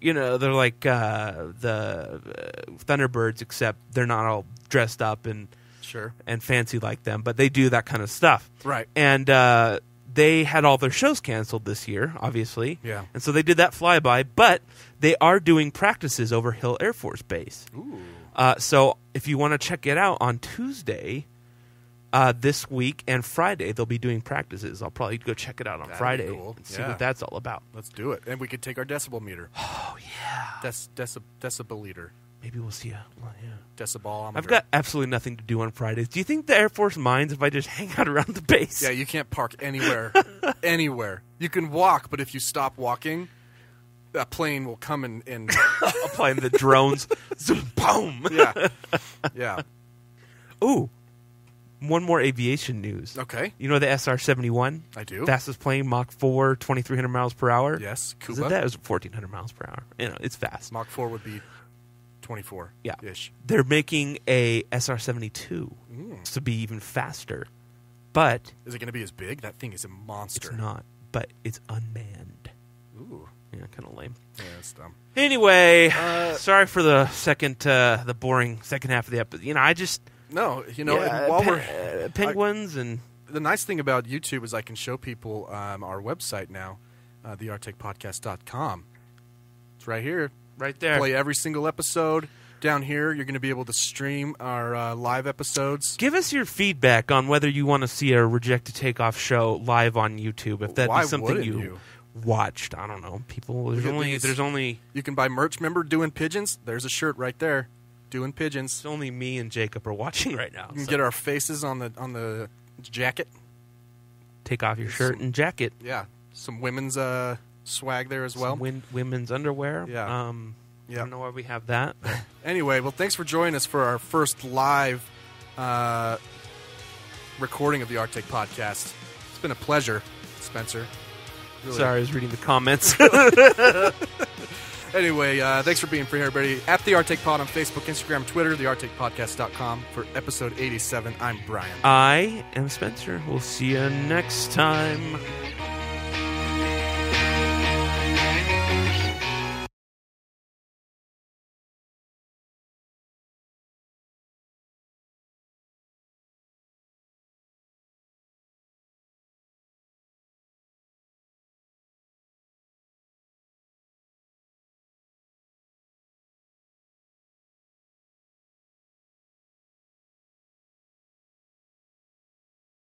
Speaker 8: you know, they're like uh, the uh, Thunderbirds, except they're not all dressed up and
Speaker 7: Sure.
Speaker 8: and fancy like them, but they do that kind of stuff.
Speaker 7: Right.
Speaker 8: And uh, they had all their shows canceled this year, obviously.
Speaker 7: Yeah.
Speaker 8: And so they did that flyby, but they are doing practices over Hill Air Force Base. Ooh. Uh, so if you want to check it out on Tuesday, uh, this week and Friday, they'll be doing practices. I'll probably go check it out on
Speaker 7: That'd be
Speaker 8: Friday
Speaker 7: cool.
Speaker 8: and see
Speaker 7: Yeah.
Speaker 8: what that's all about.
Speaker 7: Let's do it, and we could take our decibel meter. Oh yeah, that's deci- decibel liter.
Speaker 8: Maybe we'll see a yeah.
Speaker 7: decibel.
Speaker 8: I've got absolutely nothing to do on Fridays. Do you think the Air Force minds if I just hang out around the base?
Speaker 7: Yeah, you can't park anywhere. anywhere. You can walk, but if you stop walking, a plane will come and, and
Speaker 8: applying the drones. Zoom, boom.
Speaker 7: Yeah. Yeah.
Speaker 8: Ooh. One more aviation news.
Speaker 7: Okay.
Speaker 8: You know the SR 71?
Speaker 7: I do.
Speaker 8: Fastest plane, Mach 4, 2,300 miles per hour.
Speaker 7: Yes,
Speaker 8: Is
Speaker 7: Cuba.
Speaker 8: it that? It was 1,400 miles per hour. You know, it's fast.
Speaker 7: Mach 4 would be 24
Speaker 8: Yeah.
Speaker 7: ish.
Speaker 8: They're making a SR 72
Speaker 7: Mm.
Speaker 8: to be even faster, but
Speaker 7: Is it going to be as big? That thing is a monster.
Speaker 8: it's not. But it's unmanned.
Speaker 7: Ooh.
Speaker 8: Yeah, kind of lame.
Speaker 7: Yeah, that's dumb.
Speaker 8: Anyway,
Speaker 7: Uh,
Speaker 8: sorry for the second, uh, the boring second half of the episode. You know, I just
Speaker 7: No, you know,
Speaker 8: Yeah,
Speaker 7: and while
Speaker 8: pe-
Speaker 7: we're
Speaker 8: uh, penguins and
Speaker 7: the nice thing about YouTube is I can show people um, our website now, uh, thearticpodcast.com. It's right here,
Speaker 8: right there.
Speaker 7: Play every single episode. Down here, you're going to be able to stream our uh, live episodes.
Speaker 8: Give us your feedback on whether you want to see a rejected takeoff show live on YouTube. If that
Speaker 7: Why
Speaker 8: be something
Speaker 7: wouldn't
Speaker 8: you,
Speaker 7: you?
Speaker 8: watched, I don't know. People, there's
Speaker 7: Look at
Speaker 8: only
Speaker 7: these.
Speaker 8: there's only
Speaker 7: You can buy merch. Remember doing pigeons? There's a shirt right there. Doing pigeons. It's
Speaker 8: only me and Jacob are watching right now.
Speaker 7: You can
Speaker 8: so-
Speaker 7: get our faces on the on the jacket.
Speaker 8: take off your shirt and jacket.
Speaker 7: Yeah, some women's uh, swag there as
Speaker 8: Some
Speaker 7: well.
Speaker 8: win- women's underwear.
Speaker 7: Yeah.
Speaker 8: Um,
Speaker 7: Yeah.
Speaker 8: I don't know why we have that.
Speaker 7: Anyway, well, thanks for joining us for our first live uh, recording of the Arctic podcast. It's been a pleasure, Spencer. Really-
Speaker 8: Sorry, I was reading the comments.
Speaker 7: Anyway, uh, thanks for being here, everybody. At the Arctic Pod on Facebook, Instagram, Twitter, thearcticpodcast.com for episode 87. I'm Brian.
Speaker 8: I am Spencer. We'll see you next time.